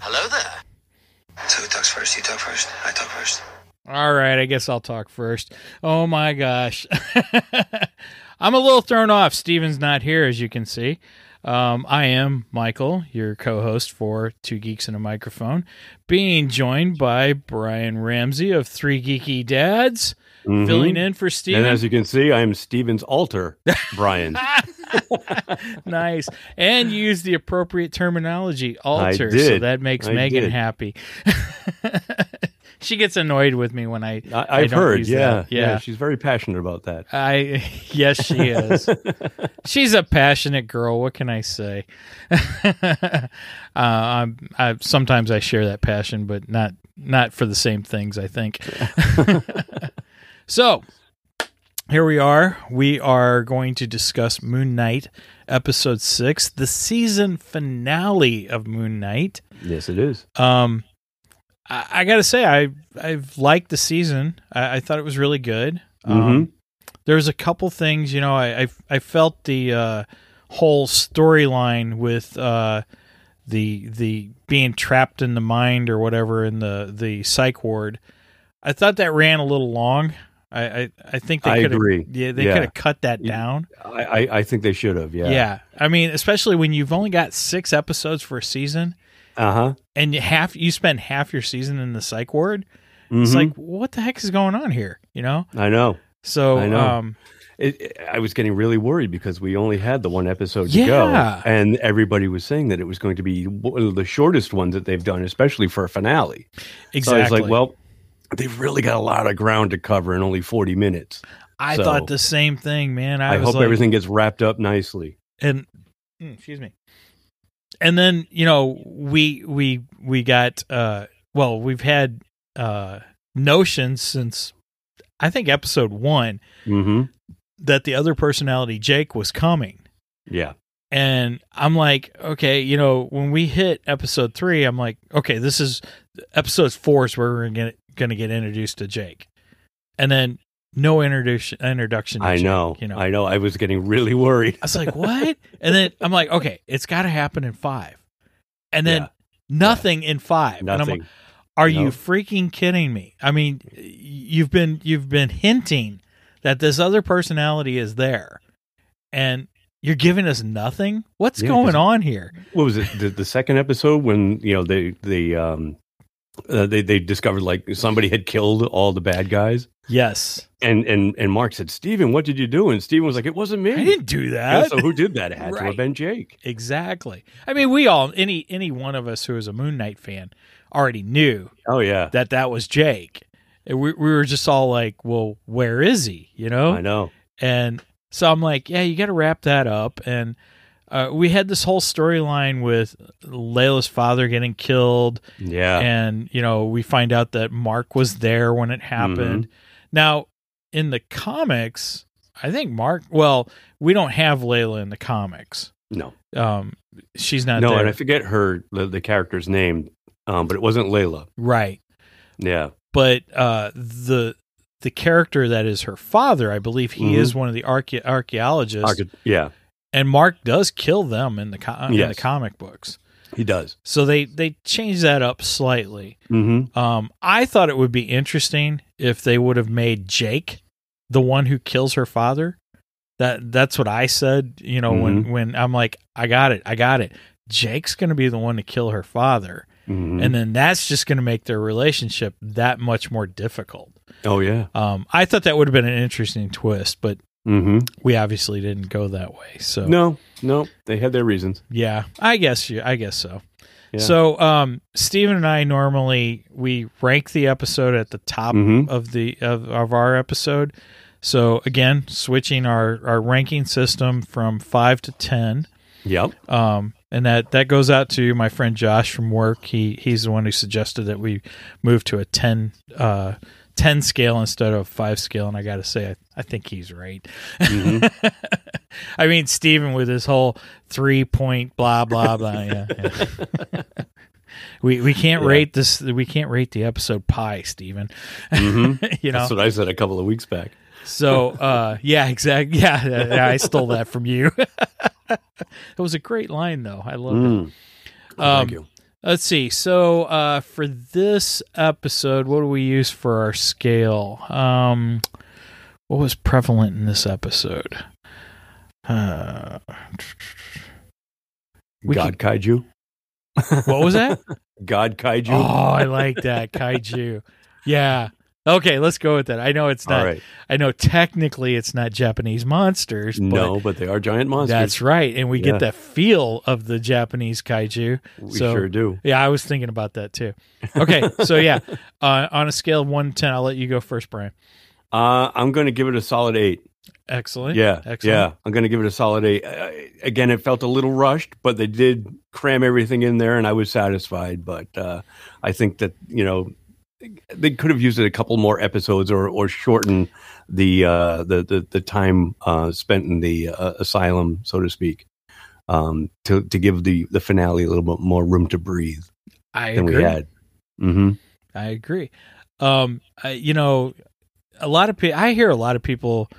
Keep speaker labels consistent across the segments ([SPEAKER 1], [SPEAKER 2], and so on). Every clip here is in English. [SPEAKER 1] Hello there. So who talks first? You talk first. I talk first.
[SPEAKER 2] All right, I guess I'll talk first. Oh my gosh. I'm a little thrown off. Steven's not here, as you can see. Um, I am Michael, your co host for Two Geeks and a Microphone, being joined by Brian Ramsey of Three Geeky Dads,
[SPEAKER 3] Mhm.
[SPEAKER 2] filling in for
[SPEAKER 3] And
[SPEAKER 2] Steven.
[SPEAKER 3] as you can see, I am Steven's altar, Brian.
[SPEAKER 2] nice. And you use the appropriate terminology, alter. So
[SPEAKER 3] did.
[SPEAKER 2] that makes
[SPEAKER 3] I
[SPEAKER 2] Megan
[SPEAKER 3] did.
[SPEAKER 2] happy. she gets annoyed with me when I.
[SPEAKER 3] I, I've
[SPEAKER 2] don't
[SPEAKER 3] heard,
[SPEAKER 2] use
[SPEAKER 3] yeah,
[SPEAKER 2] that.
[SPEAKER 3] yeah,
[SPEAKER 2] Yeah.
[SPEAKER 3] She's very passionate about that.
[SPEAKER 2] I yes, she is. She's a passionate girl. What can I say? uh, I'm, I sometimes I share that passion, but not not for the same things. I think. so here we are. We are going to discuss Moon Knight, episode six, the season finale of Moon Knight.
[SPEAKER 3] Yes, it is.
[SPEAKER 2] Um, I, I gotta say, I I've liked the season. I, I thought it was really good.
[SPEAKER 3] Mm-hmm.
[SPEAKER 2] Um, there was a couple things, you know, I I, I felt the uh, whole storyline with uh, the the being trapped in the mind or whatever in the the psych ward. I thought that ran a little long. I I, I think they
[SPEAKER 3] I
[SPEAKER 2] could have
[SPEAKER 3] agree.
[SPEAKER 2] yeah they
[SPEAKER 3] Yeah.
[SPEAKER 2] could have cut that
[SPEAKER 3] You-
[SPEAKER 2] down.
[SPEAKER 3] I, I, I think they should have. Yeah.
[SPEAKER 2] Yeah. I mean, especially when you've only got six episodes for a season.
[SPEAKER 3] Uh huh.
[SPEAKER 2] And half you spent half your season in the psych ward. It's like, what the heck is going on here? You know?
[SPEAKER 3] Mm-hmm. I know.
[SPEAKER 2] So,
[SPEAKER 3] I know.
[SPEAKER 2] um,
[SPEAKER 3] It, it- I was getting really worried because we only had the one episode to
[SPEAKER 2] Yeah.
[SPEAKER 3] go, and everybody was saying that it was going to be one of the shortest ones that they've done, especially for a finale.
[SPEAKER 2] exactly.
[SPEAKER 3] So I was like, well, they've really got a lot of ground to cover in only forty minutes.
[SPEAKER 2] I
[SPEAKER 3] so-
[SPEAKER 2] thought the same thing, man. I,
[SPEAKER 3] I,
[SPEAKER 2] was
[SPEAKER 3] hope
[SPEAKER 2] like,
[SPEAKER 3] everything gets wrapped up nicely.
[SPEAKER 2] and mm, excuse me. And then, you know, we, we, we got, uh, well, we've had, uh, notions since I think episode one
[SPEAKER 3] Mm-hmm.
[SPEAKER 2] that the other personality, Jake, was coming.
[SPEAKER 3] Yeah.
[SPEAKER 2] and I'm like, okay, you know, when we hit episode three, I'm like, okay, this is episode four is where we're gonna gonna get introduced to Jake, and then no introduction introduction. To
[SPEAKER 3] I
[SPEAKER 2] Jake,
[SPEAKER 3] know.
[SPEAKER 2] you know.
[SPEAKER 3] I know. I was getting really worried.
[SPEAKER 2] I was like, what? and then I'm like, okay, it's got to happen in five, and then
[SPEAKER 3] Yeah.
[SPEAKER 2] nothing in five. And I'm like,
[SPEAKER 3] Nothing.
[SPEAKER 2] are you
[SPEAKER 3] No.
[SPEAKER 2] freaking kidding me? I mean, y- you've been you've been hinting that this other personality is there, and you're giving us nothing. What's
[SPEAKER 3] Yeah, 'cause-
[SPEAKER 2] going on here?
[SPEAKER 3] what was it? The, the second episode when you know they they um uh, they they discovered like somebody had killed all the bad guys,
[SPEAKER 2] Yes.
[SPEAKER 3] and and and Mark said, "Steven, what did you do?" And Steven was like, "It wasn't me."
[SPEAKER 2] I didn't do
[SPEAKER 3] Yeah,
[SPEAKER 2] that.
[SPEAKER 3] so who did that? It had to
[SPEAKER 2] Right.
[SPEAKER 3] have been Jake.
[SPEAKER 2] exactly. I mean, we all any any one of us who is a Moon Knight fan already knew
[SPEAKER 3] Oh yeah,
[SPEAKER 2] that that was Jake. And we we were just all like, "Well, where is he?" You know.
[SPEAKER 3] I know.
[SPEAKER 2] And so I'm like, "Yeah, you got to wrap that up." And uh, we had this whole storyline with Layla's father getting killed,
[SPEAKER 3] Yeah,
[SPEAKER 2] and you know we find out that Mark was there when
[SPEAKER 3] Mm-hmm.
[SPEAKER 2] it happened. Now in the comics, I think Mark. Well, we don't have Layla in the comics.
[SPEAKER 3] no,
[SPEAKER 2] um she's not
[SPEAKER 3] no,
[SPEAKER 2] there.
[SPEAKER 3] and I forget her the, the character's name, um, but it wasn't Layla.
[SPEAKER 2] right
[SPEAKER 3] Yeah,
[SPEAKER 2] but uh the the character that is her father i believe he
[SPEAKER 3] Mhm.
[SPEAKER 2] is one of the archae- archaeologists
[SPEAKER 3] Arca- yeah,
[SPEAKER 2] and mark does kill them in the co- in the
[SPEAKER 3] Yes.
[SPEAKER 2] comic books
[SPEAKER 3] he does.
[SPEAKER 2] so they they changed that up slightly
[SPEAKER 3] Mm-hmm.
[SPEAKER 2] um i thought it would be interesting if they would have made jake the one who kills her father that that's what i said you know when when i'm like i got it i got it jake's going to be the one to kill her father
[SPEAKER 3] Mm-hmm.
[SPEAKER 2] and then that's just going to make their relationship that much more difficult.
[SPEAKER 3] oh yeah.
[SPEAKER 2] Um, I thought that would have been an interesting twist, but
[SPEAKER 3] Mm-hmm.
[SPEAKER 2] we obviously didn't go that way. So
[SPEAKER 3] No, no, they had their reasons.
[SPEAKER 2] yeah, I guess you. I guess so.
[SPEAKER 3] Yeah.
[SPEAKER 2] So um, Steven and I normally we rank the episode at the top
[SPEAKER 3] Mhm.
[SPEAKER 2] of the of, of our episode. So again, switching our our ranking system from five to ten.
[SPEAKER 3] Yep.
[SPEAKER 2] Um, and that that goes out to my friend Josh from work. He he's the one who suggested that we move to a 10, uh, 10 scale instead of five scale. And I got to say, I, I think he's right.
[SPEAKER 3] Mm-hmm.
[SPEAKER 2] I mean, Steven with his whole three point blah blah blah. Yeah, yeah. we we can't
[SPEAKER 3] Yeah.
[SPEAKER 2] rate this. We can't rate the episode pie, Steven.
[SPEAKER 3] Mm-hmm.
[SPEAKER 2] you know,
[SPEAKER 3] That's what I said a couple of weeks back.
[SPEAKER 2] so uh yeah, exactly. Yeah, yeah, yeah, I stole that from you. it was a great line though. I love it.
[SPEAKER 3] Mm. Thank
[SPEAKER 2] Um,
[SPEAKER 3] you.
[SPEAKER 2] Let's see. So uh for this episode, what do we use for our scale? Um what was prevalent in this episode? Uh, we
[SPEAKER 3] God kaiju.
[SPEAKER 2] what was that?
[SPEAKER 3] God kaiju.
[SPEAKER 2] oh, I like that kaiju. Yeah. Okay, let's go with that. I know it's not.
[SPEAKER 3] All right.
[SPEAKER 2] I know technically it's not Japanese monsters. But
[SPEAKER 3] No, but they are giant monsters.
[SPEAKER 2] That's right. And we
[SPEAKER 3] Yeah.
[SPEAKER 2] get that feel of the Japanese kaiju.
[SPEAKER 3] we
[SPEAKER 2] so-
[SPEAKER 3] sure do.
[SPEAKER 2] Yeah, I was thinking about that too. Okay, so yeah, uh, on a scale of 1 to 10, I'll let you go first, Brian.
[SPEAKER 3] Uh, I'm going to give it a solid eight.
[SPEAKER 2] Excellent.
[SPEAKER 3] Yeah,
[SPEAKER 2] Excellent.
[SPEAKER 3] yeah. I'm going to give it a solid eight. Uh, again, it felt a little rushed, but they did cram everything in there, and I was satisfied. But uh, I think that you know they could have used it a couple more episodes, or or shorten the uh, the, the the time uh, spent in the uh, asylum, so to speak, um, to to give the the finale a little bit more room to breathe
[SPEAKER 2] I
[SPEAKER 3] than
[SPEAKER 2] agree.
[SPEAKER 3] we had. hmm
[SPEAKER 2] I agree. Um, I, you know, a lot of people, I hear a lot of people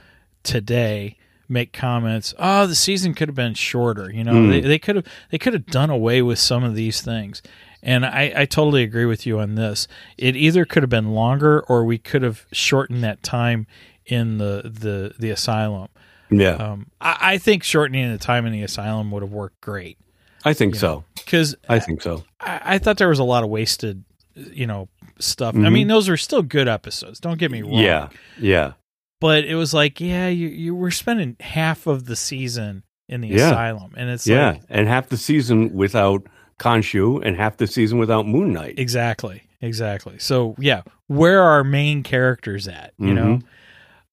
[SPEAKER 2] today make comments, oh, the season could have been shorter. You know,
[SPEAKER 3] Mm.
[SPEAKER 2] they, they could have, they could have done away with some of these things. And I, I totally agree with you on this. It either could have been longer or we could have shortened that time in the, the, the asylum.
[SPEAKER 3] Yeah,
[SPEAKER 2] Um, I, I think shortening the time in the asylum would have worked great
[SPEAKER 3] I think
[SPEAKER 2] yeah.
[SPEAKER 3] so.
[SPEAKER 2] because
[SPEAKER 3] I think so.
[SPEAKER 2] I, I thought there was a lot of wasted, you know, stuff. I
[SPEAKER 3] Mhm.
[SPEAKER 2] mean, those are still good episodes. Don't get me wrong.
[SPEAKER 3] Yeah, yeah,
[SPEAKER 2] But it was like, yeah, you, you were spending half of the season in the
[SPEAKER 3] Yeah.
[SPEAKER 2] asylum. And it's
[SPEAKER 3] yeah,
[SPEAKER 2] like,
[SPEAKER 3] and half the season without Khonshu, and half the season without Moon Knight.
[SPEAKER 2] exactly, exactly. So, yeah, where are our main characters at,
[SPEAKER 3] Mm-hmm.
[SPEAKER 2] you know?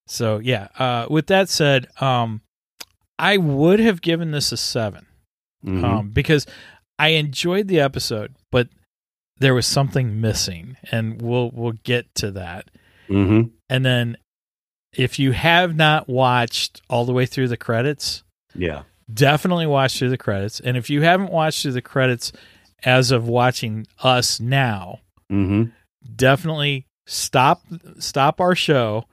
[SPEAKER 2] So, yeah, uh, with that said, um, I would have given this a seven.
[SPEAKER 3] Mhm.
[SPEAKER 2] um, because I enjoyed the episode, but there was something missing, and we'll we'll get to that.
[SPEAKER 3] Mhm.
[SPEAKER 2] And then, if you have not watched all the way through the credits,
[SPEAKER 3] Yeah.
[SPEAKER 2] definitely watch through the credits. And if you haven't watched through the credits as of watching us now,
[SPEAKER 3] hmm
[SPEAKER 2] definitely stop stop our show,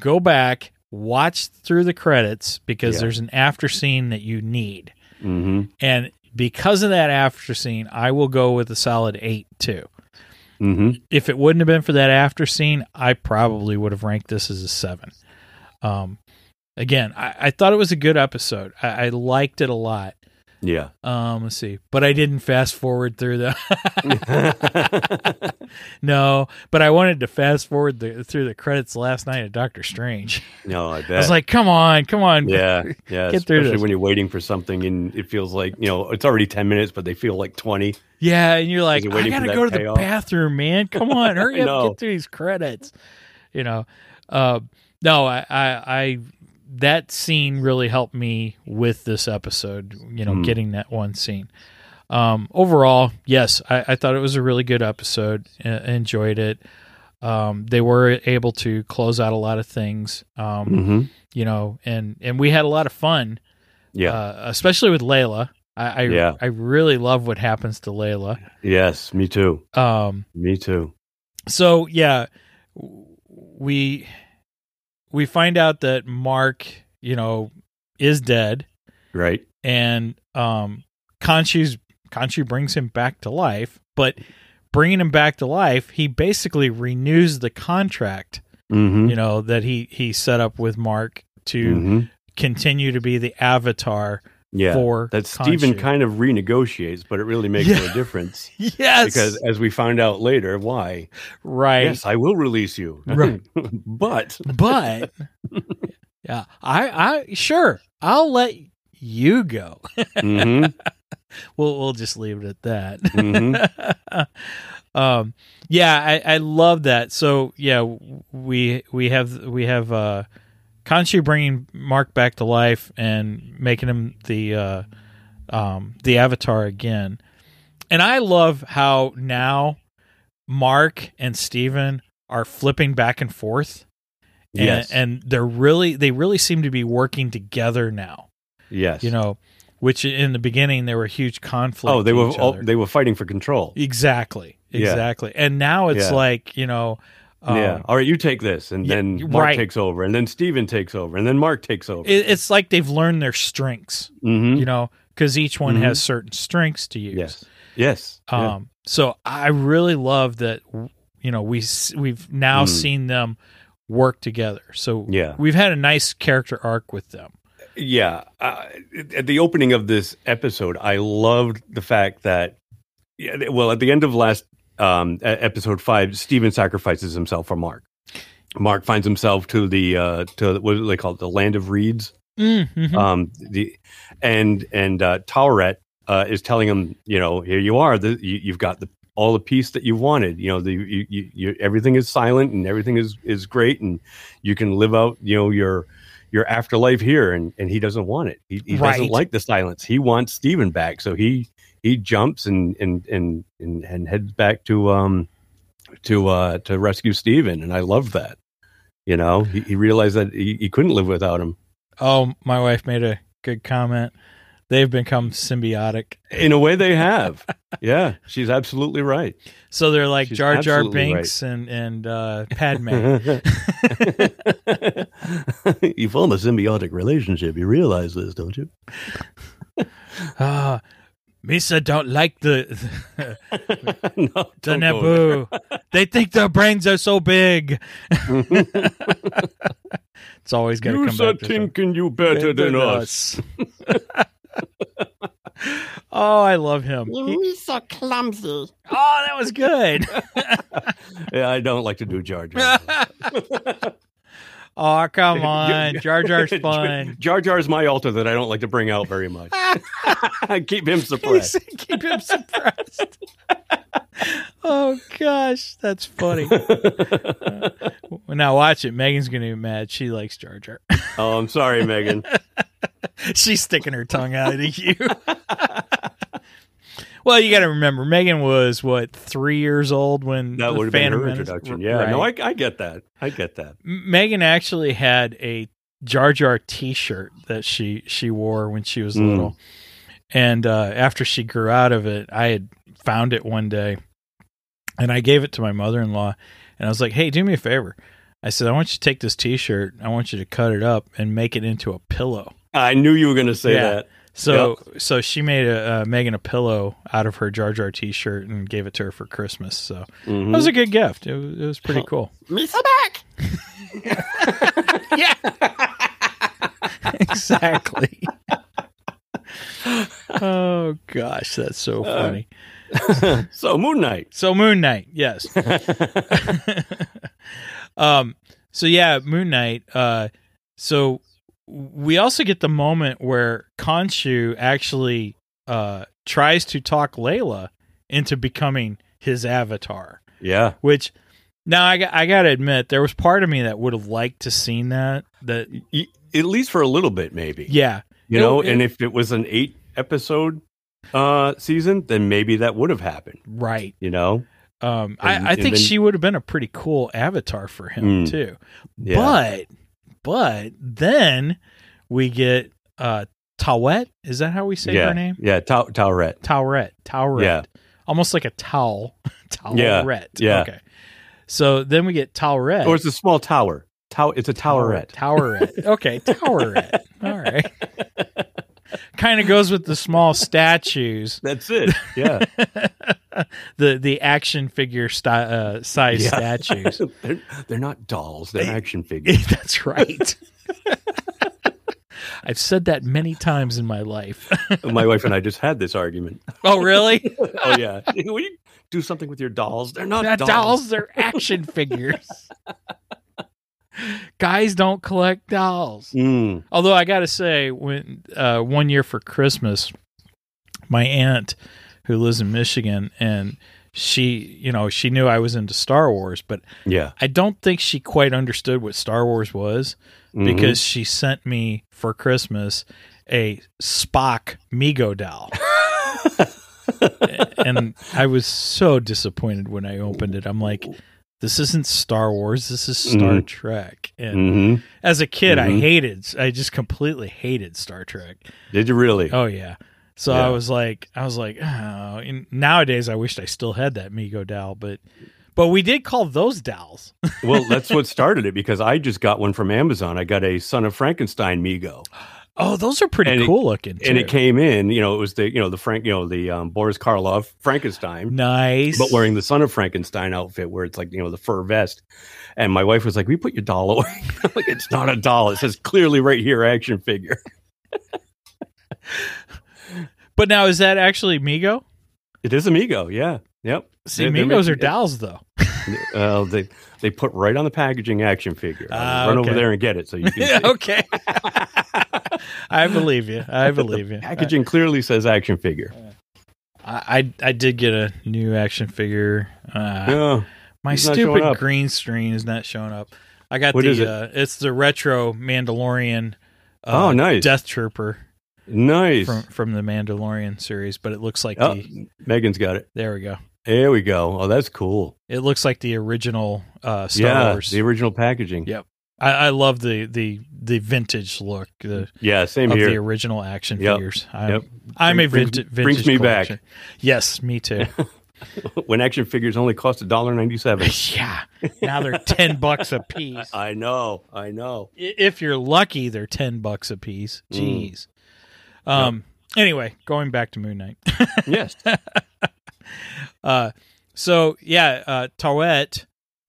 [SPEAKER 2] go back, watch through the credits because
[SPEAKER 3] Yeah.
[SPEAKER 2] there's an after scene that you need.
[SPEAKER 3] hmm
[SPEAKER 2] And because of that after scene, I will go with a solid eight too.
[SPEAKER 3] hmm
[SPEAKER 2] If it wouldn't have been for that after scene, I probably would have ranked this as a seven. Um, again, I, I thought it was a good episode. I, I liked it a lot.
[SPEAKER 3] Yeah.
[SPEAKER 2] Um, let's see, but I didn't fast forward through the no, but I wanted to fast forward the, through the credits last night of Doctor Strange.
[SPEAKER 3] no, I bet.
[SPEAKER 2] I was like, come on, come on,
[SPEAKER 3] yeah, yeah.
[SPEAKER 2] Get through
[SPEAKER 3] especially
[SPEAKER 2] this.
[SPEAKER 3] when you're waiting for something and it feels like you know it's already ten minutes, but they feel like twenty.
[SPEAKER 2] Yeah, and you're like,
[SPEAKER 3] you're
[SPEAKER 2] I
[SPEAKER 3] waiting for
[SPEAKER 2] gotta
[SPEAKER 3] that
[SPEAKER 2] go to
[SPEAKER 3] payoff.
[SPEAKER 2] the bathroom, man. Come on, hurry
[SPEAKER 3] I
[SPEAKER 2] up,
[SPEAKER 3] know.
[SPEAKER 2] get through these credits. You know, uh, no, I, I, I, that scene really helped me with this episode. You know,
[SPEAKER 3] Hmm.
[SPEAKER 2] getting that one scene. Um, overall, yes, I, I thought it was a really good episode. E- enjoyed it. Um, they were able to close out a lot of things. Um,
[SPEAKER 3] Mm-hmm.
[SPEAKER 2] You know, and and we had a lot of fun,
[SPEAKER 3] Yeah.
[SPEAKER 2] uh, especially with Layla. I, I,
[SPEAKER 3] Yeah.
[SPEAKER 2] I really love what happens to Layla.
[SPEAKER 3] yes. Me too.
[SPEAKER 2] Um,
[SPEAKER 3] Me too.
[SPEAKER 2] so yeah, w- we we find out that Mark, you know, is dead,
[SPEAKER 3] Right.
[SPEAKER 2] and um, Conchu's Conchu brings him back to life, but bringing him back to life, he basically renews the contract,
[SPEAKER 3] Mm-hmm.
[SPEAKER 2] you know, that he he set up with Mark to
[SPEAKER 3] hmm
[SPEAKER 2] continue to be the avatar
[SPEAKER 3] Yeah.
[SPEAKER 2] for
[SPEAKER 3] that Stephen
[SPEAKER 2] Khonshu.
[SPEAKER 3] kind of renegotiates, but it really makes
[SPEAKER 2] Yeah.
[SPEAKER 3] no difference
[SPEAKER 2] yes,
[SPEAKER 3] because, as we find out later, why?
[SPEAKER 2] right,
[SPEAKER 3] Yes, I will release you.
[SPEAKER 2] Right.
[SPEAKER 3] but
[SPEAKER 2] but yeah, I, I sure I'll let you go.
[SPEAKER 3] hmm
[SPEAKER 2] We'll we'll just leave it at that.
[SPEAKER 3] hmm
[SPEAKER 2] um, yeah, I, I love that. So yeah, we we have we have uh, Kanshi bringing Mark back to life and making him the uh, um, the Avatar again. And I love how now Mark and Steven are flipping back and forth. And,
[SPEAKER 3] Yes.
[SPEAKER 2] and they're really they really seem to be working together now.
[SPEAKER 3] Yes.
[SPEAKER 2] You know, which in the beginning there were huge conflicts.
[SPEAKER 3] Oh, they were all, they were fighting for control.
[SPEAKER 2] exactly
[SPEAKER 3] Yeah.
[SPEAKER 2] exactly. And now it's
[SPEAKER 3] Yeah.
[SPEAKER 2] like you know, um,
[SPEAKER 3] yeah. All right, you take this, and
[SPEAKER 2] yeah,
[SPEAKER 3] then
[SPEAKER 2] you're
[SPEAKER 3] Mark
[SPEAKER 2] right.
[SPEAKER 3] takes over, and then Steven takes over, and then Mark takes over.
[SPEAKER 2] it, it's like they've learned their strengths.
[SPEAKER 3] mm-hmm.
[SPEAKER 2] You know, because each one
[SPEAKER 3] Mhm.
[SPEAKER 2] has certain strengths to use.
[SPEAKER 3] Yes. Yes.
[SPEAKER 2] Um,
[SPEAKER 3] Yeah.
[SPEAKER 2] so I really love that. You know, we s- we've now
[SPEAKER 3] Mm.
[SPEAKER 2] seen them work together. So
[SPEAKER 3] Yeah.
[SPEAKER 2] we've had a nice character arc with them.
[SPEAKER 3] Yeah. Uh, at the opening of this episode, I loved the fact that, yeah, th- well, at the end of last um, e- episode five, Steven sacrifices himself for Mark. Mark finds himself to the uh, to what do they call it, the land of reeds.
[SPEAKER 2] Mm-hmm.
[SPEAKER 3] Um, the and and uh, Towerette uh, is telling him, you know, here you are. The, you, you've got the all the peace that you wanted. You know, the you, you, you everything is silent and everything is is great, and you can live out, you know, your your afterlife here. And and he doesn't want it. He, he
[SPEAKER 2] Right.
[SPEAKER 3] doesn't like the silence. He wants Steven back. So he he jumps and and and and, and heads back to um to uh to rescue Steven. And I love that. You know, he, he realized that he, he couldn't live without him.
[SPEAKER 2] oh, my wife made a good comment. They've become symbiotic.
[SPEAKER 3] In a way, they have. yeah, she's absolutely right.
[SPEAKER 2] So they're like
[SPEAKER 3] She's
[SPEAKER 2] Jar Jar
[SPEAKER 3] absolutely
[SPEAKER 2] Binks and and uh, Padme.
[SPEAKER 3] you form a symbiotic relationship. You realize this, don't you?
[SPEAKER 2] Ah, Misa don't like the, the,
[SPEAKER 3] no, don't go
[SPEAKER 2] Naboo. They think their brains are so big.
[SPEAKER 3] there.
[SPEAKER 2] It's always going to
[SPEAKER 3] you
[SPEAKER 2] come
[SPEAKER 3] said
[SPEAKER 2] back. to something.
[SPEAKER 3] thinking you better than us.
[SPEAKER 2] oh, I love him. He-
[SPEAKER 4] You're so clumsy.
[SPEAKER 2] oh, that was good.
[SPEAKER 3] Yeah, I don't like to do Jar Jar.
[SPEAKER 2] oh, come on. Jar Jar's fun.
[SPEAKER 3] Jar Jar's my altar that I don't like to bring out very much. Keep him
[SPEAKER 2] He's-
[SPEAKER 3] suppressed.
[SPEAKER 2] Keep him suppressed. oh, gosh. That's funny. now, watch it. Megan's going to be mad. She likes Jar Jar.
[SPEAKER 3] oh, I'm sorry, Megan.
[SPEAKER 2] She's sticking her tongue out at you. well, you got to remember, Megan was, what, three years old when
[SPEAKER 3] That
[SPEAKER 2] the
[SPEAKER 3] would have been
[SPEAKER 2] Phantom
[SPEAKER 3] her
[SPEAKER 2] Menace-
[SPEAKER 3] introduction. Yeah, no,
[SPEAKER 2] Right.
[SPEAKER 3] I, I get that. I get that.
[SPEAKER 2] Megan actually had a Jar Jar T-shirt that she she wore when she was
[SPEAKER 3] Mm.
[SPEAKER 2] little, and uh, after she grew out of it, I had found it one day, and I gave it to my mother-in-law, and I was like, "Hey, do me a favor." I said, "I want you to take this T-shirt. I want you to cut it up and make it into a pillow."
[SPEAKER 3] I knew you were going to say
[SPEAKER 2] Yeah.
[SPEAKER 3] that.
[SPEAKER 2] So so she made a uh, Megan a pillow out of her Jar Jar T-shirt and gave it to her for Christmas. So
[SPEAKER 3] Mhm.
[SPEAKER 2] that was a good gift. It was, it was pretty cool.
[SPEAKER 4] Misa back.
[SPEAKER 2] exactly. oh gosh, that's so funny.
[SPEAKER 3] so Moon Knight.
[SPEAKER 2] So Moon Knight, yes. um so yeah, Moon Knight uh so we also get the moment where Khonshu actually uh tries to talk Layla into becoming his avatar,
[SPEAKER 3] yeah.
[SPEAKER 2] which now I, got- I got to admit there was part of me that would have liked to seen that that
[SPEAKER 3] Y- at least for a little bit, maybe.
[SPEAKER 2] yeah.
[SPEAKER 3] You know,
[SPEAKER 2] It- it-
[SPEAKER 3] and if it was an eight episode uh season, then maybe that would have happened.
[SPEAKER 2] Right.
[SPEAKER 3] You know?
[SPEAKER 2] Um,
[SPEAKER 3] And-
[SPEAKER 2] I, I
[SPEAKER 3] and
[SPEAKER 2] think
[SPEAKER 3] then-
[SPEAKER 2] she would have been a pretty cool avatar for him
[SPEAKER 3] Mm.
[SPEAKER 2] too.
[SPEAKER 3] Yeah.
[SPEAKER 2] But but then we get uh Tawet. Is that how we say
[SPEAKER 3] yeah.
[SPEAKER 2] her name?
[SPEAKER 3] Yeah. Tau- Tourette.
[SPEAKER 2] Toweret. Toweret.
[SPEAKER 3] Yeah.
[SPEAKER 2] Almost like a towel. Towelette.
[SPEAKER 3] Yeah, yeah.
[SPEAKER 2] Okay. So then we get Toweret.
[SPEAKER 3] Or it's a small tower. Tau- it's a towerette.
[SPEAKER 2] Towerette. Okay, Towerette. All right. kind of goes with the small statues,
[SPEAKER 3] That's it. Yeah.
[SPEAKER 2] the the action figure sti- uh, size
[SPEAKER 3] Yeah.
[SPEAKER 2] statues.
[SPEAKER 3] they're, they're not dolls,
[SPEAKER 2] They-
[SPEAKER 3] they're action figures.
[SPEAKER 2] That's right. I've said that many times in my life.
[SPEAKER 3] My wife and I just had this argument.
[SPEAKER 2] oh, really?
[SPEAKER 3] Oh yeah. Will you do something with your dolls? They're not,
[SPEAKER 2] Not
[SPEAKER 3] dolls.
[SPEAKER 2] dolls, they're action figures. Guys don't collect dolls.
[SPEAKER 3] Mm.
[SPEAKER 2] Although I got to say, when uh, one year for Christmas, my aunt who lives in Michigan and she, you know, she knew I was into Star Wars, but
[SPEAKER 3] Yeah.
[SPEAKER 2] I don't think she quite understood what Star Wars was.
[SPEAKER 3] Mhm.
[SPEAKER 2] because she sent me for Christmas a Spock Mego doll. and I was so disappointed when I opened it. I'm like, this isn't Star Wars. This is Star
[SPEAKER 3] Mhm.
[SPEAKER 2] Trek. And
[SPEAKER 3] hmm
[SPEAKER 2] as a kid, I
[SPEAKER 3] Mhm.
[SPEAKER 2] hated. I just completely hated Star Trek.
[SPEAKER 3] Did you really?
[SPEAKER 2] Oh yeah. So I
[SPEAKER 3] Yeah.
[SPEAKER 2] was like, I was like, oh. and nowadays I wished I still had that Mego doll, but but we did call those dolls.
[SPEAKER 3] well, that's what started it because I just got one from Amazon. I got a Son of Frankenstein Mego,
[SPEAKER 2] Oh, those are pretty
[SPEAKER 3] And it-
[SPEAKER 2] cool looking.
[SPEAKER 3] and it
[SPEAKER 2] too.
[SPEAKER 3] came in. You know, it was the you know the Frank you know the um, Boris Karloff Frankenstein,
[SPEAKER 2] nice,
[SPEAKER 3] but wearing the Son of Frankenstein outfit, where it's like you know the fur vest. And my wife was like, "We put your doll away." I'm like, it's not a doll. It says clearly right here, action figure.
[SPEAKER 2] But now is that actually Mego?
[SPEAKER 3] It is a Mego. Yeah. Yep.
[SPEAKER 2] See,
[SPEAKER 3] They're- they're
[SPEAKER 2] Migos are
[SPEAKER 3] making-
[SPEAKER 2] dolls though.
[SPEAKER 3] Uh, they they put right on the packaging action figure.
[SPEAKER 2] Ah,
[SPEAKER 3] Run
[SPEAKER 2] okay.
[SPEAKER 3] over there and get it so you can see.
[SPEAKER 2] okay. I believe you. I believe you.
[SPEAKER 3] Packaging clearly says action figure.
[SPEAKER 2] I, I I did get a new action figure. Uh,
[SPEAKER 3] Yeah.
[SPEAKER 2] My
[SPEAKER 3] He's not showing
[SPEAKER 2] stupid
[SPEAKER 3] up.
[SPEAKER 2] green screen is not showing up. I got
[SPEAKER 3] What
[SPEAKER 2] the
[SPEAKER 3] is it?
[SPEAKER 2] uh it's the retro Mandalorian uh,
[SPEAKER 3] Oh, nice.
[SPEAKER 2] Death Trooper
[SPEAKER 3] Nice.
[SPEAKER 2] from from the Mandalorian series, but it looks like
[SPEAKER 3] oh,
[SPEAKER 2] the
[SPEAKER 3] Megan's got it.
[SPEAKER 2] there we go.
[SPEAKER 3] There we go. Oh, that's cool.
[SPEAKER 2] It looks like the original uh Star
[SPEAKER 3] yeah,
[SPEAKER 2] Wars.
[SPEAKER 3] the original packaging.
[SPEAKER 2] Yeah. I, I love the the the vintage look the
[SPEAKER 3] Yeah, same
[SPEAKER 2] of
[SPEAKER 3] here.
[SPEAKER 2] the original action
[SPEAKER 3] Yep.
[SPEAKER 2] figures. I'm,
[SPEAKER 3] Yep.
[SPEAKER 2] I'm a
[SPEAKER 3] Brings-
[SPEAKER 2] vintage.
[SPEAKER 3] brings
[SPEAKER 2] vintage
[SPEAKER 3] me back.
[SPEAKER 2] collection. Yes, me too.
[SPEAKER 3] when action figures only cost a dollar ninety-seven.
[SPEAKER 2] yeah. Now they're ten bucks a piece. I-
[SPEAKER 3] I know. I know.
[SPEAKER 2] If you're lucky, they're ten bucks a piece.
[SPEAKER 3] Mm.
[SPEAKER 2] Jeez. Um. Anyway, going back to Moon Knight.
[SPEAKER 3] Yes.
[SPEAKER 2] Uh. So yeah, uh, Tawet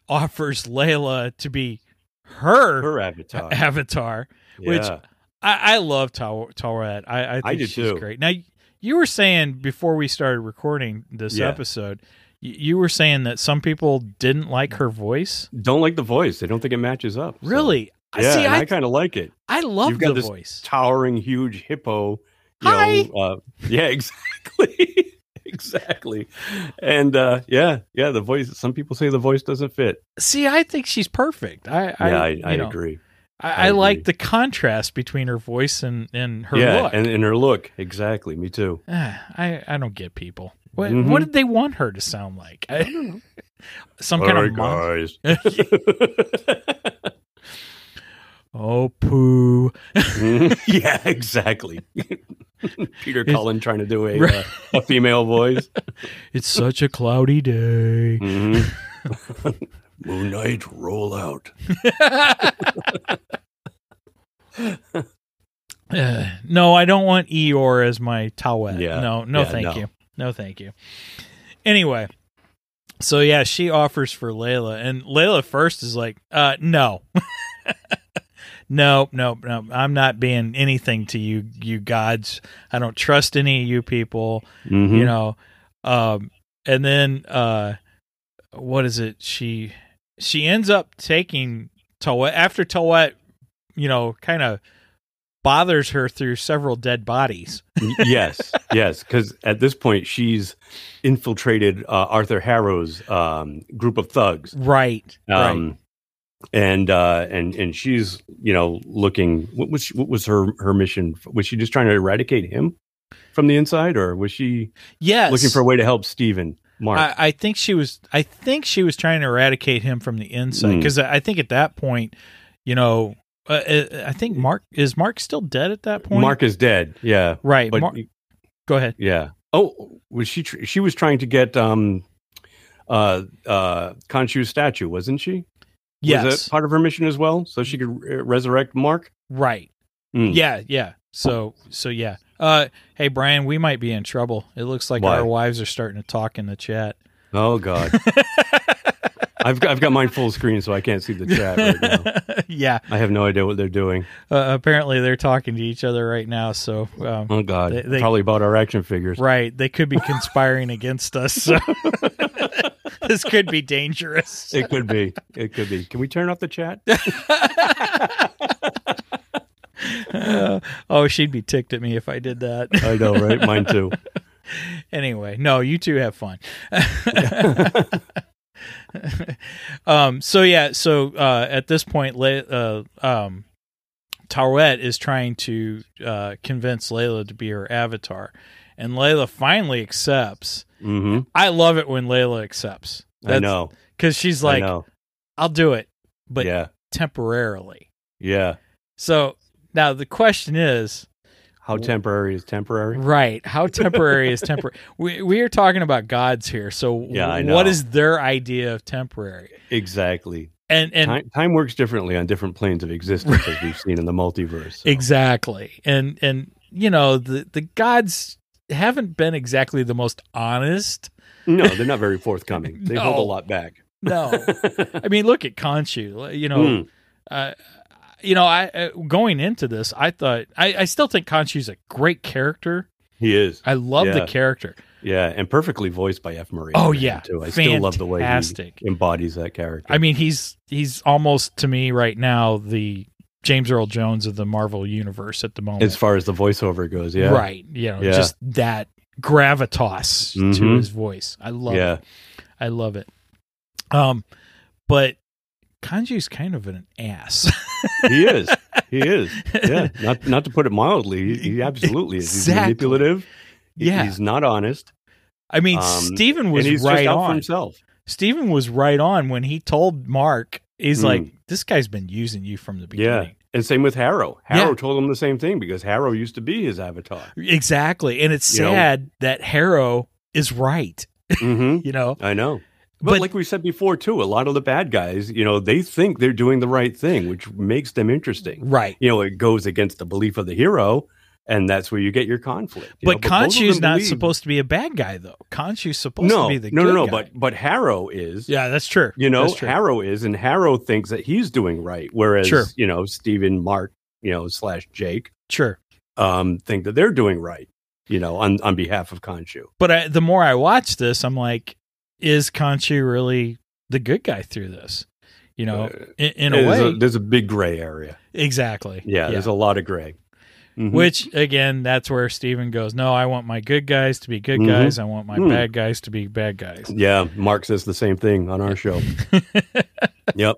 [SPEAKER 2] offers Layla to be her,
[SPEAKER 3] Her avatar.
[SPEAKER 2] avatar.
[SPEAKER 3] Yeah.
[SPEAKER 2] which- I, I love Taw- Tawet. I I, think
[SPEAKER 3] I do
[SPEAKER 2] she's
[SPEAKER 3] too.
[SPEAKER 2] Great. Now you were saying before we started recording this
[SPEAKER 3] Yeah.
[SPEAKER 2] episode, y- you were saying that some people didn't like her voice.
[SPEAKER 3] don't like the voice. They don't think it matches up. so-
[SPEAKER 2] Really? I
[SPEAKER 3] Yeah,
[SPEAKER 2] See,
[SPEAKER 3] and I,
[SPEAKER 2] I, I,
[SPEAKER 3] kind of like it.
[SPEAKER 2] love
[SPEAKER 3] you've got
[SPEAKER 2] the
[SPEAKER 3] this
[SPEAKER 2] voice.
[SPEAKER 3] Towering, huge hippo. You
[SPEAKER 4] Hi.
[SPEAKER 3] Know, uh, yeah, exactly. exactly. And uh, yeah, yeah, the voice. Some people say the voice doesn't fit.
[SPEAKER 2] See, I think she's perfect. I, I
[SPEAKER 3] yeah, I,
[SPEAKER 2] you
[SPEAKER 3] I
[SPEAKER 2] know,
[SPEAKER 3] agree.
[SPEAKER 2] I,
[SPEAKER 3] I
[SPEAKER 2] I like
[SPEAKER 3] agree.
[SPEAKER 2] the contrast between her voice and, and her
[SPEAKER 3] yeah,
[SPEAKER 2] look.
[SPEAKER 3] and and her look. Exactly. Me too.
[SPEAKER 2] Ah, I, I don't get people. What
[SPEAKER 3] Mhm.
[SPEAKER 2] what did they want her to sound like? I don't know. Some kind of mon-
[SPEAKER 3] guys.
[SPEAKER 2] oh poo.
[SPEAKER 3] yeah, exactly. Peter
[SPEAKER 2] It's-
[SPEAKER 3] Cullen trying to do a
[SPEAKER 2] Right.
[SPEAKER 3] uh, a female voice.
[SPEAKER 2] It's such a cloudy day.
[SPEAKER 3] Mhm. Moon Knight, roll out.
[SPEAKER 2] Uh, no, I don't want Eeyore as my towel.
[SPEAKER 3] Yeah.
[SPEAKER 2] No, no,
[SPEAKER 3] Yeah,
[SPEAKER 2] thank
[SPEAKER 3] no.
[SPEAKER 2] you. No, thank you. Anyway, so yeah, she offers for Layla, and Layla first is like, uh, no. No, no, no. I'm not being anything to you, you gods. I don't trust any of you people
[SPEAKER 3] Mhm.
[SPEAKER 2] you know um and then uh what is it she she ends up taking Towet after Towet you know kind of bothers her through several dead bodies
[SPEAKER 3] Y- yes, yes, because at this point she's infiltrated uh, Arthur Harrow's um, group of thugs,
[SPEAKER 2] right
[SPEAKER 3] um, and uh, and and she's you know looking. What was she, what was her her mission? Was she just trying to eradicate him from the inside, or was she
[SPEAKER 2] yes
[SPEAKER 3] looking for a way to help Stephen Mark?
[SPEAKER 2] I, I think she was I think she was trying to eradicate him from the inside
[SPEAKER 3] Mm.
[SPEAKER 2] because I I think at that point you know uh, uh, I think Mark is Mark still dead at that point
[SPEAKER 3] Mark is dead. Yeah,
[SPEAKER 2] right
[SPEAKER 3] but
[SPEAKER 2] Mar- go ahead
[SPEAKER 3] yeah. Oh, was she? Tr- she was trying to get um, uh, uh, Khonshu's statue, wasn't she? Was
[SPEAKER 2] yes
[SPEAKER 3] that part of her mission as well? So she could re- resurrect Mark?
[SPEAKER 2] right
[SPEAKER 3] Mm.
[SPEAKER 2] Yeah, yeah. So so yeah. Uh hey Brian, we might be in trouble. It looks like
[SPEAKER 3] Why?
[SPEAKER 2] our wives are starting to talk in the chat.
[SPEAKER 3] Oh, God. I've got, I've got mine full screen, so I can't see the chat right now.
[SPEAKER 2] yeah.
[SPEAKER 3] I have no idea what they're doing.
[SPEAKER 2] Uh, apparently they're talking to each other right now, so um
[SPEAKER 3] Oh, God.
[SPEAKER 2] They- they-
[SPEAKER 3] Probably about our action figures.
[SPEAKER 2] right, they could be conspiring against us. So this could be dangerous.
[SPEAKER 3] It could be. It could be. Can we turn off the chat?
[SPEAKER 2] Uh, oh, she'd be ticked at me if I did that.
[SPEAKER 3] I know, right? Mine too.
[SPEAKER 2] anyway, no, you two have fun. um, so yeah, so uh, at this point, Le- uh, um, Tawet is trying to uh, convince Layla to be her avatar, and Layla finally accepts.
[SPEAKER 3] hmm
[SPEAKER 2] I love it when Layla accepts.
[SPEAKER 3] I know.
[SPEAKER 2] because she's
[SPEAKER 3] I
[SPEAKER 2] like,
[SPEAKER 3] know.
[SPEAKER 2] "I'll do it," but
[SPEAKER 3] yeah,
[SPEAKER 2] temporarily.
[SPEAKER 3] yeah.
[SPEAKER 2] So now the question is,
[SPEAKER 3] How temporary is temporary?
[SPEAKER 2] right? How temporary is temporary? We we are talking about gods here, so
[SPEAKER 3] Yeah, I
[SPEAKER 2] what
[SPEAKER 3] know.
[SPEAKER 2] is their idea of temporary?
[SPEAKER 3] Exactly.
[SPEAKER 2] And and
[SPEAKER 3] time, time works differently on different planes of existence, as we've seen in the multiverse. so.
[SPEAKER 2] Exactly. And and you know, the the gods haven't been exactly the most honest.
[SPEAKER 3] No, they're not very forthcoming. They hold
[SPEAKER 2] No.
[SPEAKER 3] a lot back.
[SPEAKER 2] No. I mean, look at Khonshu. You know,
[SPEAKER 3] Hmm.
[SPEAKER 2] uh, you know, I uh, going into this, I thought I, I still think Khonshu's a great character.
[SPEAKER 3] He is.
[SPEAKER 2] I love the
[SPEAKER 3] Yeah.
[SPEAKER 2] character.
[SPEAKER 3] Yeah, and perfectly voiced by F. Murray.
[SPEAKER 2] Oh,
[SPEAKER 3] Abraham,
[SPEAKER 2] yeah.
[SPEAKER 3] too. I still love the way
[SPEAKER 2] Fantastic.
[SPEAKER 3] he embodies that character.
[SPEAKER 2] I mean, he's he's almost to me right now the James Earl Jones of the Marvel universe at the moment.
[SPEAKER 3] as far as the voiceover goes, yeah,
[SPEAKER 2] Right. You know,
[SPEAKER 3] Yeah.
[SPEAKER 2] just that gravitas to
[SPEAKER 3] Mhm.
[SPEAKER 2] his voice. I love it.
[SPEAKER 3] yeah,
[SPEAKER 2] I love it. Um, but Kanji's kind of an ass.
[SPEAKER 3] he is. He is. Yeah, not not to put it mildly, he, he absolutely is. He's
[SPEAKER 2] Exactly.
[SPEAKER 3] manipulative. He-
[SPEAKER 2] Yeah.
[SPEAKER 3] he's not honest,
[SPEAKER 2] I mean,
[SPEAKER 3] Um,
[SPEAKER 2] Steven was
[SPEAKER 3] and he's
[SPEAKER 2] right
[SPEAKER 3] just out for
[SPEAKER 2] on.
[SPEAKER 3] himself.
[SPEAKER 2] Steven was right on when he told Mark, he's
[SPEAKER 3] Mm.
[SPEAKER 2] like, this guy's been using you from the
[SPEAKER 3] Yeah,
[SPEAKER 2] beginning.
[SPEAKER 3] and same with Harrow.
[SPEAKER 2] Yeah.
[SPEAKER 3] Harrow told him the same thing because Harrow used to be his avatar.
[SPEAKER 2] Exactly. And it's
[SPEAKER 3] You know?
[SPEAKER 2] sad that Harrow is right,
[SPEAKER 3] hmm
[SPEAKER 2] you know?
[SPEAKER 3] I know. But,
[SPEAKER 2] But-
[SPEAKER 3] like we said before, too, a lot of the bad guys, you know, they think they're doing the right thing, which makes them interesting.
[SPEAKER 2] Right.
[SPEAKER 3] You know, it goes against the belief of the hero, and that's where you get your conflict. you know,
[SPEAKER 2] But
[SPEAKER 3] both of
[SPEAKER 2] Khonshu's
[SPEAKER 3] them
[SPEAKER 2] not
[SPEAKER 3] believe-
[SPEAKER 2] supposed to be a bad guy, though. Khonshu's supposed
[SPEAKER 3] No,
[SPEAKER 2] to be the
[SPEAKER 3] no,
[SPEAKER 2] good
[SPEAKER 3] no, no.
[SPEAKER 2] guy.
[SPEAKER 3] But but Harrow is.
[SPEAKER 2] yeah, that's true.
[SPEAKER 3] You know,
[SPEAKER 2] That's true.
[SPEAKER 3] Harrow is, and Harrow thinks that he's doing right, whereas
[SPEAKER 2] Sure.
[SPEAKER 3] you know Stephen, Mark, you know slash Jake,
[SPEAKER 2] sure.
[SPEAKER 3] um, think that they're doing right. You know, on on behalf of Khonshu.
[SPEAKER 2] But I, the more I watch this, I'm like, is Kanchu really the good guy through this? You know,
[SPEAKER 3] Uh,
[SPEAKER 2] in, in a
[SPEAKER 3] there's
[SPEAKER 2] way,
[SPEAKER 3] a, there's a big gray area.
[SPEAKER 2] exactly.
[SPEAKER 3] Yeah, there's a lot of gray. Mhm.
[SPEAKER 2] Which again, that's where Steven goes. No, I want my good guys to be good
[SPEAKER 3] Mhm.
[SPEAKER 2] guys. I want my
[SPEAKER 3] Hmm.
[SPEAKER 2] bad guys to be bad guys.
[SPEAKER 3] Yeah, Mark says the same thing on our show. yep.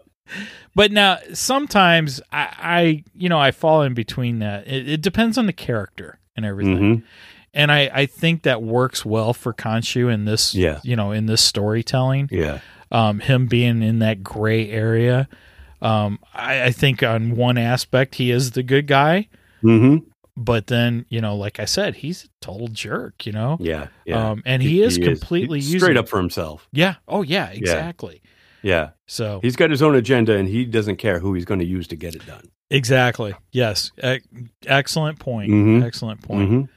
[SPEAKER 2] But now, sometimes I, I, you know, I fall in between that. It, it depends on the character and everything.
[SPEAKER 3] Mhm.
[SPEAKER 2] And I, I think that works well for Kanchu in this,
[SPEAKER 3] Yeah.
[SPEAKER 2] you know, in this storytelling.
[SPEAKER 3] Yeah.
[SPEAKER 2] um, him being in that gray area. Um, I, I think on one aspect he is the good guy,
[SPEAKER 3] hmm
[SPEAKER 2] but then you know, like I said, he's a total jerk. You know,
[SPEAKER 3] Yeah. Yeah.
[SPEAKER 2] um, and he, is completely
[SPEAKER 3] He's
[SPEAKER 2] using-
[SPEAKER 3] straight up for himself.
[SPEAKER 2] Yeah. Oh yeah. Exactly.
[SPEAKER 3] Yeah.
[SPEAKER 2] So
[SPEAKER 3] He's got his own agenda, and he doesn't care who he's going to use to get it done.
[SPEAKER 2] exactly. Yes. Ec- excellent point.
[SPEAKER 3] Mhm.
[SPEAKER 2] Excellent point.
[SPEAKER 3] Mhm.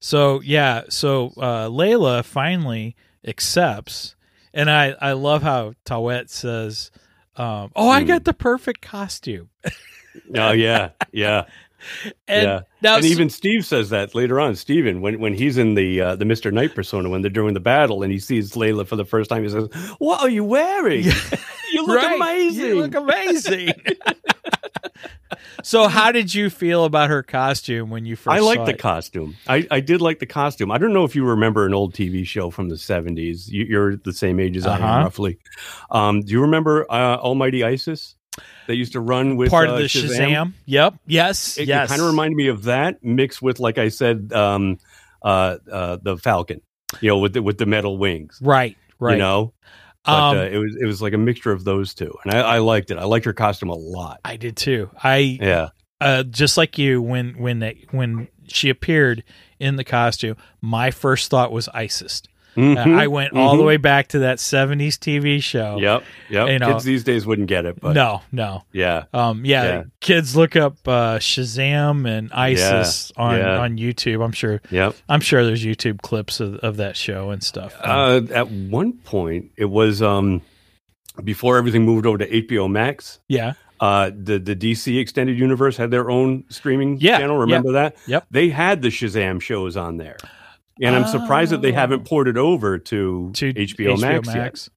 [SPEAKER 2] So yeah. So uh, Layla finally accepts, and I I love how Tawet says, um, "Oh, I
[SPEAKER 3] Hmm.
[SPEAKER 2] got the perfect costume."
[SPEAKER 3] Oh yeah. Yeah.
[SPEAKER 2] And
[SPEAKER 3] Yeah.
[SPEAKER 2] now
[SPEAKER 3] and even Steve says that later on. Steven, when when he's in the uh, the Mister Knight persona, when they're doing the battle, and he sees Layla for the first time, he says, "What are you wearing? you look
[SPEAKER 2] Right.
[SPEAKER 3] amazing."
[SPEAKER 2] You look amazing. so, how did you feel about her costume when you first?
[SPEAKER 3] I
[SPEAKER 2] saw
[SPEAKER 3] like the
[SPEAKER 2] it?
[SPEAKER 3] costume. I, I did like the costume. I don't know if you remember an old TV show from the 70s. You, you're the same age as I
[SPEAKER 2] Uh-huh.
[SPEAKER 3] am, roughly. Um, do you remember uh, Almighty Isis that used to run with
[SPEAKER 2] part
[SPEAKER 3] uh,
[SPEAKER 2] of the Shazam. Yep. Yes.
[SPEAKER 3] It,
[SPEAKER 2] yes.
[SPEAKER 3] kind of reminded me of that mixed with, like I said, um, uh, uh, the Falcon, you know, with the, with the metal wings,
[SPEAKER 2] Right. Right.
[SPEAKER 3] you know? But
[SPEAKER 2] um,
[SPEAKER 3] uh, it was it was like a mixture of those two, and I, I liked it. I liked her costume a lot.
[SPEAKER 2] I did too. I
[SPEAKER 3] Yeah,
[SPEAKER 2] uh, just like you when when that when she appeared in the costume. My first thought was Isis. Uh,
[SPEAKER 3] Mhm.
[SPEAKER 2] I went all the
[SPEAKER 3] mhm.
[SPEAKER 2] way back to that '70s TV show.
[SPEAKER 3] Yep, yep.
[SPEAKER 2] You know-
[SPEAKER 3] Kids these days wouldn't get it, but
[SPEAKER 2] No. No.
[SPEAKER 3] yeah,
[SPEAKER 2] Um, yeah,
[SPEAKER 3] Yeah.
[SPEAKER 2] kids look up uh, Shazam and ISIS on,
[SPEAKER 3] yeah.
[SPEAKER 2] on YouTube. I'm sure
[SPEAKER 3] yep.
[SPEAKER 2] I'm sure there's YouTube clips of, of that show and stuff. Um,
[SPEAKER 3] Uh, at one point, it was um, before everything moved over to HBO Max.
[SPEAKER 2] yeah.
[SPEAKER 3] Uh, the the DC Extended Universe had their own streaming
[SPEAKER 2] Yeah,
[SPEAKER 3] channel. Remember that?
[SPEAKER 2] Yep.
[SPEAKER 3] They had the Shazam shows on there, and I'm surprised that they
[SPEAKER 2] Oh.
[SPEAKER 3] haven't ported over to,
[SPEAKER 2] To
[SPEAKER 3] HBO, Max. yet.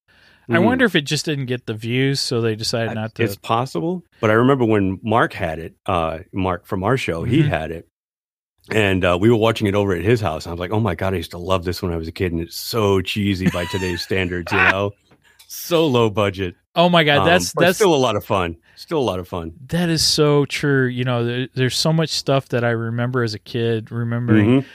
[SPEAKER 2] I
[SPEAKER 3] Mhm.
[SPEAKER 2] wonder if it just didn't get the views, so they decided not to.
[SPEAKER 3] It's possible, but I remember when Mark had it. Uh, Mark from our show, he
[SPEAKER 2] Mhm.
[SPEAKER 3] had it. And uh, we were watching it over at his house. and I was like, "Oh my god, I used to love this when I was a kid, and it's so cheesy by today's standards, you know." so low budget.
[SPEAKER 2] Oh my god,
[SPEAKER 3] um,
[SPEAKER 2] that's
[SPEAKER 3] but
[SPEAKER 2] that's
[SPEAKER 3] still a lot of fun. Still a lot of fun.
[SPEAKER 2] that is so true. You know, there, there's so much stuff that I remember as a kid, remembering
[SPEAKER 3] Mhm.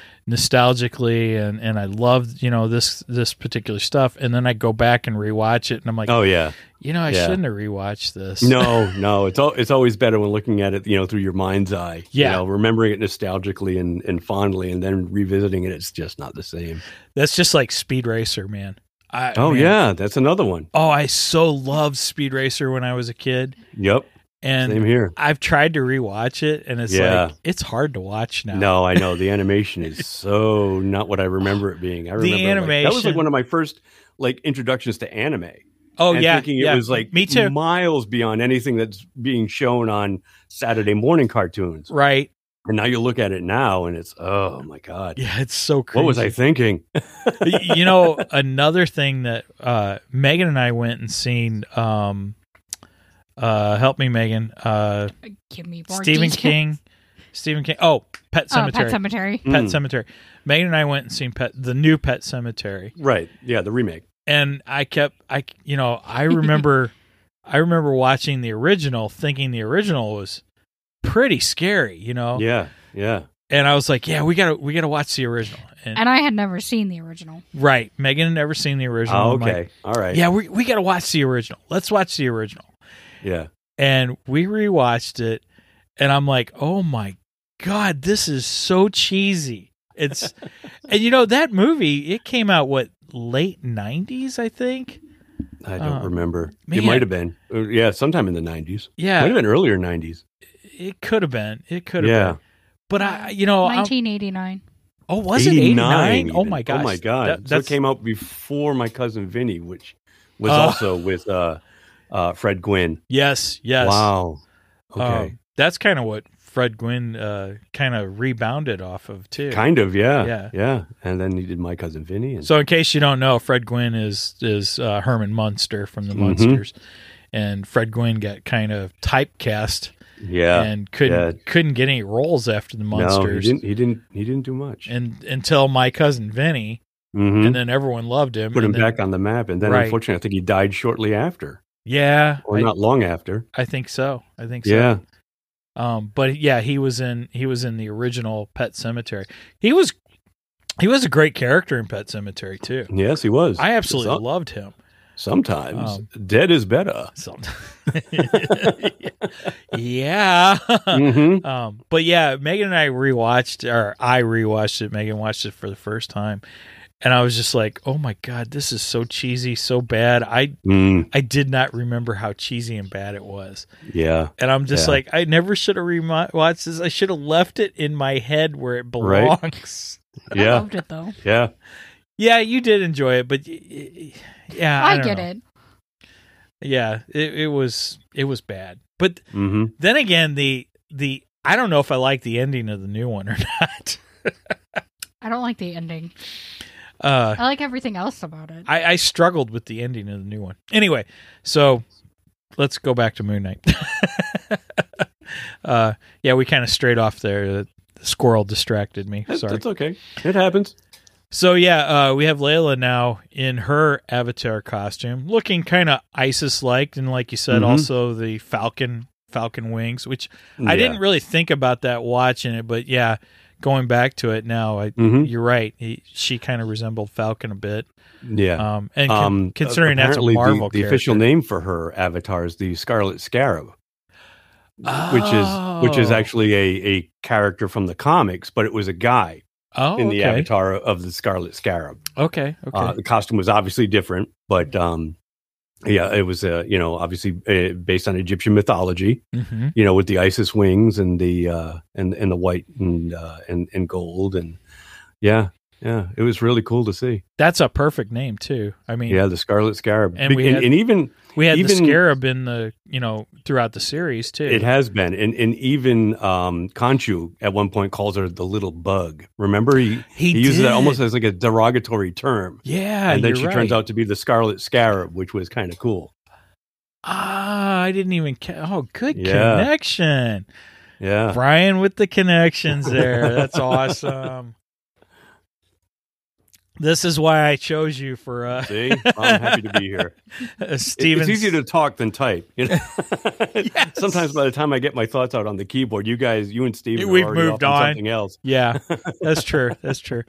[SPEAKER 2] nostalgically, and and I loved you know this this particular stuff, and then I go back and rewatch it, and I'm like,
[SPEAKER 3] Oh yeah.
[SPEAKER 2] you know, I
[SPEAKER 3] yeah.
[SPEAKER 2] shouldn't have rewatched this.
[SPEAKER 3] No, no. It's al- it's always better when looking at it, you know, through your mind's eye.
[SPEAKER 2] Yeah.
[SPEAKER 3] You know, remembering it nostalgically and, and fondly and then revisiting it, it's just not the same.
[SPEAKER 2] that's just like Speed Racer, man. I,
[SPEAKER 3] Oh
[SPEAKER 2] man.
[SPEAKER 3] yeah, that's another one.
[SPEAKER 2] Oh, I so loved Speed Racer when I was a kid,
[SPEAKER 3] Yep.
[SPEAKER 2] and
[SPEAKER 3] same here.
[SPEAKER 2] I've tried to rewatch it, and it's
[SPEAKER 3] Yeah.
[SPEAKER 2] like it's hard to watch now.
[SPEAKER 3] No, I know the animation is so not what I remember it being. I remember like, that was
[SPEAKER 2] animation-
[SPEAKER 3] like one of my first like introductions to anime.
[SPEAKER 2] Oh
[SPEAKER 3] and
[SPEAKER 2] yeah,
[SPEAKER 3] thinking
[SPEAKER 2] yeah.
[SPEAKER 3] it was like
[SPEAKER 2] me too.
[SPEAKER 3] miles beyond anything that's being shown on Saturday morning cartoons.
[SPEAKER 2] right?
[SPEAKER 3] And now you look at it now, and it's oh my god,
[SPEAKER 2] Yeah, it's so crazy.
[SPEAKER 3] what was I thinking?
[SPEAKER 2] you know, another thing that uh, Megan and I went and seen. Um, uh, help me, Megan. Uh,
[SPEAKER 5] Give me more
[SPEAKER 2] Stephen
[SPEAKER 5] detail.
[SPEAKER 2] King. Stephen King. Oh, Pet
[SPEAKER 5] Oh,
[SPEAKER 2] Cemetery.
[SPEAKER 5] Pet Cemetery.
[SPEAKER 2] Pet
[SPEAKER 3] Mm,
[SPEAKER 2] Cemetery. Megan and I went and seen Pet, the new Pet Cemetery,
[SPEAKER 3] right? Yeah, the remake.
[SPEAKER 2] and I kept, I, you know, I remember, I remember watching the original, thinking the original was pretty scary, you know,
[SPEAKER 3] Yeah, yeah.
[SPEAKER 2] and I was like, yeah, we gotta, we gotta watch the original, and,
[SPEAKER 5] And I had never seen the original.
[SPEAKER 2] right, Megan had never seen the original.
[SPEAKER 3] Oh,
[SPEAKER 2] I'm like,
[SPEAKER 3] okay, all right.
[SPEAKER 2] yeah, we we gotta watch the original. Let's watch the original.
[SPEAKER 3] yeah.
[SPEAKER 2] and we rewatched it and i'm like oh my god this is so cheesy it's and you know that movie it came out what late 90s i think
[SPEAKER 3] I don't
[SPEAKER 2] Uh,
[SPEAKER 3] remember.
[SPEAKER 2] man.
[SPEAKER 3] It might have been. Uh, Yeah, sometime in the nineties. Might
[SPEAKER 2] yeah
[SPEAKER 3] have been earlier nineties.
[SPEAKER 2] it could have been it could have
[SPEAKER 3] Yeah.
[SPEAKER 2] been but i you know I'm-
[SPEAKER 5] 1989.
[SPEAKER 2] oh was it 89 oh
[SPEAKER 3] even.
[SPEAKER 2] my gosh
[SPEAKER 3] Oh my god.
[SPEAKER 2] That-
[SPEAKER 3] so it
[SPEAKER 2] that's
[SPEAKER 3] came out before my cousin Vinny, which was
[SPEAKER 2] Oh.
[SPEAKER 3] also with uh, uh, Fred Gwynn.
[SPEAKER 2] yes yes
[SPEAKER 3] Wow.
[SPEAKER 2] Um,
[SPEAKER 3] Okay.
[SPEAKER 2] that's kind of what fred gwynn uh kind of rebounded off of too
[SPEAKER 3] Kind of, yeah.
[SPEAKER 2] Yeah.
[SPEAKER 3] Yeah. And then he did My Cousin Vinny. And,
[SPEAKER 2] So, in case you don't know, Fred Gwynn is is uh, Herman Munster from the
[SPEAKER 3] Mhm.
[SPEAKER 2] Munsters, and Fred Gwynn got kind of typecast
[SPEAKER 3] yeah.
[SPEAKER 2] and couldn't couldn't get any roles after the
[SPEAKER 3] No, he
[SPEAKER 2] Munsters,
[SPEAKER 3] didn't, he didn't he didn't do much.
[SPEAKER 2] and until my cousin Vinny,
[SPEAKER 3] Mhm.
[SPEAKER 2] and then everyone loved him.
[SPEAKER 3] Put him
[SPEAKER 2] and then-
[SPEAKER 3] back on the map. And then
[SPEAKER 2] Right.
[SPEAKER 3] unfortunately I think he died shortly after.
[SPEAKER 2] Yeah,
[SPEAKER 3] Or
[SPEAKER 2] I,
[SPEAKER 3] not long after.
[SPEAKER 2] I think so. I think so.
[SPEAKER 3] Yeah.
[SPEAKER 2] Um, but yeah, he was in he was in the original Pet Cemetery. He was he was a great character in Pet Cemetery too.
[SPEAKER 3] Yes, he was.
[SPEAKER 2] I absolutely
[SPEAKER 3] Some-
[SPEAKER 2] loved him.
[SPEAKER 3] sometimes
[SPEAKER 2] Um,
[SPEAKER 3] dead is better.
[SPEAKER 2] So, yeah.
[SPEAKER 3] Mhm.
[SPEAKER 2] Um, but yeah, Megan and I rewatched, or I rewatched it. Megan watched it for the first time, and I was just like, "Oh my god, this is so cheesy, so bad." I
[SPEAKER 3] Mm,
[SPEAKER 2] I did not remember how cheesy and bad it was,
[SPEAKER 3] yeah.
[SPEAKER 2] and I'm just
[SPEAKER 3] Yeah.
[SPEAKER 2] like, I never should have remo- watched this. I should have left it in my head where it
[SPEAKER 3] Right.
[SPEAKER 2] belongs.
[SPEAKER 5] I
[SPEAKER 3] Yeah.
[SPEAKER 5] loved it though.
[SPEAKER 3] Yeah.
[SPEAKER 2] yeah, you did enjoy it, but y- y- yeah,
[SPEAKER 5] I,
[SPEAKER 2] don't
[SPEAKER 5] get
[SPEAKER 2] know.
[SPEAKER 5] it.
[SPEAKER 2] Yeah, it, it was it was bad, but
[SPEAKER 3] Mm-hmm.
[SPEAKER 2] then again, the the I don't know if I like the ending of the new one or not.
[SPEAKER 5] I don't like the ending.
[SPEAKER 2] Uh,
[SPEAKER 5] I like everything else about it.
[SPEAKER 2] I, I struggled with the ending of the new one. Anyway, so let's go back to Moon Knight. uh, yeah, we kind of strayed off there. The squirrel distracted me.
[SPEAKER 3] That's,
[SPEAKER 2] Sorry.
[SPEAKER 3] that's okay. It happens.
[SPEAKER 2] So yeah, uh, we have Layla now in her avatar costume, looking kind of ISIS-like, and like you said,
[SPEAKER 3] Mhm.
[SPEAKER 2] also the Falcon Falcon wings, which I
[SPEAKER 3] Yeah.
[SPEAKER 2] didn't really think about that watching it, but yeah, going back to it now, I,
[SPEAKER 3] Mhm.
[SPEAKER 2] you're right. He, she kind of resembled Falcon a bit.
[SPEAKER 3] Yeah.
[SPEAKER 2] Um, and con-
[SPEAKER 3] Um,
[SPEAKER 2] considering that's a
[SPEAKER 3] apparently the-
[SPEAKER 2] Marvel
[SPEAKER 3] the, official
[SPEAKER 2] character.
[SPEAKER 3] name for her avatar is the Scarlet Scarab, which is which is
[SPEAKER 2] Oh.
[SPEAKER 3] actually a a character from the comics, but it was a guy
[SPEAKER 2] oh,
[SPEAKER 3] in the
[SPEAKER 2] okay.
[SPEAKER 3] avatar of the Scarlet Scarab.
[SPEAKER 2] Okay, okay,
[SPEAKER 3] Uh, the costume was obviously different, but um, yeah, it was uh, you know obviously uh, based on Egyptian mythology,
[SPEAKER 2] hmm
[SPEAKER 3] you know, with the Isis wings and the uh, and and the white and uh, and and gold and yeah. Yeah, it was really cool to see.
[SPEAKER 2] that's a perfect name too. I mean,
[SPEAKER 3] Yeah, the Scarlet Scarab,
[SPEAKER 2] And we
[SPEAKER 3] Be-
[SPEAKER 2] had-
[SPEAKER 3] and even
[SPEAKER 2] we had the
[SPEAKER 3] even-
[SPEAKER 2] scarab in the you know throughout the series too.
[SPEAKER 3] It has been, and and even um, Kanchu at one point calls her the little bug. Remember, he
[SPEAKER 2] He
[SPEAKER 3] he, uses
[SPEAKER 2] did.
[SPEAKER 3] that almost as like a derogatory term,
[SPEAKER 2] yeah,
[SPEAKER 3] and
[SPEAKER 2] you're
[SPEAKER 3] then she turns
[SPEAKER 2] right.
[SPEAKER 3] out to be the Scarlet Scarab, which was kind of cool.
[SPEAKER 2] Ah, I didn't even. Ca- oh, good
[SPEAKER 3] Yeah. Uh-huh.
[SPEAKER 2] connection,
[SPEAKER 3] Yeah,
[SPEAKER 2] Brian with the connections there. That's awesome. This is why I chose you for uh,
[SPEAKER 3] See, I'm happy to be here. It-
[SPEAKER 2] Steven's.
[SPEAKER 3] It's easier to talk than type. You know? Sometimes by the time I get my thoughts out on the keyboard, you guys, you and Steven, are
[SPEAKER 2] We've
[SPEAKER 3] already
[SPEAKER 2] moved
[SPEAKER 3] off
[SPEAKER 2] on.
[SPEAKER 3] something else.
[SPEAKER 2] yeah, that's true. That's true.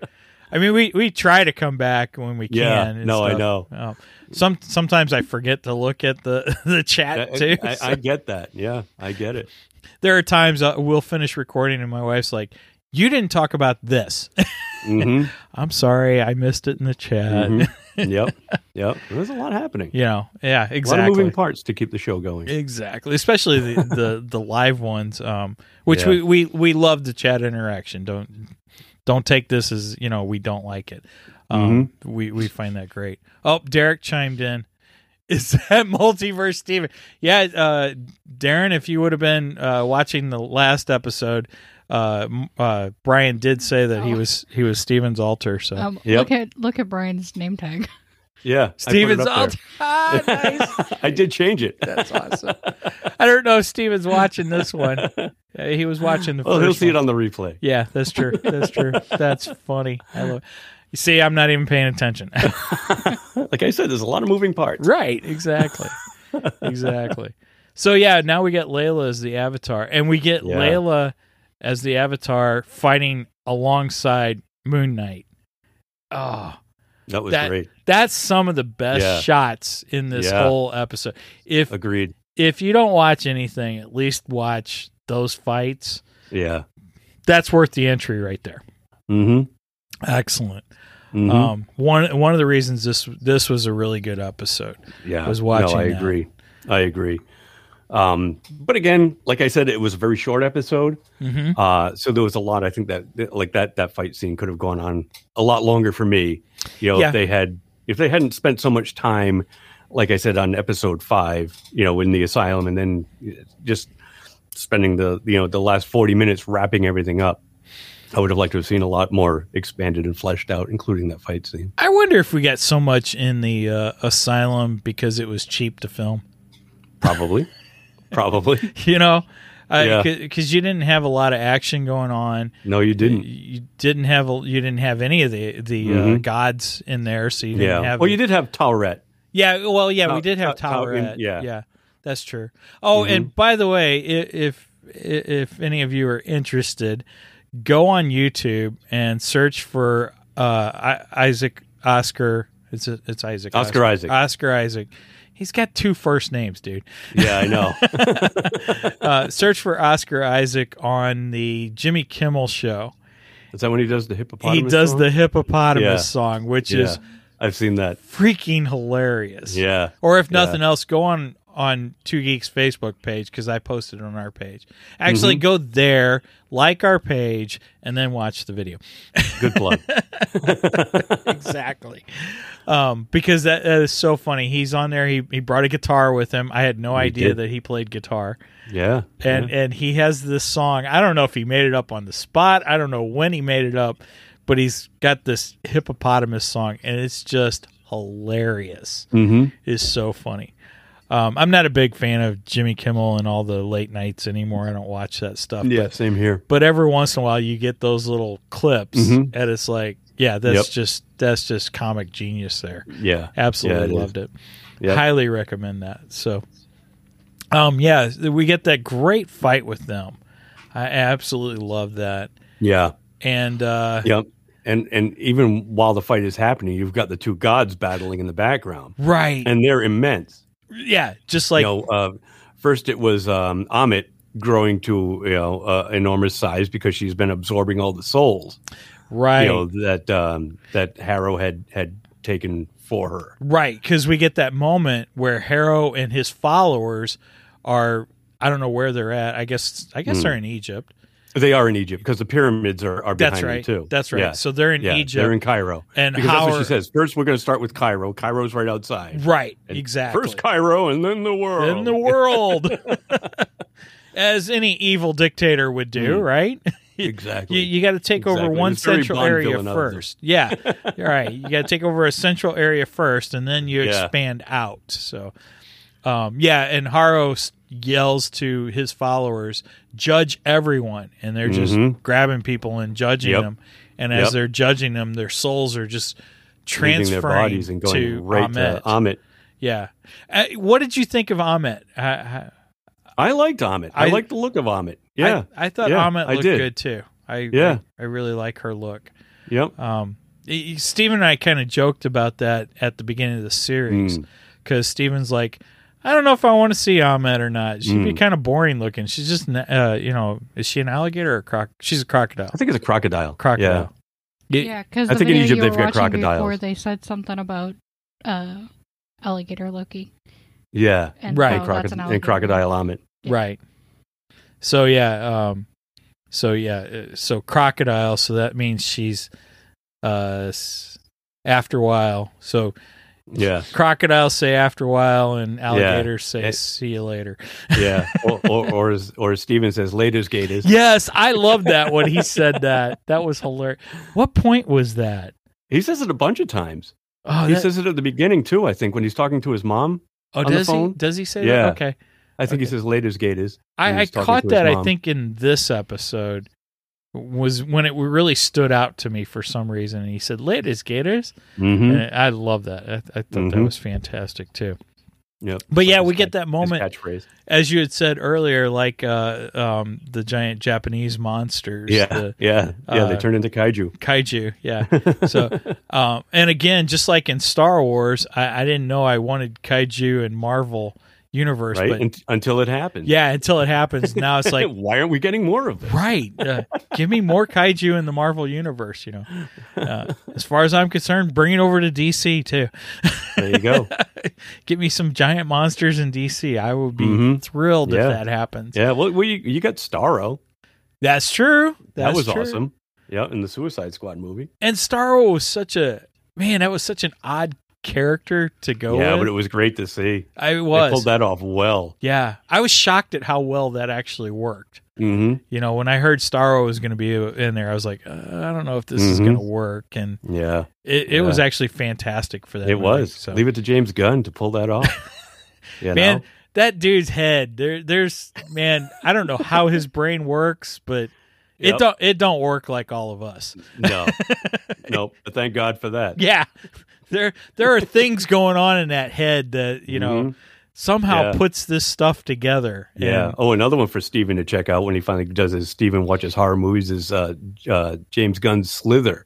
[SPEAKER 2] I mean, we, we try to come back when we
[SPEAKER 3] Yeah,
[SPEAKER 2] can. and
[SPEAKER 3] no, I
[SPEAKER 2] stuff.
[SPEAKER 3] know.
[SPEAKER 2] Oh. Some sometimes I forget to look at the the chat
[SPEAKER 3] I-
[SPEAKER 2] too.
[SPEAKER 3] Uh, I,
[SPEAKER 2] so
[SPEAKER 3] I get that. Yeah, I get it.
[SPEAKER 2] there are times uh, we'll finish recording and my wife's like, "You didn't talk about this."
[SPEAKER 3] hmm
[SPEAKER 2] I'm sorry, I missed it in the chat.
[SPEAKER 3] Mm-hmm. yep, yep. There's a lot happening.
[SPEAKER 2] You know, Uh, yeah,
[SPEAKER 3] A lot of
[SPEAKER 2] exactly.
[SPEAKER 3] moving parts to keep the show going.
[SPEAKER 2] Exactly, especially the, the the live ones, um, which
[SPEAKER 3] Yeah.
[SPEAKER 2] we, we we love the chat interaction. Don't don't take this as you know we don't like it. Um,
[SPEAKER 3] Mm-hmm.
[SPEAKER 2] We we find that great. Oh, Derek chimed in. Is that multiverse Steven? Yeah, uh, Darren, if you would have been uh, watching the last episode, uh, m- uh, Brian did say that he
[SPEAKER 5] Oh.
[SPEAKER 2] was he was Steven's altar. So
[SPEAKER 5] Um,
[SPEAKER 3] Yep.
[SPEAKER 5] Look at look at Brian's name tag.
[SPEAKER 3] Yeah, I put it
[SPEAKER 2] Steven's
[SPEAKER 3] up there.
[SPEAKER 2] altar. Ah, nice.
[SPEAKER 3] I did change it.
[SPEAKER 2] That's awesome. I don't know if Steven's watching this one. Uh, he was watching the
[SPEAKER 3] Oh,
[SPEAKER 2] first
[SPEAKER 3] he'll see
[SPEAKER 2] one.
[SPEAKER 3] it on the replay.
[SPEAKER 2] Yeah, that's true. That's true. That's funny. I love You see, I'm not even paying attention.
[SPEAKER 3] Like I said, there's a lot of moving parts.
[SPEAKER 2] right. Exactly. exactly. So yeah, now we get Layla as the avatar. And we get
[SPEAKER 3] Yeah.
[SPEAKER 2] Layla as the avatar fighting alongside Moon Knight. Oh,
[SPEAKER 3] That was
[SPEAKER 2] That-
[SPEAKER 3] great.
[SPEAKER 2] that's some of the best
[SPEAKER 3] Yeah.
[SPEAKER 2] shots in this
[SPEAKER 3] Yeah.
[SPEAKER 2] whole episode. If
[SPEAKER 3] Agreed.
[SPEAKER 2] if you don't watch anything, at least watch those fights.
[SPEAKER 3] Yeah.
[SPEAKER 2] That's worth the entry right there.
[SPEAKER 3] Mm-hmm.
[SPEAKER 2] Excellent.
[SPEAKER 3] Mhm.
[SPEAKER 2] Um, one one of the reasons this this was a really good episode.
[SPEAKER 3] yeah,
[SPEAKER 2] was watching
[SPEAKER 3] No, I
[SPEAKER 2] that.
[SPEAKER 3] agree. I agree. Um, but again, like I said, it was a very short episode,
[SPEAKER 2] Mm-hmm.
[SPEAKER 3] uh, so there was a lot. I think that like that that fight scene could have gone on a lot longer for me. You know,
[SPEAKER 2] Yeah.
[SPEAKER 3] if they had if they hadn't spent so much time, like I said on episode five, you know, in the asylum, and then just spending the you know the last forty minutes wrapping everything up. I would have liked to have seen a lot more expanded and fleshed out, including that fight scene.
[SPEAKER 2] I wonder if we got so much in the uh, asylum because it was cheap to film.
[SPEAKER 3] Probably, probably.
[SPEAKER 2] You know,
[SPEAKER 3] Yeah.
[SPEAKER 2] because you didn't have a lot of action going on.
[SPEAKER 3] No, you didn't.
[SPEAKER 2] You didn't have a, you didn't have any of the the uh,
[SPEAKER 3] Mhm.
[SPEAKER 2] gods in there, so you didn't
[SPEAKER 3] Yeah.
[SPEAKER 2] have.
[SPEAKER 3] well, you did have Towerette.
[SPEAKER 2] Yeah, well, yeah, we
[SPEAKER 3] Top-
[SPEAKER 2] did have
[SPEAKER 3] top- top in-
[SPEAKER 2] Towerette. yeah,
[SPEAKER 3] yeah. Mm-hmm.
[SPEAKER 2] yeah, that's true. Oh, and by the way, i- if if any of you are interested, go on YouTube and search for uh, I- Isaac Oscar. It's it's Isaac
[SPEAKER 3] Oscar Isaac.
[SPEAKER 2] Oscar Isaac. He's got two first names, dude.
[SPEAKER 3] Yeah, I know.
[SPEAKER 2] Uh, search for Oscar Isaac on the Jimmy Kimmel show.
[SPEAKER 3] Is that when he does the hippopotamus?
[SPEAKER 2] He does
[SPEAKER 3] song?
[SPEAKER 2] the hippopotamus
[SPEAKER 3] Yeah.
[SPEAKER 2] song, which
[SPEAKER 3] Yeah,
[SPEAKER 2] is
[SPEAKER 3] I've seen that.
[SPEAKER 2] freaking hilarious.
[SPEAKER 3] Yeah.
[SPEAKER 2] Or if nothing else, go on on Two Geeks Facebook page because I posted it on our page. Actually,
[SPEAKER 3] Mm-hmm.
[SPEAKER 2] go there, like our page, and then watch the video.
[SPEAKER 3] Good plug.
[SPEAKER 2] exactly. Um, because that, that is so funny. He's on there. He he brought a guitar with him. I had no idea
[SPEAKER 3] did.
[SPEAKER 2] that he played guitar.
[SPEAKER 3] Yeah.
[SPEAKER 2] And and he has this song. I don't know if he made it up on the spot. I don't know when he made it up, but he's got this hippopotamus song, and it's just hilarious
[SPEAKER 3] hmm
[SPEAKER 2] is so funny. Um, I'm not a big fan of Jimmy Kimmel and all the late nights anymore. I don't watch that stuff.
[SPEAKER 3] Yeah.
[SPEAKER 2] But,
[SPEAKER 3] Same here.
[SPEAKER 2] but every once in a while, you get those little clips,
[SPEAKER 3] Mhm.
[SPEAKER 2] and it's like, yeah, that's
[SPEAKER 3] Yep.
[SPEAKER 2] just that's just comic genius there.
[SPEAKER 3] Yeah.
[SPEAKER 2] Absolutely
[SPEAKER 3] Yeah, it is.
[SPEAKER 2] loved it.
[SPEAKER 3] Yep.
[SPEAKER 2] Highly recommend that. So, um, yeah, we get that great fight with them. I absolutely love that.
[SPEAKER 3] Yeah.
[SPEAKER 2] And uh,
[SPEAKER 3] Yep. And and even while the fight is happening, you've got the two gods battling in the background,
[SPEAKER 2] right,
[SPEAKER 3] and they're immense.
[SPEAKER 2] yeah, just like
[SPEAKER 3] you know, uh, first it was um, Amit growing to you know uh, enormous size because she's been absorbing all the souls,
[SPEAKER 2] right,
[SPEAKER 3] you know that um, that Harrow had had taken for her.
[SPEAKER 2] Right, because we get that moment where Harrow and his followers are I don't know where they're at. I guess I
[SPEAKER 3] Hmm.
[SPEAKER 2] guess they're in Egypt.
[SPEAKER 3] They are in Egypt because the pyramids are, are behind
[SPEAKER 2] That's
[SPEAKER 3] them
[SPEAKER 2] right.
[SPEAKER 3] too.
[SPEAKER 2] That's right.
[SPEAKER 3] Yeah.
[SPEAKER 2] So they're in
[SPEAKER 3] Yeah,
[SPEAKER 2] Egypt.
[SPEAKER 3] They're in Cairo.
[SPEAKER 2] And
[SPEAKER 3] because that's what
[SPEAKER 2] Howard-
[SPEAKER 3] she says. First, we're going to start with Cairo. Cairo's right outside.
[SPEAKER 2] right,
[SPEAKER 3] And
[SPEAKER 2] exactly.
[SPEAKER 3] First Cairo and then the world.
[SPEAKER 2] in the world. As any evil dictator would do,
[SPEAKER 3] Mm.
[SPEAKER 2] right?
[SPEAKER 3] Exactly.
[SPEAKER 2] You, you got to take over
[SPEAKER 3] Exactly.
[SPEAKER 2] one
[SPEAKER 3] It's very
[SPEAKER 2] central
[SPEAKER 3] Bond
[SPEAKER 2] area
[SPEAKER 3] villain of
[SPEAKER 2] first. Yeah. You're right. You got to take over a central area first and then you
[SPEAKER 3] Yeah.
[SPEAKER 2] expand out. So, um, yeah. And Haro s- yells to his followers, judge everyone. And they're just
[SPEAKER 3] Mhm.
[SPEAKER 2] grabbing people and judging
[SPEAKER 3] Yep.
[SPEAKER 2] them. And as
[SPEAKER 3] Yep.
[SPEAKER 2] they're judging them, their souls are just transferring
[SPEAKER 3] their bodies and going
[SPEAKER 2] to
[SPEAKER 3] right
[SPEAKER 2] Ahmet.
[SPEAKER 3] to Amit.
[SPEAKER 2] yeah. Uh, what did you think of Ahmet? I,
[SPEAKER 3] I liked Amit. I,
[SPEAKER 2] I-
[SPEAKER 3] liked the look of Amit. Yeah.
[SPEAKER 2] I, I thought
[SPEAKER 3] Yeah,
[SPEAKER 2] Ahmet
[SPEAKER 3] I
[SPEAKER 2] looked
[SPEAKER 3] did.
[SPEAKER 2] good too. I
[SPEAKER 3] Yeah.
[SPEAKER 2] I, I really like her look.
[SPEAKER 3] yep.
[SPEAKER 2] Um, y- y- Steven and I kind of joked about that at the beginning of the series
[SPEAKER 3] Mm.
[SPEAKER 2] because Steven's like, I don't know if I want to see Ahmed or not. She'd be
[SPEAKER 3] Mm.
[SPEAKER 2] kind of boring looking. She's just, n- uh, you know, is she an alligator or a croc? She's a crocodile.
[SPEAKER 3] I think it's a crocodile.
[SPEAKER 2] Crocodile.
[SPEAKER 3] Yeah.
[SPEAKER 5] Yeah, because
[SPEAKER 3] I
[SPEAKER 5] the
[SPEAKER 3] think in
[SPEAKER 5] video
[SPEAKER 3] Egypt
[SPEAKER 5] you were
[SPEAKER 3] they've got
[SPEAKER 5] watching before
[SPEAKER 3] crocodiles.
[SPEAKER 5] they said something about uh, alligator Loki
[SPEAKER 3] Yeah.
[SPEAKER 5] and
[SPEAKER 2] Right.
[SPEAKER 5] how
[SPEAKER 3] and,
[SPEAKER 5] Oh, that's an
[SPEAKER 3] crocod-
[SPEAKER 5] alligator.
[SPEAKER 3] and crocodile Amit.
[SPEAKER 5] Yeah.
[SPEAKER 2] Right. So yeah, um so yeah, uh, so crocodile, so that means she's uh s- after a while. So
[SPEAKER 3] Yeah.
[SPEAKER 2] crocodiles say after a while and alligators say
[SPEAKER 3] It-
[SPEAKER 2] see you later.
[SPEAKER 3] Yeah. or, or, or, as, or as Steven says, Later's Gators.
[SPEAKER 2] Yes, I love that when he said that. That was hilarious. What point was that?
[SPEAKER 3] He says it a bunch of times.
[SPEAKER 2] Oh,
[SPEAKER 3] he
[SPEAKER 2] that-
[SPEAKER 3] says it at the beginning, too, I think, when he's talking to his mom.
[SPEAKER 2] oh
[SPEAKER 3] on the
[SPEAKER 2] does he
[SPEAKER 3] phone?
[SPEAKER 2] does he say
[SPEAKER 3] Yeah.
[SPEAKER 2] that? Okay.
[SPEAKER 3] I think he
[SPEAKER 2] Okay.
[SPEAKER 3] says Later's Gators. when
[SPEAKER 2] I, I
[SPEAKER 3] he's talking to
[SPEAKER 2] caught
[SPEAKER 3] his
[SPEAKER 2] that I
[SPEAKER 3] mom.
[SPEAKER 2] think in this episode was when it really stood out to me for some reason and he said latest gators
[SPEAKER 3] Mm-hmm.
[SPEAKER 2] And I love that. I, I thought that
[SPEAKER 3] Mhm.
[SPEAKER 2] was fantastic too.
[SPEAKER 3] Yep.
[SPEAKER 2] But yeah,
[SPEAKER 3] His
[SPEAKER 2] we get
[SPEAKER 3] catch-
[SPEAKER 2] that moment
[SPEAKER 3] His catchphrase.
[SPEAKER 2] as you had said earlier, like uh, um, the giant Japanese monsters,
[SPEAKER 3] Yeah.
[SPEAKER 2] the
[SPEAKER 3] yeah. Yeah. they
[SPEAKER 2] uh,
[SPEAKER 3] turn into kaiju.
[SPEAKER 2] kaiju. Yeah. So, um, and again, just like in Star Wars, I, I didn't know I wanted kaiju and Marvel universe,
[SPEAKER 3] right?
[SPEAKER 2] but
[SPEAKER 3] Unt until it happens.
[SPEAKER 2] yeah, until it happens. Now it's like.
[SPEAKER 3] why aren't we getting more of this?
[SPEAKER 2] Right, uh, give me more kaiju in the Marvel universe. You know, uh, as far as I'm concerned, bring it over to DC too.
[SPEAKER 3] There you go.
[SPEAKER 2] get me some giant monsters in DC. I would be
[SPEAKER 3] Mhm.
[SPEAKER 2] thrilled
[SPEAKER 3] Yeah.
[SPEAKER 2] if that happens.
[SPEAKER 3] Yeah, well, well you, you got Starro.
[SPEAKER 2] That's true.
[SPEAKER 3] That
[SPEAKER 2] That's
[SPEAKER 3] was
[SPEAKER 2] true.
[SPEAKER 3] awesome. Yeah, in the Suicide Squad movie.
[SPEAKER 2] And Starro was such a man. That was such an odd character to go.
[SPEAKER 3] yeah,
[SPEAKER 2] with.
[SPEAKER 3] but it was great to see.
[SPEAKER 2] I
[SPEAKER 3] They
[SPEAKER 2] was.
[SPEAKER 3] pulled that off well.
[SPEAKER 2] yeah, I was shocked at how well that actually worked.
[SPEAKER 3] Mm-hmm.
[SPEAKER 2] You know, when I heard Starro was going to be in there, I was like, uh, I don't know if this is
[SPEAKER 3] Mhm.
[SPEAKER 2] going to work. And
[SPEAKER 3] Yeah,
[SPEAKER 2] it, it
[SPEAKER 3] Yeah.
[SPEAKER 2] was actually fantastic for that.
[SPEAKER 3] it
[SPEAKER 2] movie,
[SPEAKER 3] was.
[SPEAKER 2] So.
[SPEAKER 3] Leave it to James Gunn to pull that off. you
[SPEAKER 2] man,
[SPEAKER 3] know?
[SPEAKER 2] that dude's head. There, there's man. I don't know how his brain works, but it
[SPEAKER 3] Yep.
[SPEAKER 2] don't it don't work like all of us.
[SPEAKER 3] no, no. But thank God for that.
[SPEAKER 2] Yeah. There there are things going on in that head that, you know,
[SPEAKER 3] Mhm.
[SPEAKER 2] somehow
[SPEAKER 3] Yeah.
[SPEAKER 2] puts this stuff together.
[SPEAKER 3] Yeah.
[SPEAKER 2] And
[SPEAKER 3] Oh, another one for Steven to check out when he finally does his Steven watches horror movies is uh, uh, James Gunn's Slither.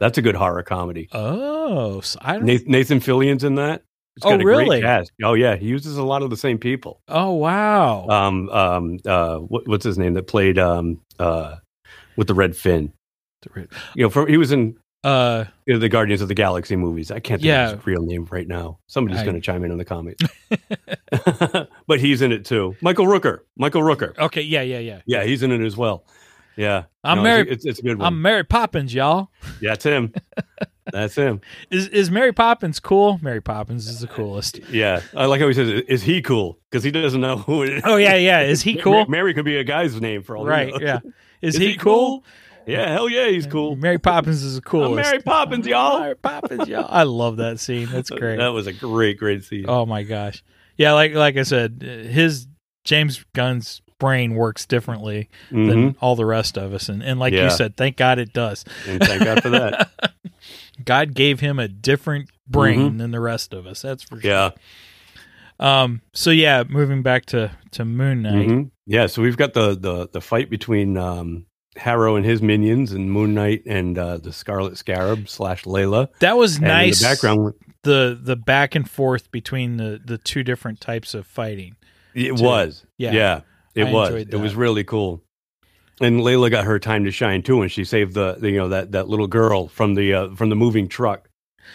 [SPEAKER 3] That's a good horror comedy.
[SPEAKER 2] oh, so I don't
[SPEAKER 3] Nathan, Nathan Fillion's in that. It's
[SPEAKER 2] Oh,
[SPEAKER 3] got a
[SPEAKER 2] really?
[SPEAKER 3] Great cast. Oh yeah, he uses a lot of the same people.
[SPEAKER 2] Oh, wow.
[SPEAKER 3] Um, um, uh, what, what's his name that played um, uh, with the red fin? You know, from, he was in
[SPEAKER 2] Uh
[SPEAKER 3] you know, the Guardians of the Galaxy movies. I can't think
[SPEAKER 2] Yeah.
[SPEAKER 3] of his real name right now. Somebody's
[SPEAKER 2] I-
[SPEAKER 3] going to chime in on the comments. but he's in it too. Michael Rooker. Michael Rooker.
[SPEAKER 2] okay, yeah, yeah, yeah.
[SPEAKER 3] Yeah, he's in it as well. Yeah,
[SPEAKER 2] Oh. I'm
[SPEAKER 3] No,
[SPEAKER 2] Mary
[SPEAKER 3] It's, it's, it's a good one.
[SPEAKER 2] I'm Mary Poppins, y'all.
[SPEAKER 3] Yeah, it's him. That's him.
[SPEAKER 2] Is is Mary Poppins cool? Mary Poppins is the coolest.
[SPEAKER 3] Yeah, I like how he says, "Is he cool?" Because he doesn't know who it is.
[SPEAKER 2] Oh yeah, yeah. Is he
[SPEAKER 3] Ma-
[SPEAKER 2] cool?
[SPEAKER 3] Mary could be a guy's name for all we
[SPEAKER 2] Right,
[SPEAKER 3] know.
[SPEAKER 2] yeah. Is, he, cool?
[SPEAKER 3] Yeah, hell yeah, he's cool.
[SPEAKER 2] Mary Poppins is the
[SPEAKER 3] I'm
[SPEAKER 2] coolest.
[SPEAKER 3] Mary Poppins, y'all.
[SPEAKER 2] Mary Poppins, y'all. I love that scene. That's great.
[SPEAKER 3] That was a great, great scene.
[SPEAKER 2] Oh my gosh. Yeah, like like I said, uh, his James Gunn's brain works differently
[SPEAKER 3] Mhm.
[SPEAKER 2] than all the rest of us and, and like
[SPEAKER 3] Yeah.
[SPEAKER 2] you said, thank God it does.
[SPEAKER 3] And thank God for that.
[SPEAKER 2] God gave him a different brain than the rest of us. That's for sure.
[SPEAKER 3] Mm-hmm. Yeah.
[SPEAKER 2] Um so yeah, moving back to to Moon Knight.
[SPEAKER 3] Mhm. Yeah. So we've got the the the fight between um, Harrow and his minions, and Moon Knight and uh, the Scarlet Scarab slash Layla.
[SPEAKER 2] That was
[SPEAKER 3] And in
[SPEAKER 2] nice.
[SPEAKER 3] the background,
[SPEAKER 2] the the back and forth between the the two different types of fighting.
[SPEAKER 3] it was.
[SPEAKER 2] Yeah.
[SPEAKER 3] Yeah. It
[SPEAKER 2] I
[SPEAKER 3] was.
[SPEAKER 2] enjoyed
[SPEAKER 3] It was
[SPEAKER 2] that.
[SPEAKER 3] really cool. And Layla got her time to shine too, and she saved the, the you know that that little girl from the uh, from the moving truck,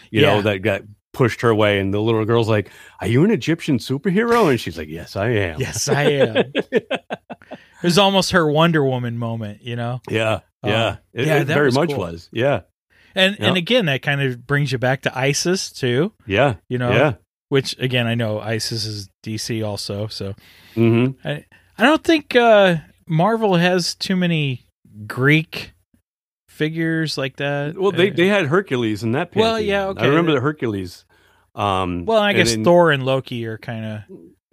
[SPEAKER 3] you
[SPEAKER 2] Yeah.
[SPEAKER 3] know that got pushed her way, and the little girl's like, "Are you an Egyptian superhero?" And she's like, "Yes, I am."
[SPEAKER 2] Yes, I am. it was almost her Wonder Woman moment, you know.
[SPEAKER 3] Yeah,
[SPEAKER 2] Um,
[SPEAKER 3] yeah, it,
[SPEAKER 2] yeah,
[SPEAKER 3] it
[SPEAKER 2] that
[SPEAKER 3] very
[SPEAKER 2] was
[SPEAKER 3] much
[SPEAKER 2] cool.
[SPEAKER 3] was. Yeah,
[SPEAKER 2] And and
[SPEAKER 3] Yeah.
[SPEAKER 2] again, that kind of brings you back to ISIS too,
[SPEAKER 3] yeah,
[SPEAKER 2] you know.
[SPEAKER 3] yeah.
[SPEAKER 2] Which again, I know ISIS is DC also, so
[SPEAKER 3] hmm
[SPEAKER 2] I don't think uh, Marvel has too many Greek figures like that.
[SPEAKER 3] Well, they
[SPEAKER 2] Uh,
[SPEAKER 3] they had Hercules in that. Pantheon.
[SPEAKER 2] Well, yeah,
[SPEAKER 3] I
[SPEAKER 2] okay.
[SPEAKER 3] remember the Hercules. Um,
[SPEAKER 2] well, I
[SPEAKER 3] and
[SPEAKER 2] guess
[SPEAKER 3] then-
[SPEAKER 2] Thor and Loki are kind of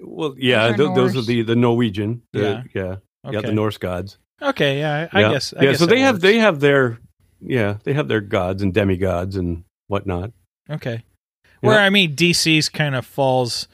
[SPEAKER 3] Well, yeah,
[SPEAKER 5] Those are
[SPEAKER 3] th- those are
[SPEAKER 5] Norse.
[SPEAKER 3] the the Norwegian. the- yeah,
[SPEAKER 2] okay.
[SPEAKER 3] yeah, the Norse gods.
[SPEAKER 2] okay, yeah, I, I
[SPEAKER 3] yeah.
[SPEAKER 2] guess. I
[SPEAKER 3] yeah,
[SPEAKER 2] guess
[SPEAKER 3] so
[SPEAKER 2] that
[SPEAKER 3] they have
[SPEAKER 2] works.
[SPEAKER 3] they have their yeah they have their gods and demigods and whatnot.
[SPEAKER 2] Okay. Where
[SPEAKER 3] Yeah.
[SPEAKER 2] I mean, DC's kind of falls.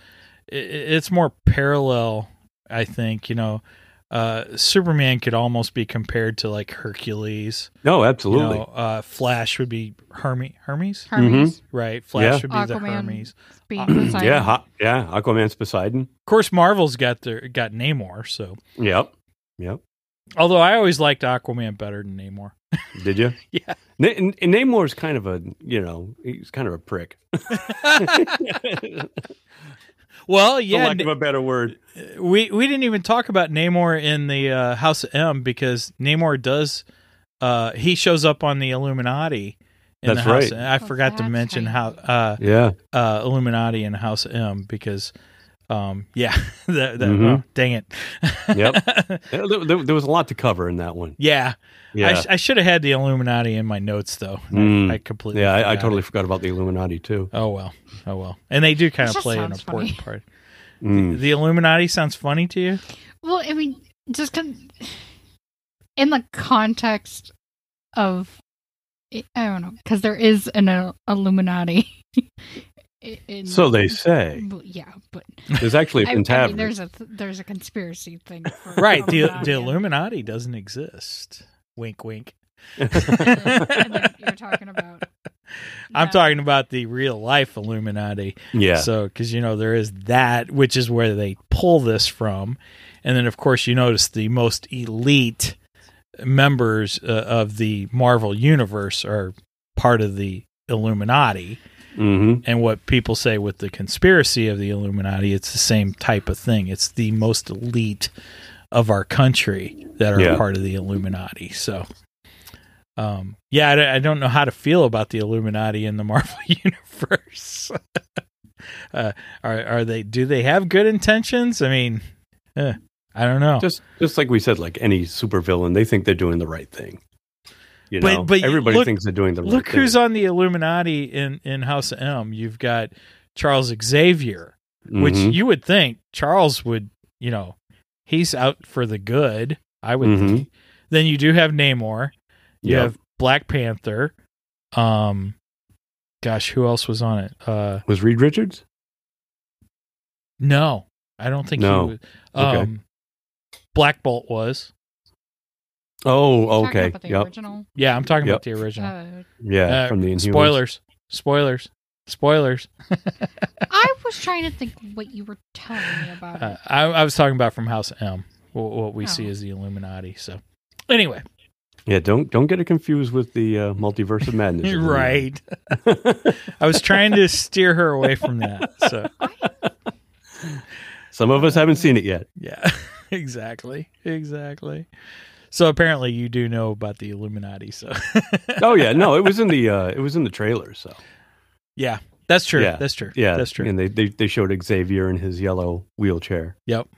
[SPEAKER 2] i- i it's more parallel, I think. You know, uh, Superman could almost be compared to like Hercules.
[SPEAKER 3] No,
[SPEAKER 2] You
[SPEAKER 3] absolutely.
[SPEAKER 2] know, uh, Flash would be Hermes. Hermes,
[SPEAKER 5] Hermes,
[SPEAKER 2] right? Flash
[SPEAKER 3] Yeah.
[SPEAKER 2] would be the
[SPEAKER 5] Aquaman,
[SPEAKER 2] Hermes.
[SPEAKER 5] Speed,
[SPEAKER 2] Uh,
[SPEAKER 5] Poseidon.
[SPEAKER 3] Mm-hmm. yeah, ha- yeah. Aquaman's Poseidon.
[SPEAKER 2] Of course, Marvel's got their got Namor. So,
[SPEAKER 3] Yep, yep.
[SPEAKER 2] although I always liked Aquaman better than Namor.
[SPEAKER 3] Did you?
[SPEAKER 2] Yeah.
[SPEAKER 3] Na- and, and Namor's kind of a you know he's kind of a prick.
[SPEAKER 2] Well,
[SPEAKER 3] yeah,
[SPEAKER 2] yeah,
[SPEAKER 3] lack of a better word.
[SPEAKER 2] we we didn't even talk about Namor in the uh, House of M because Namor does uh, he shows up on the Illuminati. In
[SPEAKER 3] That's
[SPEAKER 2] the House
[SPEAKER 3] right.
[SPEAKER 2] of M. I
[SPEAKER 5] Oh,
[SPEAKER 2] forgot to
[SPEAKER 5] that's
[SPEAKER 2] mention how
[SPEAKER 5] how you-
[SPEAKER 2] uh,
[SPEAKER 3] Yeah,
[SPEAKER 2] uh, Illuminati and House of M because um, yeah, that, that,
[SPEAKER 3] Mhm.
[SPEAKER 2] oh, dang it.
[SPEAKER 3] Yep. there, there- there was a lot to cover in that one.
[SPEAKER 2] yeah, I,
[SPEAKER 3] Yeah,
[SPEAKER 2] sh- I should have had the Illuminati in my notes though. I-
[SPEAKER 3] Mm.
[SPEAKER 2] I, completely
[SPEAKER 3] yeah. I, I
[SPEAKER 2] forgot.
[SPEAKER 3] totally forgot about the Illuminati too.
[SPEAKER 2] Oh well, oh well, and they do kind of
[SPEAKER 5] It just
[SPEAKER 2] play an
[SPEAKER 5] sounds funny.
[SPEAKER 2] important part.
[SPEAKER 3] Mm.
[SPEAKER 2] The Illuminati sounds funny to you?
[SPEAKER 5] Well, I mean, just con- in the context of I I don't know because there is an uh, Illuminati. i- in-
[SPEAKER 3] So they say.
[SPEAKER 5] Well, yeah, but
[SPEAKER 3] There's actually a
[SPEAKER 5] I, I mean,
[SPEAKER 3] pentaveret.
[SPEAKER 5] there's a th- there's a conspiracy thing. For
[SPEAKER 2] right the,
[SPEAKER 5] Illuminati
[SPEAKER 2] the
[SPEAKER 5] and-
[SPEAKER 2] illuminati doesn't exist wink wink
[SPEAKER 5] and then you're talking about.
[SPEAKER 2] i'm
[SPEAKER 5] that.
[SPEAKER 2] talking about the real life illuminati
[SPEAKER 3] yeah,
[SPEAKER 2] so because you know there is that which is where they pull this from and then of course you notice the most elite members uh, of the marvel universe are part of the illuminati
[SPEAKER 3] hmm
[SPEAKER 2] and what people say with the conspiracy of the illuminati it's the same type of thing it's the most elite of our country that are
[SPEAKER 3] Yeah.
[SPEAKER 2] part of the illuminati so um yeah I, don't- I don't know how to feel about the illuminati in the marvel universe uh, are are they do they have good intentions i mean eh, i don't know
[SPEAKER 3] just just like we said, like any supervillain, they think they're doing the right thing. You
[SPEAKER 2] But-
[SPEAKER 3] know,
[SPEAKER 2] but
[SPEAKER 3] everybody
[SPEAKER 2] look-
[SPEAKER 3] thinks they're doing the right
[SPEAKER 2] look
[SPEAKER 3] thing.
[SPEAKER 2] who's on the illuminati in in house of m you've got charles xavier which
[SPEAKER 3] Mhm.
[SPEAKER 2] you would think Charles would, you know, he's out for the good. I would
[SPEAKER 3] Mhm.
[SPEAKER 2] think. Then you do have Namor. You
[SPEAKER 3] yeah
[SPEAKER 2] have Black Panther. Um, gosh, who else was on it? Uh,
[SPEAKER 3] was Reed Richards.
[SPEAKER 2] no, I don't think
[SPEAKER 3] No.
[SPEAKER 2] he was. Um,
[SPEAKER 3] Okay.
[SPEAKER 2] Black Bolt was.
[SPEAKER 3] Oh,
[SPEAKER 5] Talking
[SPEAKER 3] okay,
[SPEAKER 5] about the
[SPEAKER 3] yep,
[SPEAKER 5] original.
[SPEAKER 2] Yeah, I'm talking
[SPEAKER 3] Yep.
[SPEAKER 2] about the original.
[SPEAKER 5] Uh,
[SPEAKER 3] yeah,
[SPEAKER 2] Uh,
[SPEAKER 3] from the Inhumans.
[SPEAKER 2] spoilers, spoilers, spoilers.
[SPEAKER 5] Uh, I was trying to think what you were telling me about.
[SPEAKER 2] Uh, I, I was talking about from House M, what, what we see
[SPEAKER 5] Oh.
[SPEAKER 2] as the Illuminati. So, anyway,
[SPEAKER 3] Yeah, don't don't get it confused with the uh, multiverse of madness.
[SPEAKER 2] right. I was trying to steer her away from that. So
[SPEAKER 3] Some of us haven't seen it yet.
[SPEAKER 2] yeah, exactly, exactly. So apparently you do know about the Illuminati. So
[SPEAKER 3] Oh yeah, no, it was in the uh, it was in the trailer. So
[SPEAKER 2] yeah, that's true.
[SPEAKER 3] Yeah.
[SPEAKER 2] That's true.
[SPEAKER 3] yeah,
[SPEAKER 2] that's true.
[SPEAKER 3] And they they, they showed Xavier in his yellow wheelchair.
[SPEAKER 2] Yep,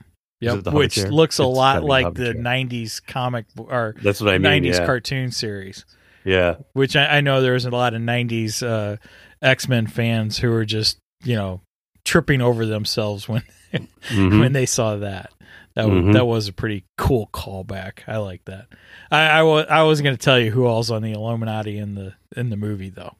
[SPEAKER 2] yep.
[SPEAKER 3] it the
[SPEAKER 2] Which
[SPEAKER 3] hoverchair?
[SPEAKER 2] looks a
[SPEAKER 3] It's gotta
[SPEAKER 2] lot
[SPEAKER 3] be
[SPEAKER 2] like the
[SPEAKER 3] hoverchair.
[SPEAKER 2] '90s comic bo- or
[SPEAKER 3] That's what I mean.
[SPEAKER 2] '90s
[SPEAKER 3] yeah.
[SPEAKER 2] cartoon series.
[SPEAKER 3] yeah,
[SPEAKER 2] Which I, I know there's a lot of '90s uh, X Men fans who are just you know tripping over themselves when
[SPEAKER 3] Mhm.
[SPEAKER 2] when they saw that. That was,
[SPEAKER 3] Mhm.
[SPEAKER 2] that was a pretty cool callback. I like that. I I wa- I wasn't going to tell you who all's on the Illuminati in the in the movie though.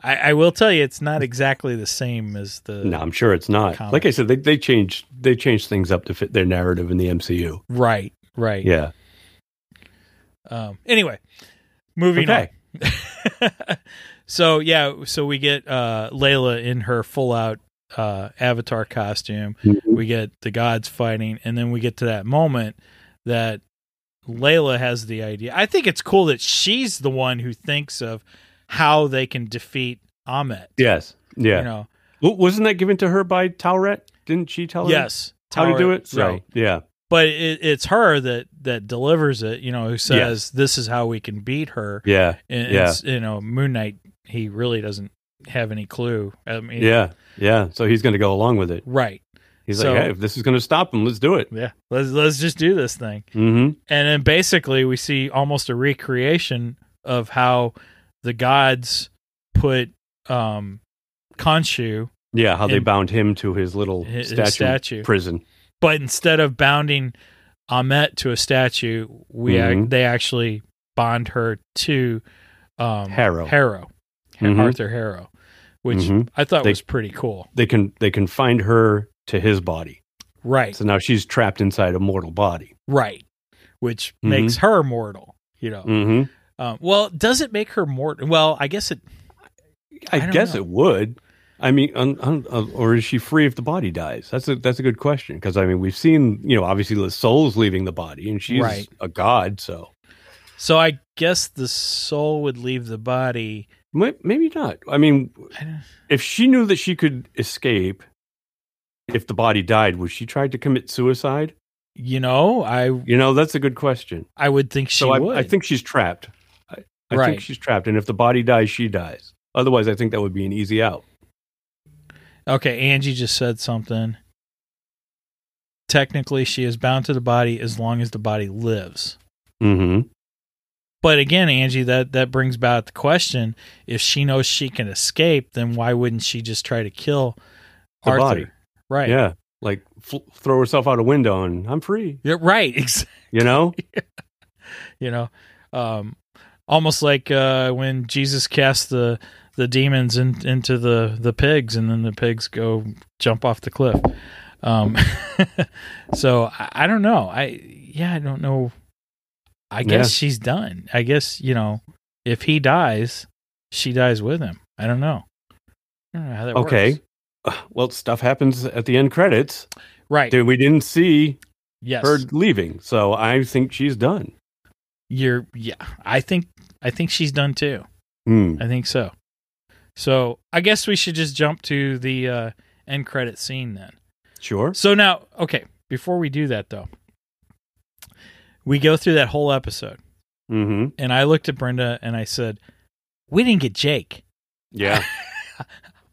[SPEAKER 2] I, I will tell you it's not exactly the same as the
[SPEAKER 3] No, I'm sure it's not.
[SPEAKER 2] comic.
[SPEAKER 3] Like I said, they they changed they changed things up to fit their narrative in the MCU.
[SPEAKER 2] right right.
[SPEAKER 3] Yeah.
[SPEAKER 2] Um, anyway, moving
[SPEAKER 3] Okay.
[SPEAKER 2] on. so yeah, so we get uh, Layla in her full out uh, Avatar costume. we get the gods fighting and then we get to that moment that layla has the idea i think it's cool that she's the one who thinks of how they can defeat ahmet
[SPEAKER 3] Yes. Yeah.
[SPEAKER 2] you know
[SPEAKER 3] W- Wasn't that given to her by Tauret? Didn't she tell her
[SPEAKER 2] yes
[SPEAKER 3] how to do
[SPEAKER 2] Tower-
[SPEAKER 3] it? So,
[SPEAKER 2] right
[SPEAKER 3] Yeah.
[SPEAKER 2] but it, it's her that that delivers it you know who says this is how we can beat her
[SPEAKER 3] Yeah.
[SPEAKER 2] and, and
[SPEAKER 3] Yeah.
[SPEAKER 2] s- you know moon knight he really doesn't have any clue i mean
[SPEAKER 3] Yeah. Yeah. So he's going to go along with it.
[SPEAKER 2] right
[SPEAKER 3] He's
[SPEAKER 2] So-
[SPEAKER 3] like, hey, if this is going to stop him, let's do it.
[SPEAKER 2] yeah let's let's just do this thing
[SPEAKER 3] Mm-hmm.
[SPEAKER 2] and then basically we see almost a recreation of how the gods put um Khonshu
[SPEAKER 3] Yeah. How they
[SPEAKER 2] And-
[SPEAKER 3] bound him to his little
[SPEAKER 2] his
[SPEAKER 3] statue,
[SPEAKER 2] statue, statue.
[SPEAKER 3] prison.
[SPEAKER 2] but instead of bounding Ahmet to a statue we ac-
[SPEAKER 3] Mhm.
[SPEAKER 2] they actually bond her to um
[SPEAKER 3] Harrow.
[SPEAKER 2] Harrow Har-
[SPEAKER 3] Mhm.
[SPEAKER 2] Arthur Harrow which
[SPEAKER 3] Mhm.
[SPEAKER 2] I thought
[SPEAKER 3] They-
[SPEAKER 2] was pretty cool.
[SPEAKER 3] They can they confined her to his body.
[SPEAKER 2] Right,
[SPEAKER 3] So now she's trapped inside a mortal body.
[SPEAKER 2] right, which
[SPEAKER 3] Mhm.
[SPEAKER 2] makes her mortal. You know,
[SPEAKER 3] Mm-hmm.
[SPEAKER 2] um, well, does it make her mortal? Well, I guess it.
[SPEAKER 3] I,
[SPEAKER 2] don't
[SPEAKER 3] guess
[SPEAKER 2] know.
[SPEAKER 3] it would. I mean, un, un, uh, or is she free if the body dies? That's a that's a good question because I mean we've seen you know obviously the soul's leaving the body and she's
[SPEAKER 2] Right.
[SPEAKER 3] a god, so
[SPEAKER 2] So I guess the soul would leave the body.
[SPEAKER 3] May- maybe not. I mean,
[SPEAKER 2] I don't-
[SPEAKER 3] if she knew that she could escape, if the body died, would she try to commit suicide?
[SPEAKER 2] You know, I
[SPEAKER 3] You know, that's a good question.
[SPEAKER 2] I would think she
[SPEAKER 3] so
[SPEAKER 2] would.
[SPEAKER 3] I, I think she's trapped. I, I
[SPEAKER 2] Right.
[SPEAKER 3] think she's trapped, and if the body dies, she dies. Otherwise, I think that would be an easy out.
[SPEAKER 2] Okay, Angie just said something. Technically, she is bound to the body as long as the body lives.
[SPEAKER 3] Mm-hmm.
[SPEAKER 2] But again, Angie, that that brings about the question: if she knows she can escape, then why wouldn't she just try to kill
[SPEAKER 3] The
[SPEAKER 2] Arthur?
[SPEAKER 3] body.
[SPEAKER 2] Right.
[SPEAKER 3] Yeah, like fl- throw herself out a window and I'm free.
[SPEAKER 2] Yeah, right. Ex-
[SPEAKER 3] You know?
[SPEAKER 2] you know, um, almost like uh, when Jesus cast the the demons in, into the the pigs, and then the pigs go jump off the cliff. Um, so I, I don't know. I yeah, I don't know. I guess she's done. I guess you know, if he dies, she dies with him. I don't know. I don't know how that
[SPEAKER 3] Okay.
[SPEAKER 2] works.
[SPEAKER 3] Well, stuff happens at the end credits.
[SPEAKER 2] Right.
[SPEAKER 3] Dude, we didn't see
[SPEAKER 2] yes.
[SPEAKER 3] her leaving, so I think she's done.
[SPEAKER 2] You're yeah. I think I think she's done too.
[SPEAKER 3] Hmm.
[SPEAKER 2] I think so. So I guess we should just jump to the uh, end credit scene then.
[SPEAKER 3] Sure.
[SPEAKER 2] So now, okay, before we do that though, we go through that whole episode,
[SPEAKER 3] Mm-hmm.
[SPEAKER 2] and I looked at Brenda and I said, "We didn't get Jake."
[SPEAKER 3] Yeah.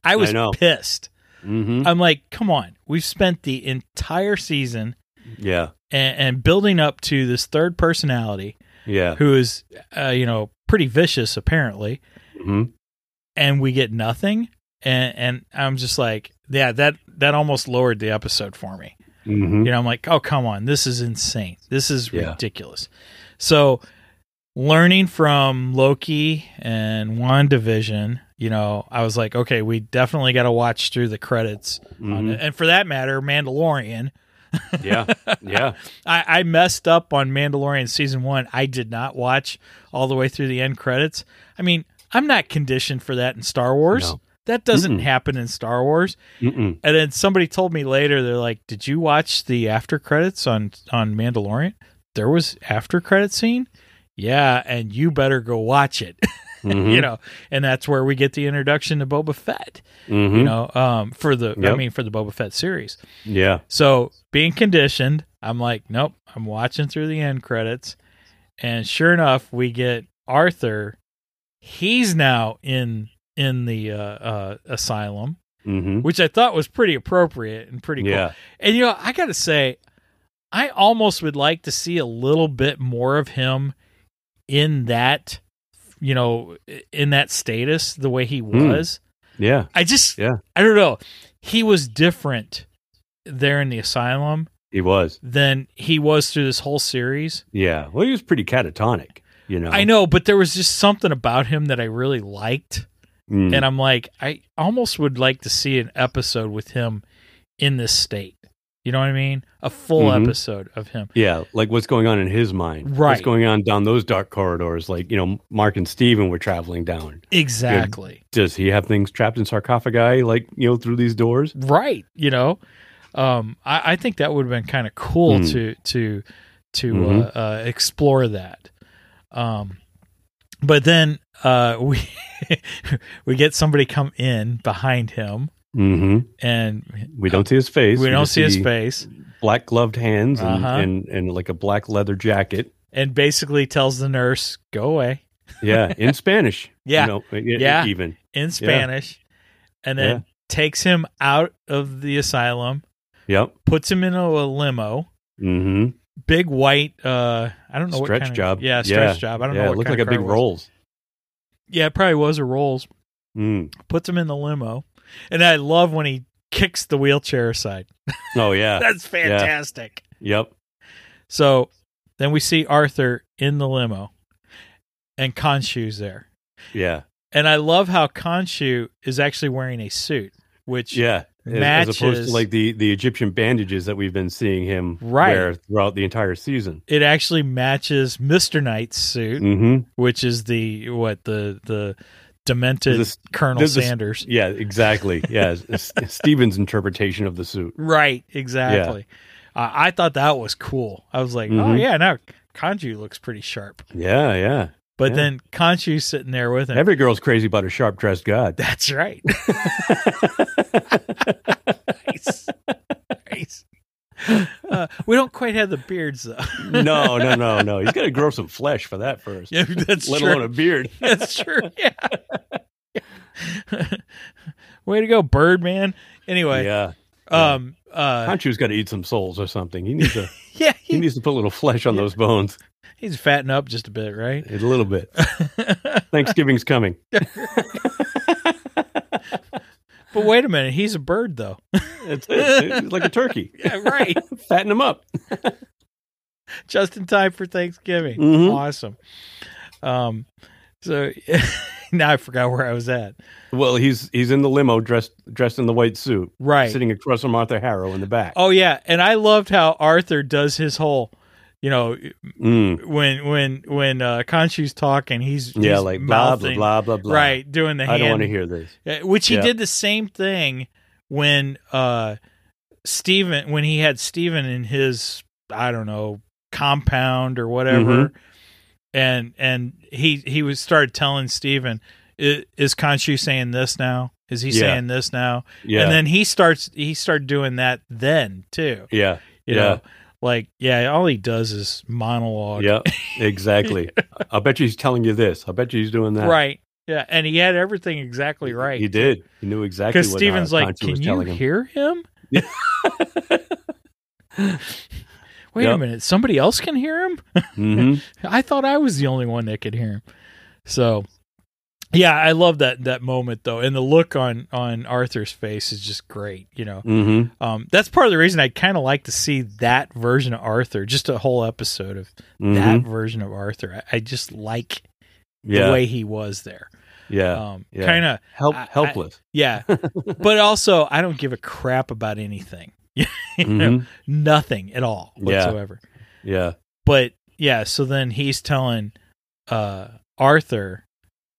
[SPEAKER 2] I was
[SPEAKER 3] know.
[SPEAKER 2] pissed.
[SPEAKER 3] mm-hmm.
[SPEAKER 2] I'm like, "Come on, we've spent the entire season
[SPEAKER 3] Yeah.
[SPEAKER 2] and, and building up to this third personality
[SPEAKER 3] Yeah.
[SPEAKER 2] who is, uh, you know, pretty vicious apparently."
[SPEAKER 3] hmm
[SPEAKER 2] and we get nothing and and i'm just like yeah that that almost lowered the episode for me
[SPEAKER 3] hmm
[SPEAKER 2] you know i'm like oh come on this is insane this is
[SPEAKER 3] Yeah.
[SPEAKER 2] ridiculous so learning from loki and wandavision you know i was like okay we definitely got to watch through the credits on
[SPEAKER 3] hmm
[SPEAKER 2] it. and for that matter mandalorian
[SPEAKER 3] Yeah. Yeah.
[SPEAKER 2] I, I messed up on Mandalorian season one. I did not watch all the way through the end credits. I mean, I'm not conditioned for that in Star Wars.
[SPEAKER 3] No.
[SPEAKER 2] That doesn't
[SPEAKER 3] Mm-mm.
[SPEAKER 2] happen in Star Wars.
[SPEAKER 3] Mm-mm.
[SPEAKER 2] And then somebody told me later, they're like, "Did you watch the after credits on on Mandalorian? There was after credit scene." Yeah, and you better go watch it.
[SPEAKER 3] Mhm.
[SPEAKER 2] you know, and that's where we get the introduction to Boba Fett.
[SPEAKER 3] Mhm.
[SPEAKER 2] You know, um, for the I
[SPEAKER 3] Yep.
[SPEAKER 2] mean for the Boba Fett series.
[SPEAKER 3] Yeah.
[SPEAKER 2] So being conditioned, I'm like, nope, I'm watching through the end credits. And sure enough, we get Arthur. He's now in in the uh, uh, asylum,
[SPEAKER 3] hmm
[SPEAKER 2] which I thought was pretty appropriate and pretty cool.
[SPEAKER 3] Yeah.
[SPEAKER 2] And you know, I gotta say, I almost would like to see a little bit more of him in that, you know, in that status the way he
[SPEAKER 3] Hmm.
[SPEAKER 2] was.
[SPEAKER 3] Yeah.
[SPEAKER 2] I just
[SPEAKER 3] Yeah.
[SPEAKER 2] I don't know. He was different there in the asylum
[SPEAKER 3] He was.
[SPEAKER 2] than he was through this whole series.
[SPEAKER 3] Yeah. Well, he was pretty catatonic. You know.
[SPEAKER 2] I know, but there was just something about him that I really liked.
[SPEAKER 3] Mm.
[SPEAKER 2] And I'm like, I almost would like to see an episode with him in this state. You know what I mean? A full
[SPEAKER 3] Mhm.
[SPEAKER 2] episode of him.
[SPEAKER 3] yeah. Like what's going on in his mind. What's
[SPEAKER 2] Right.
[SPEAKER 3] going on down those dark corridors? Like you know, Mark and Steven were traveling down.
[SPEAKER 2] Exactly.
[SPEAKER 3] Does he have things trapped in sarcophagi? Like you know, through these doors.
[SPEAKER 2] Right. You know? Um, I, I think that would have been kind of cool
[SPEAKER 3] Hmm.
[SPEAKER 2] to to to
[SPEAKER 3] Mhm.
[SPEAKER 2] uh, uh, explore that. Um, but then uh, we we get somebody come in behind him,
[SPEAKER 3] Mm-hmm.
[SPEAKER 2] and
[SPEAKER 3] We don't see his face.
[SPEAKER 2] we don't
[SPEAKER 3] just
[SPEAKER 2] see his face,
[SPEAKER 3] Black gloved hands and,
[SPEAKER 2] Uh-huh.
[SPEAKER 3] and and like a black leather jacket.
[SPEAKER 2] and basically tells the nurse, "Go away."
[SPEAKER 3] Yeah, in Spanish.
[SPEAKER 2] Yeah.
[SPEAKER 3] You know, e- e-
[SPEAKER 2] Yeah.
[SPEAKER 3] Even.
[SPEAKER 2] in Spanish, and then
[SPEAKER 3] Yeah.
[SPEAKER 2] takes him out of the asylum,
[SPEAKER 3] Yep.
[SPEAKER 2] puts him in a limo,
[SPEAKER 3] Mm-hmm.
[SPEAKER 2] big white. uh I don't know what
[SPEAKER 3] Stretch
[SPEAKER 2] kind of-
[SPEAKER 3] job.
[SPEAKER 2] yeah, stretch job. I don't know.
[SPEAKER 3] yeah, it
[SPEAKER 2] What
[SPEAKER 3] looked
[SPEAKER 2] kind
[SPEAKER 3] like
[SPEAKER 2] of
[SPEAKER 3] a
[SPEAKER 2] car
[SPEAKER 3] big
[SPEAKER 2] it was.
[SPEAKER 3] rolls.
[SPEAKER 2] Yeah, it probably was a Rolls.
[SPEAKER 3] Mm.
[SPEAKER 2] Puts him in the limo, and I love when he kicks the wheelchair aside.
[SPEAKER 3] Oh yeah.
[SPEAKER 2] That's fantastic.
[SPEAKER 3] yep.
[SPEAKER 2] So then we see Arthur in the limo, and Khonshu's there.
[SPEAKER 3] Yeah.
[SPEAKER 2] And I love how Khonshu is actually wearing a suit, which
[SPEAKER 3] Yeah. As, as opposed
[SPEAKER 2] Matches.
[SPEAKER 3] to like the, the Egyptian bandages that we've been seeing him
[SPEAKER 2] Right.
[SPEAKER 3] wear throughout the entire season.
[SPEAKER 2] it actually matches Mr. Knight's suit,
[SPEAKER 3] Mm-hmm.
[SPEAKER 2] which is the what the the demented
[SPEAKER 3] This-
[SPEAKER 2] Colonel
[SPEAKER 3] this is-
[SPEAKER 2] Sanders.
[SPEAKER 3] Yeah, exactly. Yeah. S- Steven's interpretation of the suit.
[SPEAKER 2] Right, exactly. Uh, I thought that was cool. I was like, oh
[SPEAKER 3] Mhm.
[SPEAKER 2] yeah, now Kanju looks pretty sharp.
[SPEAKER 3] Yeah, yeah.
[SPEAKER 2] But
[SPEAKER 3] Yeah.
[SPEAKER 2] then Kanchu's sitting there with him.
[SPEAKER 3] Every girl's crazy about a sharp dressed god.
[SPEAKER 2] That's right. nice. nice. Uh, we don't quite have the beards though.
[SPEAKER 3] no, no, no, no. He's got to grow some flesh for that first,
[SPEAKER 2] yeah, that's
[SPEAKER 3] let
[SPEAKER 2] true.
[SPEAKER 3] alone a beard.
[SPEAKER 2] That's true. Yeah. Way to go, Birdman. Anyway,
[SPEAKER 3] Yeah.
[SPEAKER 2] um, uh,
[SPEAKER 3] Hanchu's got to eat some souls or something. He needs to
[SPEAKER 2] yeah,
[SPEAKER 3] he
[SPEAKER 2] he,
[SPEAKER 3] needs to put a little flesh on those bones
[SPEAKER 2] he's fatting up just a bit, right?
[SPEAKER 3] a little bit. Thanksgiving's coming.
[SPEAKER 2] But wait a minute, he's a bird though.
[SPEAKER 3] It's, it's, it's like a turkey.
[SPEAKER 2] yeah, right.
[SPEAKER 3] Fatten him up.
[SPEAKER 2] just in time for Thanksgiving.
[SPEAKER 3] Mhm.
[SPEAKER 2] Awesome. Um, so now I forgot where I was at.
[SPEAKER 3] Well, he's he's in the limo dressed dressed in the white suit,
[SPEAKER 2] Right.
[SPEAKER 3] sitting across from Arthur Harrow in the back.
[SPEAKER 2] Oh yeah, and I loved how Arthur does his whole, you know,
[SPEAKER 3] Mm.
[SPEAKER 2] when when when uh, Khonshu's talking, he's
[SPEAKER 3] yeah,
[SPEAKER 2] he's
[SPEAKER 3] like blah blah
[SPEAKER 2] mouthing-
[SPEAKER 3] blah blah blah.
[SPEAKER 2] right, doing the
[SPEAKER 3] I don't want to
[SPEAKER 2] hand,
[SPEAKER 3] hear this.
[SPEAKER 2] uh, which he
[SPEAKER 3] Yeah.
[SPEAKER 2] did the same thing when uh Stephen when he had Stephen in his I don't know compound or whatever,
[SPEAKER 3] Mm-hmm.
[SPEAKER 2] and and he he was started telling Stephen, "I- is Khonshu saying this now? Is he
[SPEAKER 3] Yeah.
[SPEAKER 2] saying this now?
[SPEAKER 3] Yeah.
[SPEAKER 2] And then he starts he started doing that then too.
[SPEAKER 3] yeah.
[SPEAKER 2] You
[SPEAKER 3] Yeah.
[SPEAKER 2] know, like yeah, all he does is monologue.
[SPEAKER 3] Yeah. Exactly. I bet you he's telling you this. I bet you he's doing that.
[SPEAKER 2] Right. Yeah, and he had everything exactly right.
[SPEAKER 3] He did. He knew exactly.
[SPEAKER 2] Because
[SPEAKER 3] Because
[SPEAKER 2] Steven's like, can
[SPEAKER 3] was
[SPEAKER 2] you
[SPEAKER 3] telling him.
[SPEAKER 2] hear him? Wait a
[SPEAKER 3] Yep.
[SPEAKER 2] minute, somebody else can hear him?
[SPEAKER 3] hmm
[SPEAKER 2] I thought I was the only one that could hear him. So, yeah, I love that that moment though, and the look on on Arthur's face is just great. You know,
[SPEAKER 3] hmm
[SPEAKER 2] um, that's part of the reason I kind of like to see that version of Arthur, just a whole episode of
[SPEAKER 3] mm-hmm.
[SPEAKER 2] that version of Arthur. I, I just like
[SPEAKER 3] Yeah.
[SPEAKER 2] the way he was there.
[SPEAKER 3] yeah.
[SPEAKER 2] Um,
[SPEAKER 3] yeah.
[SPEAKER 2] kind of,
[SPEAKER 3] Help.
[SPEAKER 2] I- I-
[SPEAKER 3] helpless.
[SPEAKER 2] yeah, but also I don't give a crap about anything. You know,
[SPEAKER 3] Mhm.
[SPEAKER 2] nothing at all
[SPEAKER 3] Yeah.
[SPEAKER 2] whatsoever.
[SPEAKER 3] Yeah.
[SPEAKER 2] but yeah so then he's telling uh arthur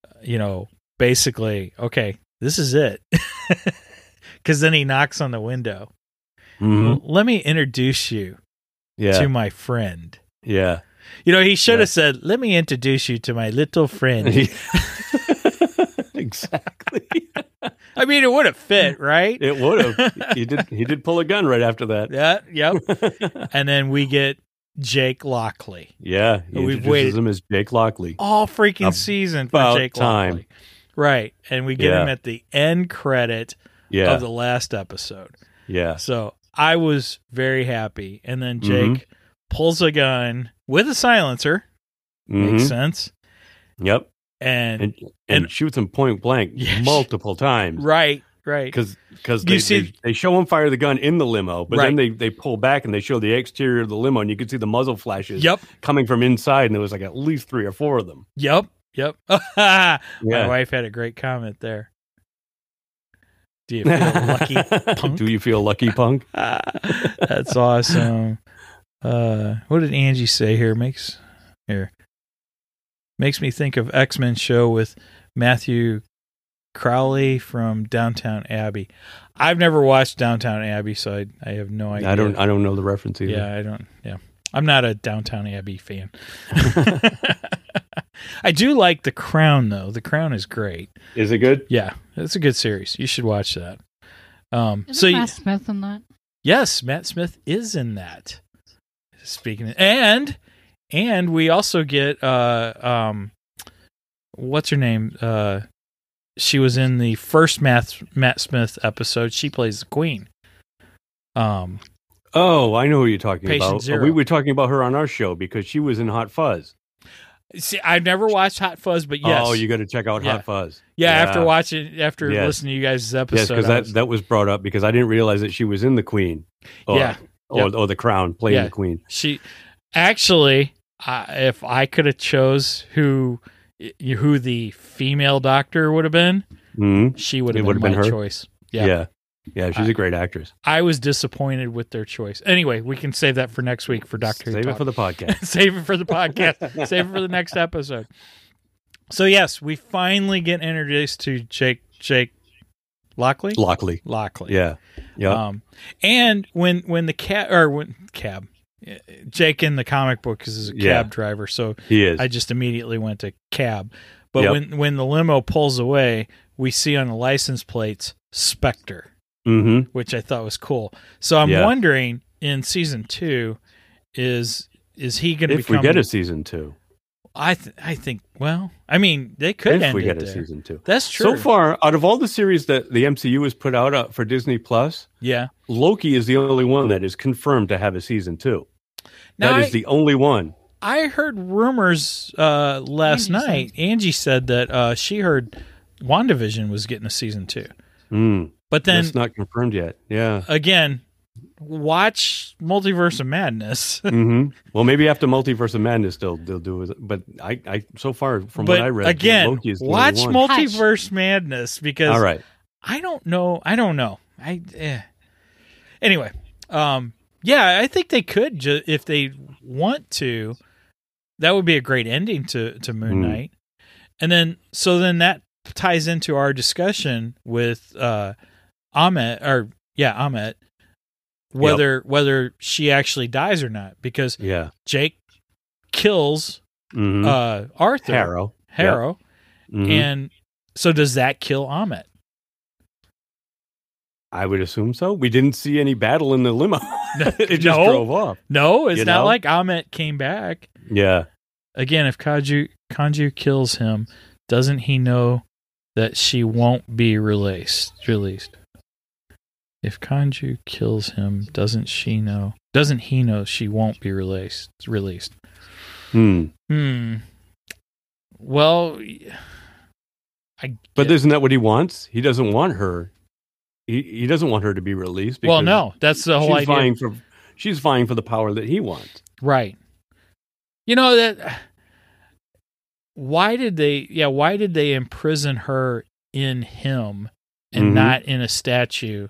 [SPEAKER 2] uh, you know basically okay this is it because then he knocks on the window
[SPEAKER 3] Mhm.
[SPEAKER 2] let me introduce you
[SPEAKER 3] Yeah.
[SPEAKER 2] to my friend
[SPEAKER 3] yeah.
[SPEAKER 2] you know he should
[SPEAKER 3] Yeah.
[SPEAKER 2] have said let me introduce you to my little friend
[SPEAKER 3] exactly.
[SPEAKER 2] i mean it would have fit right
[SPEAKER 3] It would have. He did. He did pull a gun right after that.
[SPEAKER 2] yeah yep and then we get jake lockley
[SPEAKER 3] Yeah. He
[SPEAKER 2] We've
[SPEAKER 3] introduces
[SPEAKER 2] waited
[SPEAKER 3] him as Jake Lockley.
[SPEAKER 2] all freaking
[SPEAKER 3] About
[SPEAKER 2] season for jake
[SPEAKER 3] time.
[SPEAKER 2] lockley right and we get
[SPEAKER 3] Yeah.
[SPEAKER 2] him at the end credit
[SPEAKER 3] Yeah.
[SPEAKER 2] of the last episode.
[SPEAKER 3] yeah.
[SPEAKER 2] So I was very happy. And then Jake
[SPEAKER 3] Mhm.
[SPEAKER 2] pulls a gun with a silencer.
[SPEAKER 3] Mhm.
[SPEAKER 2] Makes sense.
[SPEAKER 3] Mm-hmm, Yep.
[SPEAKER 2] And,
[SPEAKER 3] And- And,
[SPEAKER 2] and-
[SPEAKER 3] shoots him point blank
[SPEAKER 2] Yeah.
[SPEAKER 3] multiple times.
[SPEAKER 2] right, right.
[SPEAKER 3] Because because
[SPEAKER 2] You
[SPEAKER 3] they,
[SPEAKER 2] see-
[SPEAKER 3] they, they show him fire the gun in the limo, but
[SPEAKER 2] Right.
[SPEAKER 3] then they, they pull back and they show the exterior of the limo, and you can see the muzzle flashes
[SPEAKER 2] Yep,
[SPEAKER 3] coming from inside, and there was like at least three or four of them.
[SPEAKER 2] yep, yep. My
[SPEAKER 3] Yeah.
[SPEAKER 2] wife had a great comment there. Do you feel lucky? punk?
[SPEAKER 3] Do you feel lucky, punk?
[SPEAKER 2] That's awesome. Uh, what did Angie say here? Makes here makes me think of X Men show with Matthew Crowley from Downtown Abbey. I've never watched Downtown Abbey, so I, I have no idea.
[SPEAKER 3] I don't. I don't know the reference either.
[SPEAKER 2] yeah, I don't. Yeah, I'm not a Downtown Abbey fan. I do like The Crown though. The Crown is great.
[SPEAKER 3] Is it good?
[SPEAKER 2] Yeah, it's a good series. You should watch that. Um,
[SPEAKER 5] Is
[SPEAKER 2] so you-
[SPEAKER 5] Matt Smith in that?
[SPEAKER 2] Yes, Matt Smith is in that. Speaking of, and and we also get uh um what's her name? Uh she was in the first Matt Matt Smith episode. She plays the queen. Um
[SPEAKER 3] Oh, I know who you're talking
[SPEAKER 2] Patient
[SPEAKER 3] about.
[SPEAKER 2] Zero.
[SPEAKER 3] We were talking about her on our show because she was in Hot Fuzz.
[SPEAKER 2] see I've never watched Hot Fuzz, but yes.
[SPEAKER 3] Oh, you got to check out
[SPEAKER 2] Yeah.
[SPEAKER 3] Hot Fuzz.
[SPEAKER 2] yeah, after watching after
[SPEAKER 3] Yes.
[SPEAKER 2] listening to you guys'
[SPEAKER 3] Yes,
[SPEAKER 2] episode.
[SPEAKER 3] because
[SPEAKER 2] I
[SPEAKER 3] that,
[SPEAKER 2] was-
[SPEAKER 3] that was brought up because I didn't realize that she was in The Queen. Or,
[SPEAKER 2] Yeah.
[SPEAKER 3] Or,
[SPEAKER 2] Yep.
[SPEAKER 3] or The Crown, playing
[SPEAKER 2] Yeah.
[SPEAKER 3] The Queen.
[SPEAKER 2] she actually I if I could have chose who y- who the female doctor would have been,
[SPEAKER 3] Mhm.
[SPEAKER 2] she would
[SPEAKER 3] It
[SPEAKER 2] have been
[SPEAKER 3] would've
[SPEAKER 2] my
[SPEAKER 3] been her?
[SPEAKER 2] choice. Yeah.
[SPEAKER 3] Yeah. yeah. she's a great actress.
[SPEAKER 2] I was disappointed with their choice. Anyway, we can save that for next week for Doctor Who.
[SPEAKER 3] Save
[SPEAKER 2] Talk.
[SPEAKER 3] it for the podcast.
[SPEAKER 2] save it for the podcast. save it for the next episode. So yes, we finally get introduced to Jake Jake Lockley.
[SPEAKER 3] Lockley.
[SPEAKER 2] Lockley.
[SPEAKER 3] Yeah. Yeah.
[SPEAKER 2] Um, and when when the cab or when cab, Jake in the comic book is a cab
[SPEAKER 3] Yeah.
[SPEAKER 2] driver, so
[SPEAKER 3] he is.
[SPEAKER 2] I just immediately went to cab. But
[SPEAKER 3] Yep.
[SPEAKER 2] when when the limo pulls away, we see on the license plates Spectre,
[SPEAKER 3] mm-hmm.
[SPEAKER 2] which I thought was cool. So I'm
[SPEAKER 3] Yeah.
[SPEAKER 2] wondering in season two, is is he going to
[SPEAKER 3] If
[SPEAKER 2] become?
[SPEAKER 3] we get a season two.
[SPEAKER 2] I th- I think. Well, I mean, they could
[SPEAKER 3] if
[SPEAKER 2] end
[SPEAKER 3] we
[SPEAKER 2] it
[SPEAKER 3] get a
[SPEAKER 2] there.
[SPEAKER 3] season two.
[SPEAKER 2] That's true.
[SPEAKER 3] So far, out of all the series that the MCU has put out uh, for Disney Plus,
[SPEAKER 2] yeah.
[SPEAKER 3] Loki is the only one that is confirmed to have a season two.
[SPEAKER 2] Now
[SPEAKER 3] that
[SPEAKER 2] I,
[SPEAKER 3] is the only one.
[SPEAKER 2] I heard rumors uh, last
[SPEAKER 5] Angie said-
[SPEAKER 2] night. Angie said that uh, she heard WandaVision was getting a season two,
[SPEAKER 3] Mm,
[SPEAKER 2] but then
[SPEAKER 3] that's not confirmed yet. Yeah.
[SPEAKER 2] again, watch Multiverse of Madness.
[SPEAKER 3] hmm Well, maybe after Multiverse of Madness, they'll they'll do it. But I, I so far from
[SPEAKER 2] but
[SPEAKER 3] what I read,
[SPEAKER 2] again,
[SPEAKER 3] Loki is the only
[SPEAKER 2] watch
[SPEAKER 3] one.
[SPEAKER 2] Multiverse Madness because
[SPEAKER 3] All right.
[SPEAKER 2] I don't know. I don't know. I eh. anyway. Um, yeah, I think they could ju- if they want to. That would be a great ending to to Moon
[SPEAKER 3] Mm.
[SPEAKER 2] Knight, and then so then that ties into our discussion with uh, Ahmet or yeah Ahmet whether whether she actually dies or not because
[SPEAKER 3] Yeah.
[SPEAKER 2] Jake kills
[SPEAKER 3] hmm
[SPEAKER 2] uh, Arthur
[SPEAKER 3] Harrow.
[SPEAKER 2] Harrow,
[SPEAKER 3] Mhm.
[SPEAKER 2] and so does that kill Ahmet?
[SPEAKER 3] I would assume so. We didn't see any battle in the limo. it just
[SPEAKER 2] No.
[SPEAKER 3] drove off.
[SPEAKER 2] No, it's
[SPEAKER 3] You
[SPEAKER 2] not
[SPEAKER 3] know?
[SPEAKER 2] like Ahmet came back.
[SPEAKER 3] Yeah.
[SPEAKER 2] Again, if Kaju Kanju kills him, doesn't he know that she won't be released released? If Kanju kills him, doesn't she know doesn't he know she won't be released released?
[SPEAKER 3] Hmm.
[SPEAKER 2] Hmm. Well I
[SPEAKER 3] But
[SPEAKER 2] get-
[SPEAKER 3] isn't that what he wants? He doesn't want her. He he doesn't want her to be released.
[SPEAKER 2] Well no, that's the whole
[SPEAKER 3] she's
[SPEAKER 2] idea.
[SPEAKER 3] vying for she's vying for the power that he wants.
[SPEAKER 2] Right. You know that why did they yeah, why did they imprison her in him and
[SPEAKER 3] Mhm.
[SPEAKER 2] not in a statue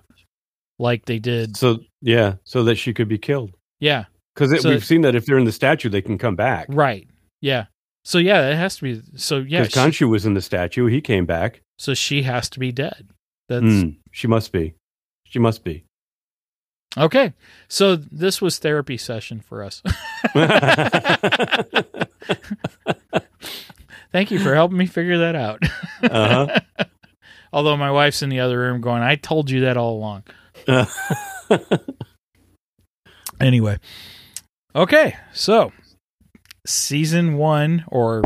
[SPEAKER 2] like they did?
[SPEAKER 3] So yeah, so that she could be killed.
[SPEAKER 2] Yeah,
[SPEAKER 3] Because
[SPEAKER 2] So-
[SPEAKER 3] we've seen that if they're in the statue, they can come back.
[SPEAKER 2] right. Yeah. So yeah, it has to be so yeah,
[SPEAKER 3] Because
[SPEAKER 2] she,
[SPEAKER 3] Khonshu was in the statue, he came back.
[SPEAKER 2] so she has to be dead. That's
[SPEAKER 3] Mm, she must be. She must be.
[SPEAKER 2] okay. So this was therapy session for us.
[SPEAKER 3] uh-huh.
[SPEAKER 2] Thank you for helping me figure that out. Although my wife's in the other room going, I told you that all along. Anyway. Okay, so season one, or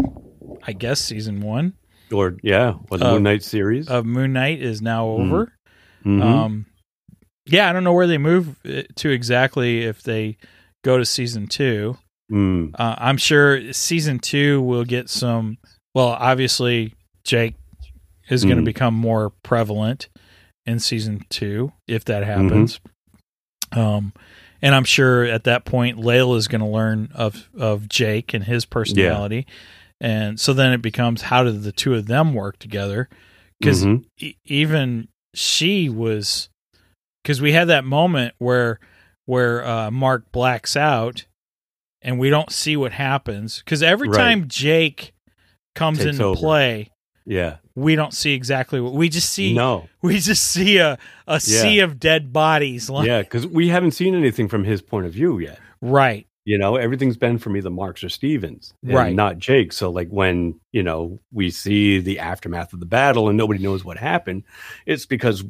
[SPEAKER 2] I guess season one
[SPEAKER 3] or yeah, or the
[SPEAKER 2] Uh,
[SPEAKER 3] Moon Knight series.
[SPEAKER 2] of Moon Knight is now
[SPEAKER 3] Mhm.
[SPEAKER 2] over.
[SPEAKER 3] Mhm.
[SPEAKER 2] Um, yeah, I don't know where they move it to exactly if they go to season two.
[SPEAKER 3] Mm.
[SPEAKER 2] Uh, I'm sure season two will get some. Well, obviously, Jake is going to
[SPEAKER 3] Mhm.
[SPEAKER 2] become more prevalent in season two if that happens. Um, and I'm sure at that point, Layla is going to learn of of Jake and his personality, and so then it becomes how did the two of them work together? Because
[SPEAKER 3] Mhm.
[SPEAKER 2] e- even she was because we had that moment where where uh, Mark blacks out, and we don't see what happens because every
[SPEAKER 3] Right.
[SPEAKER 2] time Jake comes
[SPEAKER 3] Takes
[SPEAKER 2] into
[SPEAKER 3] over.
[SPEAKER 2] play,
[SPEAKER 3] yeah,
[SPEAKER 2] we don't see exactly what we just see.
[SPEAKER 3] no,
[SPEAKER 2] We just see a a sea of dead bodies. lying-
[SPEAKER 3] yeah, because we haven't seen anything from his point of view yet.
[SPEAKER 2] Right.
[SPEAKER 3] You know, everything's been from either Marx or Stevens, and
[SPEAKER 2] Right.
[SPEAKER 3] Not Jake. So, like when you know we see the aftermath of the battle and nobody knows what happened, it's because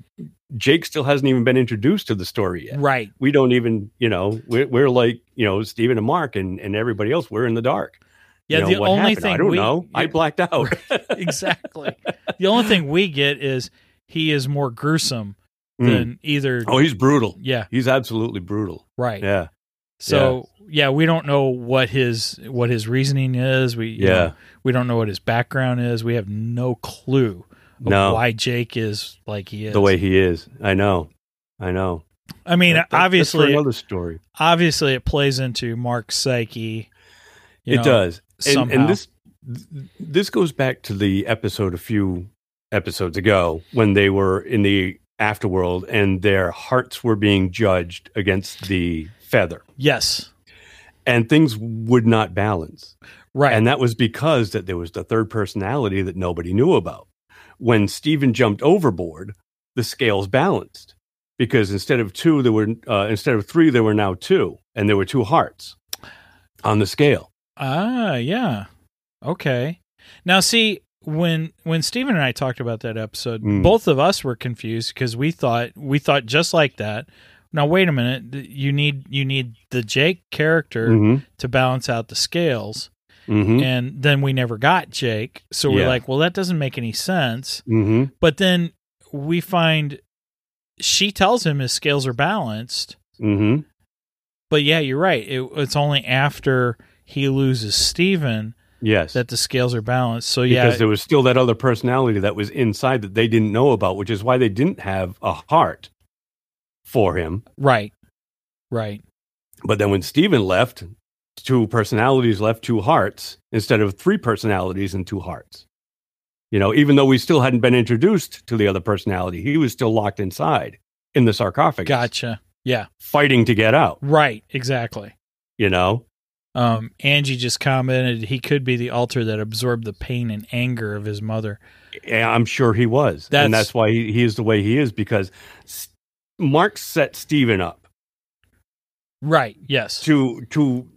[SPEAKER 3] Jake still hasn't even been introduced to the story yet.
[SPEAKER 2] Right.
[SPEAKER 3] We don't even, you know, we're, we're like you know Steven and Mark and and everybody else. We're in the dark.
[SPEAKER 2] Yeah.
[SPEAKER 3] You know,
[SPEAKER 2] the
[SPEAKER 3] what
[SPEAKER 2] only
[SPEAKER 3] happened?
[SPEAKER 2] thing
[SPEAKER 3] I don't
[SPEAKER 2] we,
[SPEAKER 3] know. I blacked out.
[SPEAKER 2] exactly. the only thing we get is he is more gruesome
[SPEAKER 3] Mm.
[SPEAKER 2] than either.
[SPEAKER 3] Oh, he's brutal.
[SPEAKER 2] Yeah.
[SPEAKER 3] He's absolutely brutal.
[SPEAKER 2] Right.
[SPEAKER 3] Yeah.
[SPEAKER 2] So yeah. we don't know what his what his reasoning is. We you
[SPEAKER 3] Yeah.
[SPEAKER 2] know, we don't know what his background is. We have no clue of
[SPEAKER 3] No.
[SPEAKER 2] why Jake is like he is.
[SPEAKER 3] the way he is. I know. I know.
[SPEAKER 2] I mean,
[SPEAKER 3] That- that- that's for
[SPEAKER 2] obviously,
[SPEAKER 3] another story.
[SPEAKER 2] obviously, it plays into Mark's psyche. you
[SPEAKER 3] it
[SPEAKER 2] know,
[SPEAKER 3] does. And,
[SPEAKER 2] somehow.
[SPEAKER 3] and this th- this goes back to the episode a few episodes ago when they were in the afterworld and their hearts were being judged against the feather
[SPEAKER 2] Yes.
[SPEAKER 3] and things would not balance
[SPEAKER 2] Right.
[SPEAKER 3] and that was because that there was the third personality that nobody knew about when steven jumped overboard the scales balanced because instead of two there were uh, instead of three there were now two and there were two hearts on the scale
[SPEAKER 2] Ah, yeah. Okay. Now see, when when Steven and I talked about that episode,
[SPEAKER 3] Mm.
[SPEAKER 2] both of us were confused because we thought we thought just like that. Now wait a minute, th- you need you need the Jake character
[SPEAKER 3] Mhm.
[SPEAKER 2] to balance out the scales.
[SPEAKER 3] Mhm.
[SPEAKER 2] And then we never got Jake. So we're
[SPEAKER 3] Yeah.
[SPEAKER 2] like, well that doesn't make any sense.
[SPEAKER 3] Mm-hmm.
[SPEAKER 2] But then we find she tells him his scales are balanced.
[SPEAKER 3] Mm-hmm.
[SPEAKER 2] But yeah, you're right. It, it's only after he loses Steven
[SPEAKER 3] Yes.
[SPEAKER 2] that the scales are balanced. So yeah,
[SPEAKER 3] because there was still that other personality that was inside that they didn't know about, which is why they didn't have a heart for him.
[SPEAKER 2] right, right,
[SPEAKER 3] But then when Steven left, two personalities left two hearts instead of three personalities and two hearts. You know, even though we still hadn't been introduced to the other personality, he was still locked inside in the sarcophagus,
[SPEAKER 2] gotcha. Yeah,
[SPEAKER 3] fighting to get out.
[SPEAKER 2] right, exactly.
[SPEAKER 3] You know,
[SPEAKER 2] Um, Angie just commented he could be the altar that absorbed the pain and anger of his mother.
[SPEAKER 3] And I'm sure he was,
[SPEAKER 2] That's-
[SPEAKER 3] and that's why he, he is the way he is because S- Mark set Steven up
[SPEAKER 2] Right. Yes.
[SPEAKER 3] to to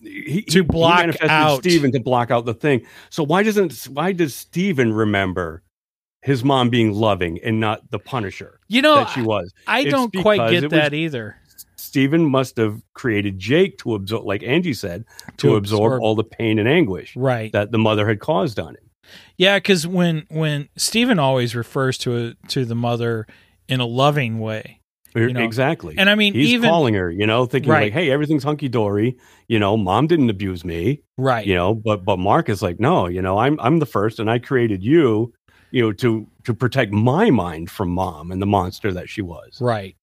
[SPEAKER 3] he,
[SPEAKER 2] To
[SPEAKER 3] he
[SPEAKER 2] block
[SPEAKER 3] manifested
[SPEAKER 2] out.
[SPEAKER 3] Steven to block out the thing. So why doesn't why does Steven remember his mom being loving and not the Punisher
[SPEAKER 2] You know,
[SPEAKER 3] that she
[SPEAKER 2] I,
[SPEAKER 3] was?
[SPEAKER 2] I
[SPEAKER 3] It's
[SPEAKER 2] don't quite
[SPEAKER 3] because
[SPEAKER 2] get
[SPEAKER 3] it was
[SPEAKER 2] that either.
[SPEAKER 3] Steven must have created Jake to absorb, like Angie said, to, absorb, all the pain and anguish
[SPEAKER 2] Right.
[SPEAKER 3] that the mother had caused on him.
[SPEAKER 2] Yeah, because when when Stephen always refers to to the mother in a loving way, You know,
[SPEAKER 3] Er, exactly.
[SPEAKER 2] and I mean
[SPEAKER 3] He's
[SPEAKER 2] even
[SPEAKER 3] calling her, you know, thinking
[SPEAKER 2] Right.
[SPEAKER 3] like, "Hey, everything's hunky dory." You know, mom didn't abuse me.
[SPEAKER 2] right,
[SPEAKER 3] you know but but mark is like no you know i'm i'm the first and i created you you know to to protect my mind from mom and the monster that she was
[SPEAKER 2] right,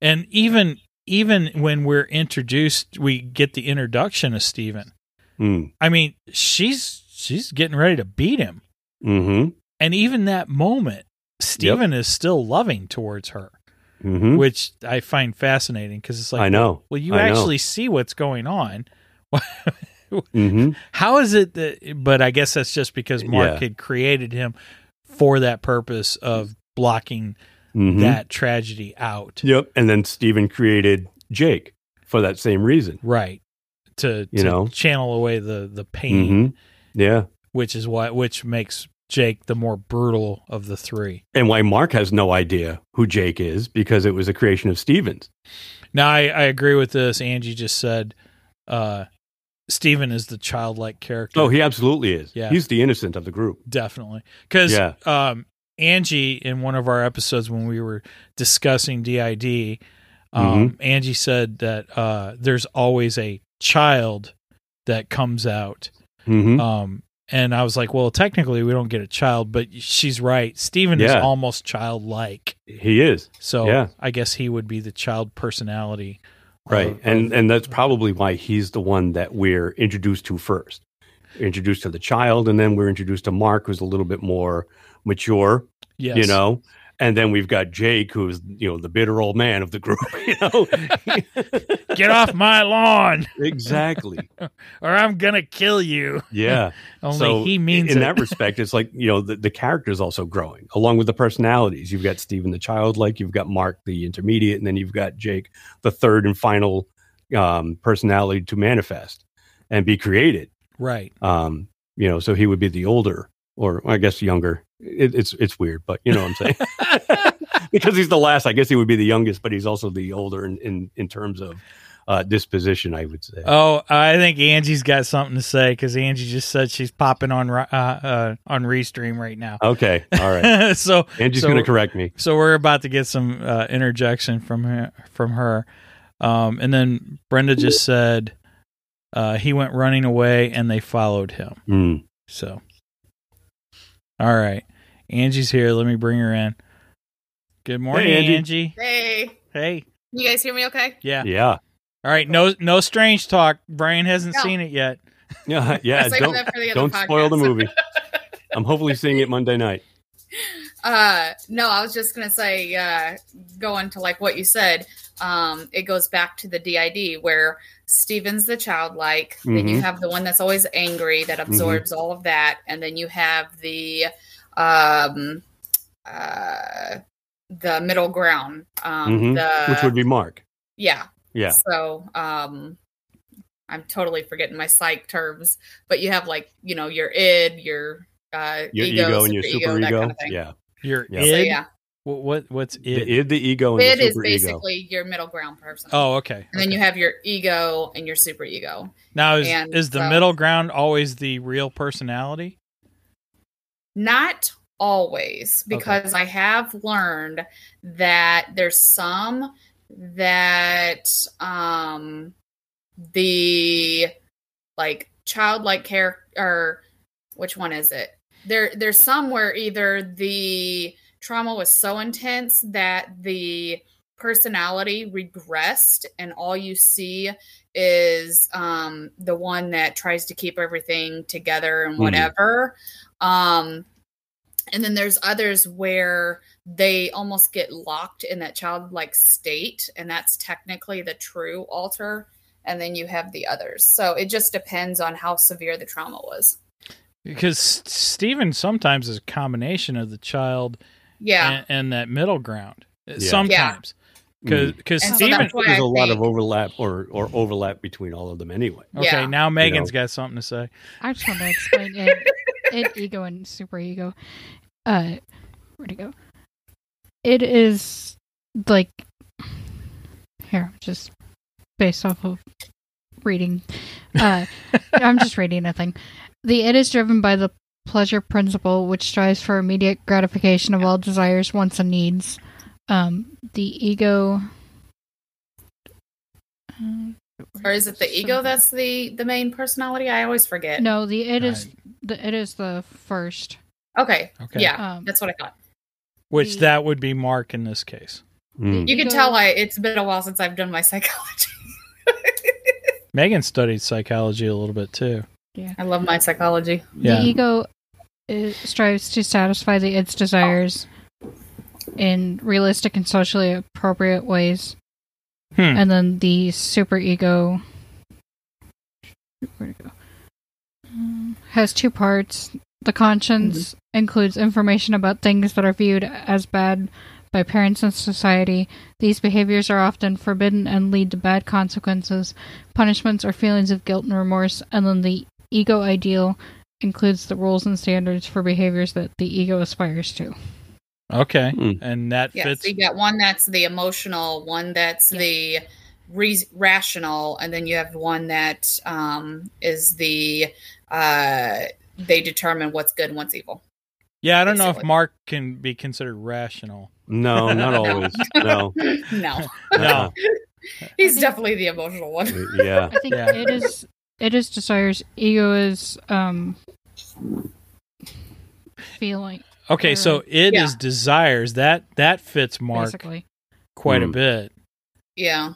[SPEAKER 2] and even even when we're introduced, we get the introduction of Stephen.
[SPEAKER 3] mm,
[SPEAKER 2] I mean, she's she's getting ready to beat him.
[SPEAKER 3] mm-hmm
[SPEAKER 2] And even that moment, Steven is still loving towards her,
[SPEAKER 3] mm-hmm
[SPEAKER 2] which I find fascinating because it's like,
[SPEAKER 3] i know
[SPEAKER 2] well, you
[SPEAKER 3] I know.
[SPEAKER 2] actually see what's going on.
[SPEAKER 3] mm-hmm
[SPEAKER 2] How is it that, but I guess that's just because Mark
[SPEAKER 3] Yeah.
[SPEAKER 2] had created him for that purpose of blocking
[SPEAKER 3] mm-hmm
[SPEAKER 2] that tragedy out.
[SPEAKER 3] yep and then stephen created jake for that same reason
[SPEAKER 2] Right. To,
[SPEAKER 3] You
[SPEAKER 2] to
[SPEAKER 3] know?
[SPEAKER 2] channel away the, the pain,
[SPEAKER 3] mm-hmm yeah
[SPEAKER 2] which is why, which makes Jake the more brutal of the three.
[SPEAKER 3] and why mark has no idea who jake is because it was a creation of stevens
[SPEAKER 2] Now I, I agree with this. Angie just said uh Steven is the childlike character.
[SPEAKER 3] oh he absolutely is
[SPEAKER 2] Yeah.
[SPEAKER 3] he's the innocent of the group
[SPEAKER 2] definitely. Cuz
[SPEAKER 3] Yeah.
[SPEAKER 2] um Angie in one of our episodes when we were discussing DID um
[SPEAKER 3] Mm-hmm.
[SPEAKER 2] Angie said that uh there's always a child that comes out.
[SPEAKER 3] mm-hmm
[SPEAKER 2] Um and I was like, well, technically we don't get a child, but she's right. Steven is
[SPEAKER 3] Yeah.
[SPEAKER 2] almost childlike.
[SPEAKER 3] he is
[SPEAKER 2] So
[SPEAKER 3] Yeah.
[SPEAKER 2] I guess he would be the child personality. Um, of-
[SPEAKER 3] right and
[SPEAKER 2] of-
[SPEAKER 3] and that's probably why he's the one that we're introduced to first introduced to the child and then we're introduced to mark who's a little bit more mature
[SPEAKER 2] yes.
[SPEAKER 3] you know and then we've got jake who's you know the bitter old man of the group you know
[SPEAKER 2] get off my lawn.
[SPEAKER 3] exactly
[SPEAKER 2] or I'm gonna kill you.
[SPEAKER 3] yeah
[SPEAKER 2] Only
[SPEAKER 3] so
[SPEAKER 2] he means
[SPEAKER 3] in
[SPEAKER 2] it.
[SPEAKER 3] that respect it's like you know the, the character's also growing along with the personalities you've got stephen the childlike you've got mark the intermediate and then you've got jake the third and final um, personality to manifest and be created
[SPEAKER 2] right.
[SPEAKER 3] um you know so he would be the older or i guess younger it, it's it's weird but you know what i'm saying because he's the last i guess he would be the youngest but he's also the older in in, in terms of uh disposition i would say
[SPEAKER 2] Oh, I think Angie's got something to say because Angie just said she's popping on Ri- uh, uh, on Restream right now.
[SPEAKER 3] okay all right
[SPEAKER 2] so
[SPEAKER 3] angie's
[SPEAKER 2] So-
[SPEAKER 3] gonna correct me
[SPEAKER 2] so we're about to get some uh, interjection from her, from her, um, and then Brenda just said uh, he went running away and they followed him.
[SPEAKER 3] Mm.
[SPEAKER 2] So, all right, Angie's here. Let me bring her in. Good morning,
[SPEAKER 3] Angie.
[SPEAKER 2] Angie.
[SPEAKER 6] Hey,
[SPEAKER 2] Hey,
[SPEAKER 6] you guys hear me okay?
[SPEAKER 2] yeah.
[SPEAKER 3] yeah
[SPEAKER 2] All right, no no strange talk. Brian hasn't
[SPEAKER 6] No.
[SPEAKER 2] seen it yet.
[SPEAKER 3] Yeah, yeah.
[SPEAKER 6] saving
[SPEAKER 3] Don't
[SPEAKER 6] that for the other
[SPEAKER 3] don't spoil the
[SPEAKER 6] podcast.
[SPEAKER 3] movie. I'm hopefully seeing it Monday night.
[SPEAKER 6] Uh, no, I was just gonna say, uh, going to like what you said. Um, it goes back to the DID where Steven's the childlike. Then you
[SPEAKER 3] Mhm.
[SPEAKER 6] have the one that's always angry that
[SPEAKER 3] Mm-hmm.
[SPEAKER 6] absorbs all of that, and then you have the um, uh, the middle ground. Um,
[SPEAKER 3] Mhm.
[SPEAKER 6] the,
[SPEAKER 3] Which would be Mark.
[SPEAKER 6] yeah,
[SPEAKER 3] Yeah.
[SPEAKER 6] So, um, I'm totally forgetting my psych terms, but you have like, you know, your id, your uh,
[SPEAKER 3] Your ego, and your
[SPEAKER 6] superego,
[SPEAKER 3] super
[SPEAKER 6] that
[SPEAKER 3] ego.
[SPEAKER 6] kind of thing.
[SPEAKER 3] yeah.
[SPEAKER 2] Your
[SPEAKER 3] Yeah.
[SPEAKER 2] id.
[SPEAKER 6] So yeah,
[SPEAKER 2] Wh- What what's id?
[SPEAKER 3] The id, the ego, and
[SPEAKER 6] id
[SPEAKER 3] the
[SPEAKER 6] is
[SPEAKER 3] super ego.
[SPEAKER 6] basically your middle ground person.
[SPEAKER 2] Oh, okay.
[SPEAKER 6] and then
[SPEAKER 2] okay.
[SPEAKER 6] you have your ego and your super ego.
[SPEAKER 2] now is
[SPEAKER 6] and
[SPEAKER 2] is the
[SPEAKER 6] so-
[SPEAKER 2] middle ground always the real personality?
[SPEAKER 6] Not always, because I have learned that there's some that um the like childlike character which one is it? There there's some where either the trauma was so intense that the personality regressed and all you see is um the one that tries to keep everything together and
[SPEAKER 3] Mhm.
[SPEAKER 6] whatever. Um and then there's others where they almost get locked in that childlike state and that's technically the true alter and then you have the others so it just depends on how severe the trauma was
[SPEAKER 2] Because S- Steven sometimes is a combination of the child
[SPEAKER 6] yeah
[SPEAKER 2] and, and that middle ground. uh,
[SPEAKER 3] Yeah.
[SPEAKER 2] Sometimes.
[SPEAKER 3] Mm.
[SPEAKER 2] Because
[SPEAKER 6] And so
[SPEAKER 2] Steven
[SPEAKER 6] that's why
[SPEAKER 3] There's
[SPEAKER 6] I
[SPEAKER 3] a lot of
[SPEAKER 6] think-
[SPEAKER 3] overlap or, or overlap between all of them anyway.
[SPEAKER 2] Okay,
[SPEAKER 6] Yeah.
[SPEAKER 2] now Megan's
[SPEAKER 3] You
[SPEAKER 2] got something to say.
[SPEAKER 5] I just want to explain it, it ego and superego. Uh, where'd it go? It is like here, just based off of reading. Uh, I'm just reading a thing. The it is driven by the pleasure principle, which strives for immediate gratification of all desires, wants, and needs. Um, the ego. Uh,
[SPEAKER 6] or is it the ego
[SPEAKER 5] something.
[SPEAKER 6] that's the the main personality i always forget
[SPEAKER 5] No, the it is the it is the first.
[SPEAKER 6] okay
[SPEAKER 2] Okay.
[SPEAKER 6] yeah
[SPEAKER 5] Um,
[SPEAKER 6] that's what i thought
[SPEAKER 2] Which
[SPEAKER 5] the-
[SPEAKER 2] that would be Mark in this case.
[SPEAKER 3] Mm.
[SPEAKER 6] you can
[SPEAKER 5] ego-
[SPEAKER 6] tell i it's been a while since i've done my psychology
[SPEAKER 2] Megan studied psychology a little bit too.
[SPEAKER 6] i love my psychology
[SPEAKER 2] Yeah.
[SPEAKER 5] The ego uh, strives to satisfy the its desires in realistic and socially appropriate ways,
[SPEAKER 2] Hmm.
[SPEAKER 5] and then the superego where'd it go? Um, has two parts. The conscience
[SPEAKER 2] Mm-hmm.
[SPEAKER 5] includes information about things that are viewed as bad by parents and society. These behaviors are often forbidden and lead to bad consequences, punishments, or feelings of guilt and remorse. And then the ego ideal includes the rules and standards for behaviors that the ego aspires to.
[SPEAKER 2] Okay.
[SPEAKER 3] Hmm.
[SPEAKER 2] And that
[SPEAKER 6] yeah
[SPEAKER 2] fits
[SPEAKER 6] so you got one that's the emotional one that's
[SPEAKER 5] Yeah.
[SPEAKER 6] the re- rational and then you have one that um is the uh they determine what's good and what's evil
[SPEAKER 2] Yeah, I don't know if
[SPEAKER 6] basically.
[SPEAKER 2] Mark can be considered rational.
[SPEAKER 3] No, not always. No.
[SPEAKER 6] no
[SPEAKER 2] No.
[SPEAKER 6] he's definitely the emotional one
[SPEAKER 3] Uh-uh. Yeah.
[SPEAKER 5] I think
[SPEAKER 2] Yeah.
[SPEAKER 5] it is it is desires. Ego is um feeling
[SPEAKER 2] Okay, so it is
[SPEAKER 6] Yeah.
[SPEAKER 2] desires. That that fits Mark
[SPEAKER 5] basically.
[SPEAKER 2] quite a
[SPEAKER 3] Hmm.
[SPEAKER 2] bit.
[SPEAKER 6] yeah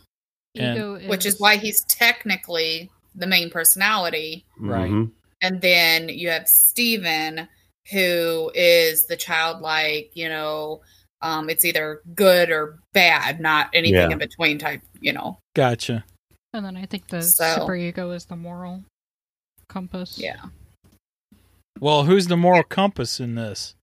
[SPEAKER 2] And-
[SPEAKER 5] Ego is
[SPEAKER 6] which is why he's technically the main personality
[SPEAKER 2] Right.
[SPEAKER 3] Mhm.
[SPEAKER 6] and then you have Steven who is the childlike you know um it's either good or bad not anything
[SPEAKER 3] Yeah.
[SPEAKER 6] in between type you know
[SPEAKER 2] Gotcha.
[SPEAKER 5] and then I think the
[SPEAKER 6] So-
[SPEAKER 5] superego is the moral compass.
[SPEAKER 6] yeah
[SPEAKER 2] Well, who's the moral compass in this?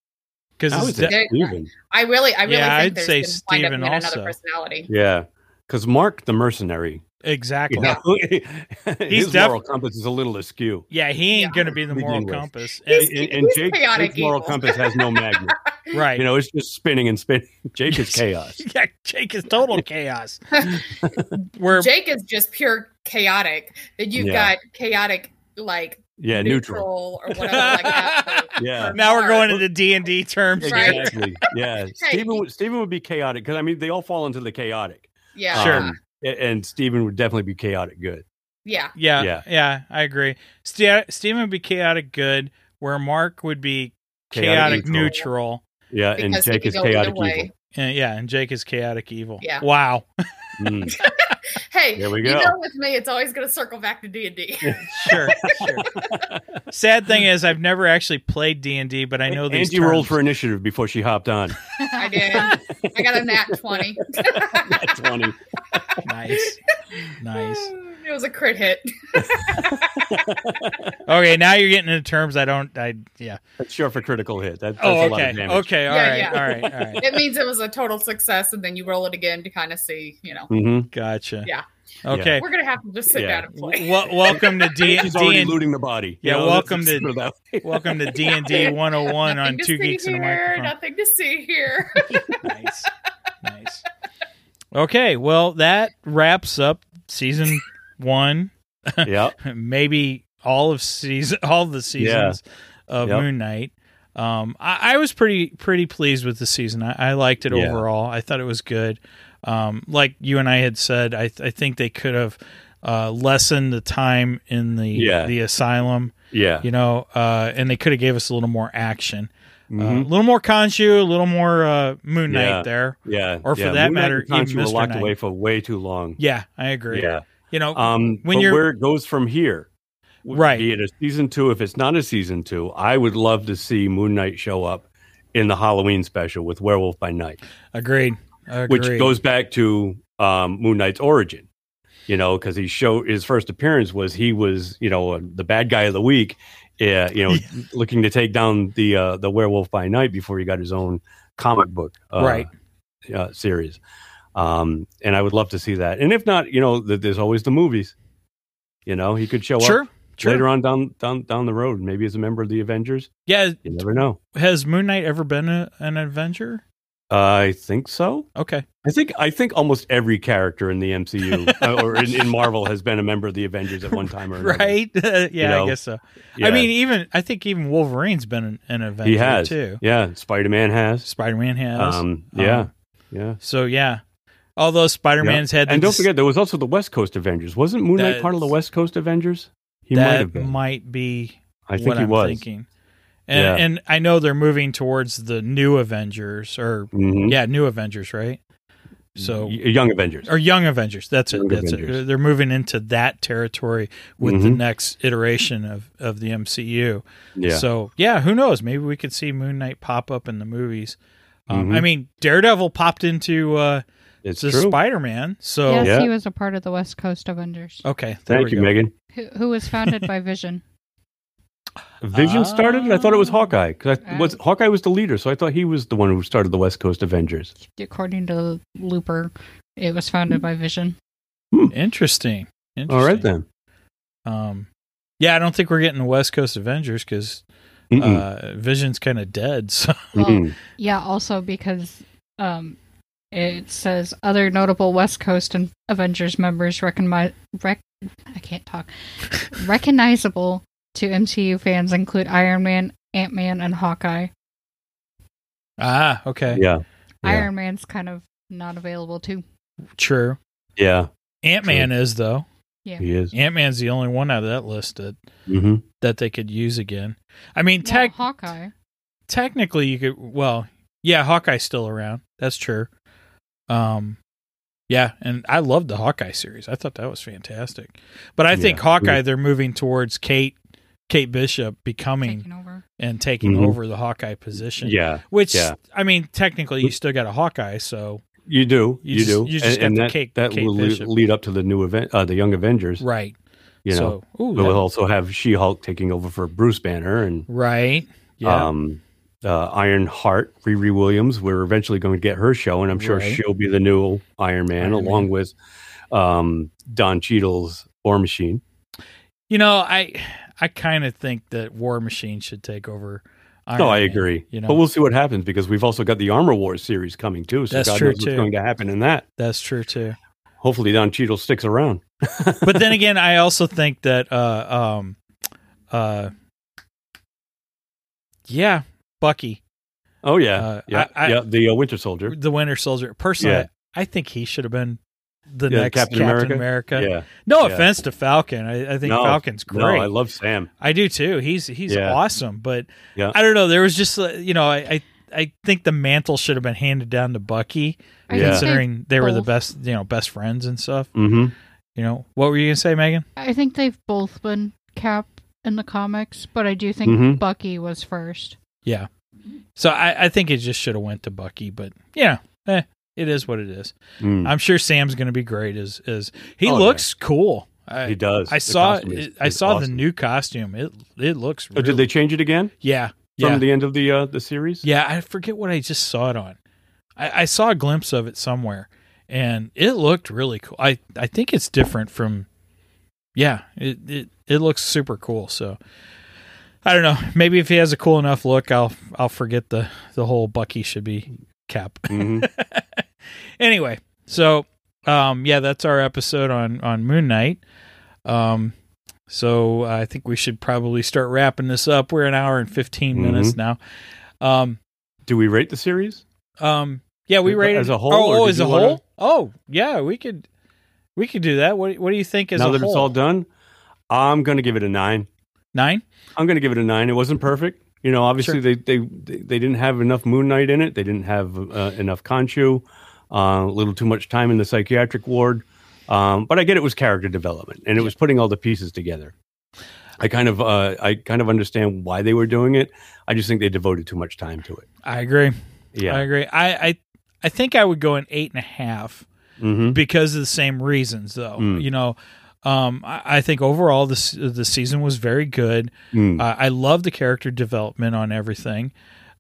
[SPEAKER 2] Because
[SPEAKER 3] I would
[SPEAKER 2] it's
[SPEAKER 3] say
[SPEAKER 2] de-
[SPEAKER 6] that-
[SPEAKER 3] Steven.
[SPEAKER 6] I really, I really
[SPEAKER 2] Yeah,
[SPEAKER 6] think
[SPEAKER 2] I'd
[SPEAKER 6] there's
[SPEAKER 2] say
[SPEAKER 6] gonna wind up
[SPEAKER 2] Steven
[SPEAKER 6] being
[SPEAKER 2] also.
[SPEAKER 6] another personality.
[SPEAKER 3] Yeah. Because Mark the mercenary, you
[SPEAKER 2] exactly. Yeah,
[SPEAKER 3] know, his
[SPEAKER 2] def-
[SPEAKER 3] moral compass is a little askew.
[SPEAKER 2] he ain't
[SPEAKER 6] Yeah.
[SPEAKER 2] going to be the
[SPEAKER 3] Begin
[SPEAKER 2] moral
[SPEAKER 3] with.
[SPEAKER 2] compass.
[SPEAKER 6] He's-
[SPEAKER 2] And-
[SPEAKER 3] and, and
[SPEAKER 6] he's
[SPEAKER 3] Jake,
[SPEAKER 6] chaotic
[SPEAKER 3] Jake's moral
[SPEAKER 6] evil.
[SPEAKER 3] compass has no magnet.
[SPEAKER 2] right.
[SPEAKER 3] you know, it's just spinning and spinning. Jake is chaos.
[SPEAKER 2] yeah, Jake is total chaos. Where
[SPEAKER 6] Jake is just pure chaotic. Then you've
[SPEAKER 3] Yeah.
[SPEAKER 6] got chaotic, like
[SPEAKER 3] Yeah, neutral.
[SPEAKER 6] or whatever. like that for-
[SPEAKER 3] Yeah.
[SPEAKER 6] for
[SPEAKER 2] now we're
[SPEAKER 6] Mark.
[SPEAKER 2] going into D and D terms.
[SPEAKER 6] Right.
[SPEAKER 2] here.
[SPEAKER 3] Exactly. Yeah. Stephen would Stephen would be chaotic because I mean they all fall into the chaotic.
[SPEAKER 6] Yeah, Uh,
[SPEAKER 2] Sure.
[SPEAKER 3] Um, a- and Stephen would definitely be chaotic good.
[SPEAKER 6] yeah,
[SPEAKER 2] Yeah, yeah,
[SPEAKER 3] Yeah.
[SPEAKER 2] I agree. Ste- Steven would be chaotic good, where Mark would be chaotic,
[SPEAKER 3] Chaotic
[SPEAKER 2] neutral.
[SPEAKER 3] Yeah, and
[SPEAKER 6] Because he
[SPEAKER 3] Jake
[SPEAKER 6] could
[SPEAKER 3] is
[SPEAKER 6] go either
[SPEAKER 3] chaotic
[SPEAKER 6] way.
[SPEAKER 3] evil.
[SPEAKER 2] And yeah, and Jake is chaotic evil.
[SPEAKER 6] Yeah.
[SPEAKER 2] Wow.
[SPEAKER 3] Mm.
[SPEAKER 6] Hey, say,
[SPEAKER 3] There we
[SPEAKER 6] you
[SPEAKER 3] go.
[SPEAKER 6] know, with me, it's always going to circle back to D and D.
[SPEAKER 2] Sure, sure. Sad thing is, I've never actually played D and D, but I know these.
[SPEAKER 3] Angie rolled
[SPEAKER 2] terms.
[SPEAKER 3] for initiative before she hopped on.
[SPEAKER 6] I did. I got a nat twenty.
[SPEAKER 3] That's funny.
[SPEAKER 2] nice, nice.
[SPEAKER 6] It was a crit hit.
[SPEAKER 2] Okay, now you're getting into terms I don't. I yeah.
[SPEAKER 3] That's sure for critical hit. That, that's
[SPEAKER 2] Oh,
[SPEAKER 3] a lot
[SPEAKER 2] okay,
[SPEAKER 3] of damage.
[SPEAKER 2] okay, all
[SPEAKER 6] Yeah,
[SPEAKER 2] right,
[SPEAKER 6] yeah.
[SPEAKER 2] all right, all right.
[SPEAKER 6] It means it was a total success, and then you roll it again to kind of see, you know.
[SPEAKER 3] Mm-hmm.
[SPEAKER 2] Gotcha.
[SPEAKER 6] Yeah.
[SPEAKER 2] Okay.
[SPEAKER 6] We're gonna have to just sit
[SPEAKER 3] Yeah.
[SPEAKER 6] down and play.
[SPEAKER 2] W- wel- welcome to D
[SPEAKER 3] She's already
[SPEAKER 2] and
[SPEAKER 3] looting the body.
[SPEAKER 2] Yeah,
[SPEAKER 3] that's-
[SPEAKER 2] welcome to-
[SPEAKER 3] put it that way.
[SPEAKER 2] welcome to D and D 101 on
[SPEAKER 6] Nothing to
[SPEAKER 2] Two
[SPEAKER 6] see
[SPEAKER 2] Geeks and a
[SPEAKER 6] here,
[SPEAKER 2] Microphone.
[SPEAKER 6] Nothing to see here.
[SPEAKER 2] nice. Nice. Okay, well that wraps up season 1,
[SPEAKER 3] yeah.
[SPEAKER 2] maybe all of season all the seasons of
[SPEAKER 3] Yep.
[SPEAKER 2] Moon Knight. Um I, I was pretty pretty pleased with the season. I, I liked it
[SPEAKER 3] Yeah.
[SPEAKER 2] overall. I thought it was good. Um like you and I had said, I I think they could have uh, lessened the time in the
[SPEAKER 3] Yeah.
[SPEAKER 2] the asylum,
[SPEAKER 3] Yeah.
[SPEAKER 2] you know, uh, and they could have gave us a little more action, Uh,
[SPEAKER 3] Mhm.
[SPEAKER 2] a little more Kanju, a little more uh, Moon Knight
[SPEAKER 3] Yeah.
[SPEAKER 2] there.
[SPEAKER 3] Yeah.
[SPEAKER 2] Or for
[SPEAKER 3] yeah.
[SPEAKER 2] that
[SPEAKER 3] Moon Knight
[SPEAKER 2] matter,
[SPEAKER 3] and Conchu
[SPEAKER 2] even
[SPEAKER 3] were
[SPEAKER 2] Mr.
[SPEAKER 3] locked
[SPEAKER 2] Knight.
[SPEAKER 3] away for way too long.
[SPEAKER 2] Yeah, I agree.
[SPEAKER 3] Yeah.
[SPEAKER 2] You know,
[SPEAKER 3] Um,
[SPEAKER 2] When
[SPEAKER 3] but
[SPEAKER 2] you're-
[SPEAKER 3] where it goes from here, would
[SPEAKER 2] Right.
[SPEAKER 3] Be it a season two. If it's not a season two, I would love to see Moon Knight show up in the Halloween special with Werewolf by Night,
[SPEAKER 2] agreed. Agreed.
[SPEAKER 3] which goes back to um, Moon Knight's origin. You know, because he show his first appearance was he was you know uh, the bad guy of the week. Uh, you know,
[SPEAKER 2] Yeah.
[SPEAKER 3] looking to take down the uh, the Werewolf by Night before he got his own comic book uh,
[SPEAKER 2] Right.
[SPEAKER 3] uh, series. Um, and I would love to see that. And if not, you know, th- there's always the movies. You know, he could show up
[SPEAKER 2] sure. Sure.
[SPEAKER 3] later on down down down the road, maybe as a member of the Avengers.
[SPEAKER 2] Yeah.
[SPEAKER 3] You never know.
[SPEAKER 2] Has Moon Knight ever been a, an Avenger?
[SPEAKER 3] I think so.
[SPEAKER 2] Okay.
[SPEAKER 3] I think I think almost every character in the MCU uh, or in, in Marvel has been a member of the Avengers at one time or another.
[SPEAKER 2] Right. yeah,
[SPEAKER 3] know,
[SPEAKER 2] I guess so.
[SPEAKER 3] Yeah.
[SPEAKER 2] I mean, even I think even Wolverine's been an, an Avenger
[SPEAKER 3] he has.
[SPEAKER 2] too.
[SPEAKER 3] Yeah, Spider Man has.
[SPEAKER 2] Spider Man has.
[SPEAKER 3] Um,
[SPEAKER 2] Um,
[SPEAKER 3] yeah, yeah.
[SPEAKER 2] so yeah. Although Spider Man's had the
[SPEAKER 3] And don't
[SPEAKER 2] dis-
[SPEAKER 3] forget, there was also the West Coast Avengers. Wasn't Moon Knight part of the
[SPEAKER 2] That's-
[SPEAKER 3] West Coast Avengers? He might
[SPEAKER 2] that
[SPEAKER 3] have been.
[SPEAKER 2] might be
[SPEAKER 3] I think
[SPEAKER 2] what
[SPEAKER 3] he
[SPEAKER 2] I'm
[SPEAKER 3] was.
[SPEAKER 2] thinking. And
[SPEAKER 3] Yeah.
[SPEAKER 2] and I know they're moving towards the new Avengers or
[SPEAKER 3] Mhm.
[SPEAKER 2] yeah, new Avengers, right? So
[SPEAKER 3] Y- Young Avengers.
[SPEAKER 2] or Young Avengers. That's it.
[SPEAKER 3] Young
[SPEAKER 2] That's
[SPEAKER 3] Avengers.
[SPEAKER 2] it. They're moving into that territory with the
[SPEAKER 3] Mhm.
[SPEAKER 2] next iteration of of the MCU.
[SPEAKER 3] Yeah.
[SPEAKER 2] So yeah, who knows? Maybe we could see Moon Knight pop up in the movies. Um,
[SPEAKER 3] Mhm.
[SPEAKER 2] I mean, Daredevil popped into uh,
[SPEAKER 3] it's
[SPEAKER 2] to
[SPEAKER 3] true.
[SPEAKER 2] Spider Man. So
[SPEAKER 5] yes,
[SPEAKER 3] Yeah.
[SPEAKER 5] he was a part of the West Coast Avengers,
[SPEAKER 2] okay, there
[SPEAKER 3] Thank
[SPEAKER 2] we
[SPEAKER 3] you,
[SPEAKER 2] go.
[SPEAKER 3] Megan.
[SPEAKER 5] who, who was founded by Vision.
[SPEAKER 3] Vision started it? I thought it was
[SPEAKER 2] Ah.
[SPEAKER 3] Hawkeye because
[SPEAKER 5] Ah.
[SPEAKER 3] was Hawkeye was the leader, so I thought he was the one who started the West Coast Avengers.
[SPEAKER 5] According to Looper, it was founded by Vision.
[SPEAKER 2] Interesting. Interesting.
[SPEAKER 3] All right then.
[SPEAKER 2] Um, yeah, I don't think we're getting the West Coast Avengers because
[SPEAKER 3] Mm-mm.
[SPEAKER 2] uh, Vision's kind of dead. So
[SPEAKER 5] well,
[SPEAKER 3] Mm-mm.
[SPEAKER 5] Yeah, also because um, it says other notable West Coast and Avengers members recognize rec- I can't talk recognizable to MCU fans include Iron Man, Ant Man, and Hawkeye.
[SPEAKER 2] ah, okay,
[SPEAKER 3] Yeah. Yeah.
[SPEAKER 5] Iron Man's kind of not available too.
[SPEAKER 2] true.
[SPEAKER 3] Yeah.
[SPEAKER 2] Ant Man is though.
[SPEAKER 5] Yeah.
[SPEAKER 3] He is.
[SPEAKER 2] Ant Man's the only one out of that list that
[SPEAKER 3] hmm
[SPEAKER 2] that they could use again. I mean,
[SPEAKER 5] Well,
[SPEAKER 2] tech
[SPEAKER 5] Hawkeye.
[SPEAKER 2] technically you could. Well, yeah, Hawkeye's still around. That's true. Um, yeah, and I loved the Hawkeye series. I thought that was fantastic. But I think
[SPEAKER 3] Yeah.
[SPEAKER 2] Hawkeye, they're moving towards Kate Kate Bishop becoming
[SPEAKER 5] taking over.
[SPEAKER 2] and taking
[SPEAKER 3] Mhm.
[SPEAKER 2] over the Hawkeye position.
[SPEAKER 3] Yeah.
[SPEAKER 2] Which
[SPEAKER 3] Yeah.
[SPEAKER 2] I mean, technically, you still got a Hawkeye, so
[SPEAKER 3] You do.
[SPEAKER 2] You
[SPEAKER 3] You,
[SPEAKER 2] just-
[SPEAKER 3] do.
[SPEAKER 2] you just
[SPEAKER 3] and, and
[SPEAKER 2] got the
[SPEAKER 3] that,
[SPEAKER 2] Kate-
[SPEAKER 3] that
[SPEAKER 2] Kate
[SPEAKER 3] will le-
[SPEAKER 2] Bishop.
[SPEAKER 3] lead up to the new event, uh, the Young Avengers.
[SPEAKER 2] right.
[SPEAKER 3] You know.
[SPEAKER 2] so ooh,
[SPEAKER 3] But
[SPEAKER 2] that-
[SPEAKER 3] we'll also have She-Hulk taking over for Bruce Banner and
[SPEAKER 2] right. Yeah,
[SPEAKER 3] um, uh, Iron Heart, Riri Williams. We're eventually going to get her show, and I'm sure
[SPEAKER 2] Right.
[SPEAKER 3] she'll be the new Iron Man,
[SPEAKER 2] Iron
[SPEAKER 3] along
[SPEAKER 2] Man.
[SPEAKER 3] with um, Don Cheadle's War Machine.
[SPEAKER 2] you know, I I kind of think that War Machine should take over. Iron
[SPEAKER 3] no, I
[SPEAKER 2] Man,
[SPEAKER 3] agree.
[SPEAKER 2] You know,
[SPEAKER 3] But we'll see what happens because we've also got the Armor Wars series coming too. So
[SPEAKER 2] That's
[SPEAKER 3] God
[SPEAKER 2] true,
[SPEAKER 3] knows
[SPEAKER 2] too.
[SPEAKER 3] what's going to happen in that.
[SPEAKER 2] that's true too.
[SPEAKER 3] Hopefully, Don Cheadle sticks around.
[SPEAKER 2] but then again, I also think that uh um uh yeah, Bucky,
[SPEAKER 3] Oh yeah,
[SPEAKER 2] Uh,
[SPEAKER 3] yeah,
[SPEAKER 2] I- I-
[SPEAKER 3] yeah. The uh, Winter Soldier.
[SPEAKER 2] the Winter Soldier. Personally,
[SPEAKER 3] Yeah.
[SPEAKER 2] I think he should have been the
[SPEAKER 3] Yeah,
[SPEAKER 2] next Captain,
[SPEAKER 3] Captain
[SPEAKER 2] America.
[SPEAKER 3] America? Yeah.
[SPEAKER 2] No
[SPEAKER 3] Yeah.
[SPEAKER 2] offense to Falcon, I, I think
[SPEAKER 3] No,
[SPEAKER 2] Falcon's
[SPEAKER 3] No,
[SPEAKER 2] great.
[SPEAKER 3] I love Sam.
[SPEAKER 2] I do too. He's he's
[SPEAKER 3] Yeah.
[SPEAKER 2] awesome, but
[SPEAKER 3] Yeah.
[SPEAKER 2] I don't know. There was just uh, you know I. I I think the mantle should have been handed down to Bucky,
[SPEAKER 5] I
[SPEAKER 3] Yeah.
[SPEAKER 5] think they-
[SPEAKER 2] considering they were the
[SPEAKER 5] both-
[SPEAKER 2] best, you know, best friends and stuff.
[SPEAKER 3] Mm-hmm.
[SPEAKER 2] You know, what were you gonna say, Megan?
[SPEAKER 5] I think they've both been Cap in the comics, but I do think
[SPEAKER 3] Mhm.
[SPEAKER 5] Bucky was first.
[SPEAKER 2] Yeah. So I, I think it just should have went to Bucky, but yeah, eh, it is what it is.
[SPEAKER 3] Mm,
[SPEAKER 2] I'm sure Sam's gonna be great. As as he
[SPEAKER 3] Oh, yeah.
[SPEAKER 2] looks cool. I,
[SPEAKER 3] he does.
[SPEAKER 2] I
[SPEAKER 3] The
[SPEAKER 2] saw
[SPEAKER 3] costume is-
[SPEAKER 2] it, I
[SPEAKER 3] is
[SPEAKER 2] saw the
[SPEAKER 3] awesome.
[SPEAKER 2] new costume. It it looks.
[SPEAKER 3] Oh,
[SPEAKER 2] Really,
[SPEAKER 3] did they change it again
[SPEAKER 2] Yeah.
[SPEAKER 3] from
[SPEAKER 2] Yeah.
[SPEAKER 3] the end of the uh, the series?
[SPEAKER 2] yeah. I forget what I just saw it on. I, I saw a glimpse of it somewhere, and it looked really cool. I I think it's different from. Yeah. It it it looks super cool. So. I don't know. Maybe if he has a cool enough look, I'll I'll forget the the whole Bucky should be Cap.
[SPEAKER 3] Mhm.
[SPEAKER 2] anyway, so um, yeah, that's our episode on on Moon Knight. Um, so I think we should probably start wrapping this up. We're an hour and 15 minutes now. Um,
[SPEAKER 3] Do we rate the series?
[SPEAKER 2] um, yeah, we
[SPEAKER 3] As a-
[SPEAKER 2] rated
[SPEAKER 3] as a whole,
[SPEAKER 2] Oh,
[SPEAKER 3] or
[SPEAKER 2] oh,
[SPEAKER 3] did
[SPEAKER 2] as a
[SPEAKER 3] you wanna-
[SPEAKER 2] whole. Oh, yeah, we could we could do that. What What do you think? As
[SPEAKER 3] now
[SPEAKER 2] a
[SPEAKER 3] that
[SPEAKER 2] whole,
[SPEAKER 3] it's all done, I'm going to give it a nine.
[SPEAKER 2] nine.
[SPEAKER 3] I'm going to give it a nine. It wasn't perfect. You know, obviously they, they they they didn't have enough Moon Knight in it. They didn't have uh, enough Conchu. Uh, a little too much time in the psychiatric ward. Um, but I get it was character development, and it was putting all the pieces together. I kind of uh, I kind of understand why they were doing it. I just think they devoted too much time to it.
[SPEAKER 2] I agree. I
[SPEAKER 3] Yeah.
[SPEAKER 2] agree. I, I I think I would go an eight and a half.
[SPEAKER 3] hmm
[SPEAKER 2] because of the same reasons though
[SPEAKER 3] Mm.
[SPEAKER 2] you know um, I, I think overall this the season was very good
[SPEAKER 3] Mm.
[SPEAKER 2] I i love the character development on everything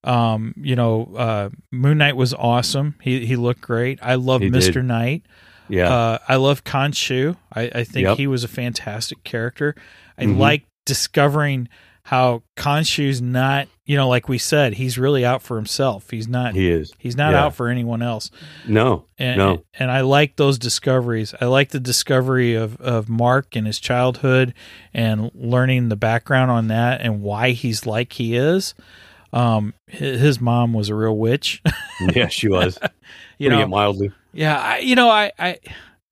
[SPEAKER 2] um, you know uh, moon knight was awesome he, he looked great i love
[SPEAKER 3] He
[SPEAKER 2] mr
[SPEAKER 3] did.
[SPEAKER 2] knight
[SPEAKER 3] Yeah.
[SPEAKER 2] uh, i love Khonshu. i, I think
[SPEAKER 3] Yep.
[SPEAKER 2] he was a fantastic character i
[SPEAKER 3] Mhm.
[SPEAKER 2] like discovering how Khonshu's not you know like we said he's really out for himself he's not
[SPEAKER 3] he is.
[SPEAKER 2] he's not
[SPEAKER 3] yeah.
[SPEAKER 2] out for anyone else
[SPEAKER 3] No.
[SPEAKER 2] and,
[SPEAKER 3] no.
[SPEAKER 2] and I like those discoveries. I like the discovery of, of Mark and his childhood and learning the background on that and why he's like he is. Um, his, his mom was a real witch,
[SPEAKER 3] Yeah, she was.
[SPEAKER 2] you
[SPEAKER 3] Putting it
[SPEAKER 2] know.
[SPEAKER 3] mildly.
[SPEAKER 2] Yeah, I, you know, I, I,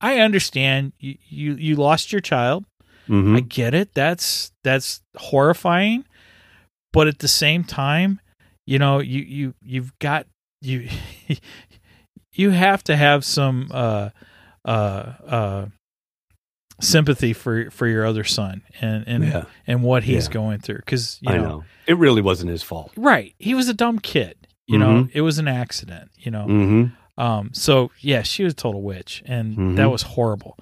[SPEAKER 2] I understand you, you, you lost your child.
[SPEAKER 3] hmm
[SPEAKER 2] I get it. That's that's horrifying. But at the same time, you know, you you you've got you you have to have some uh uh uh sympathy for for your other son and and
[SPEAKER 3] Yeah.
[SPEAKER 2] and what he's
[SPEAKER 3] Yeah.
[SPEAKER 2] going through cuz you
[SPEAKER 3] I
[SPEAKER 2] know,
[SPEAKER 3] know. It really wasn't his fault.
[SPEAKER 2] right he was a dumb kid you know
[SPEAKER 3] Mm-hmm.
[SPEAKER 2] it was an accident you know
[SPEAKER 3] hmm
[SPEAKER 2] um, so yeah, she was a total witch, and
[SPEAKER 3] Mhm.
[SPEAKER 2] that was horrible.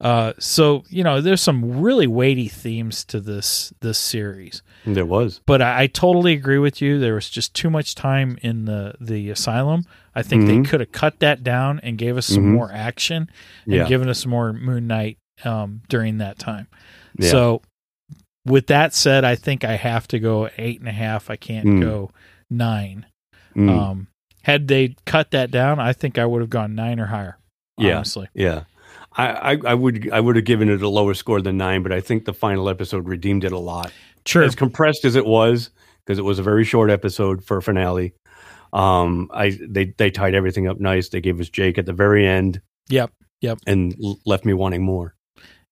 [SPEAKER 2] Uh, so you know, there's some really weighty themes to this this series,
[SPEAKER 3] There was.
[SPEAKER 2] but I, I totally agree with you. There was just too much time in the the asylum. I think
[SPEAKER 3] Mhm.
[SPEAKER 2] they could have cut that down and gave us some
[SPEAKER 3] Mhm.
[SPEAKER 2] more action and
[SPEAKER 3] Yeah.
[SPEAKER 2] given us some more Moon Knight um, during that time.
[SPEAKER 3] Yeah.
[SPEAKER 2] So, uh, with that said, I think I have to go eight and a half. I can't
[SPEAKER 3] Mm.
[SPEAKER 2] go nine.
[SPEAKER 3] Mm.
[SPEAKER 2] Um, had they cut that down, I think I would have gone nine or higher.
[SPEAKER 3] Yeah.
[SPEAKER 2] Honestly,
[SPEAKER 3] Yeah. I, I, I would I would have given it a lower score than nine, but I think the final episode redeemed it a lot.
[SPEAKER 2] true.
[SPEAKER 3] As compressed as it was, because it was a very short episode for a finale. Um, I they they tied everything up nice. They gave us Jake at the very end.
[SPEAKER 2] Yep, yep.
[SPEAKER 3] And l- left me wanting more.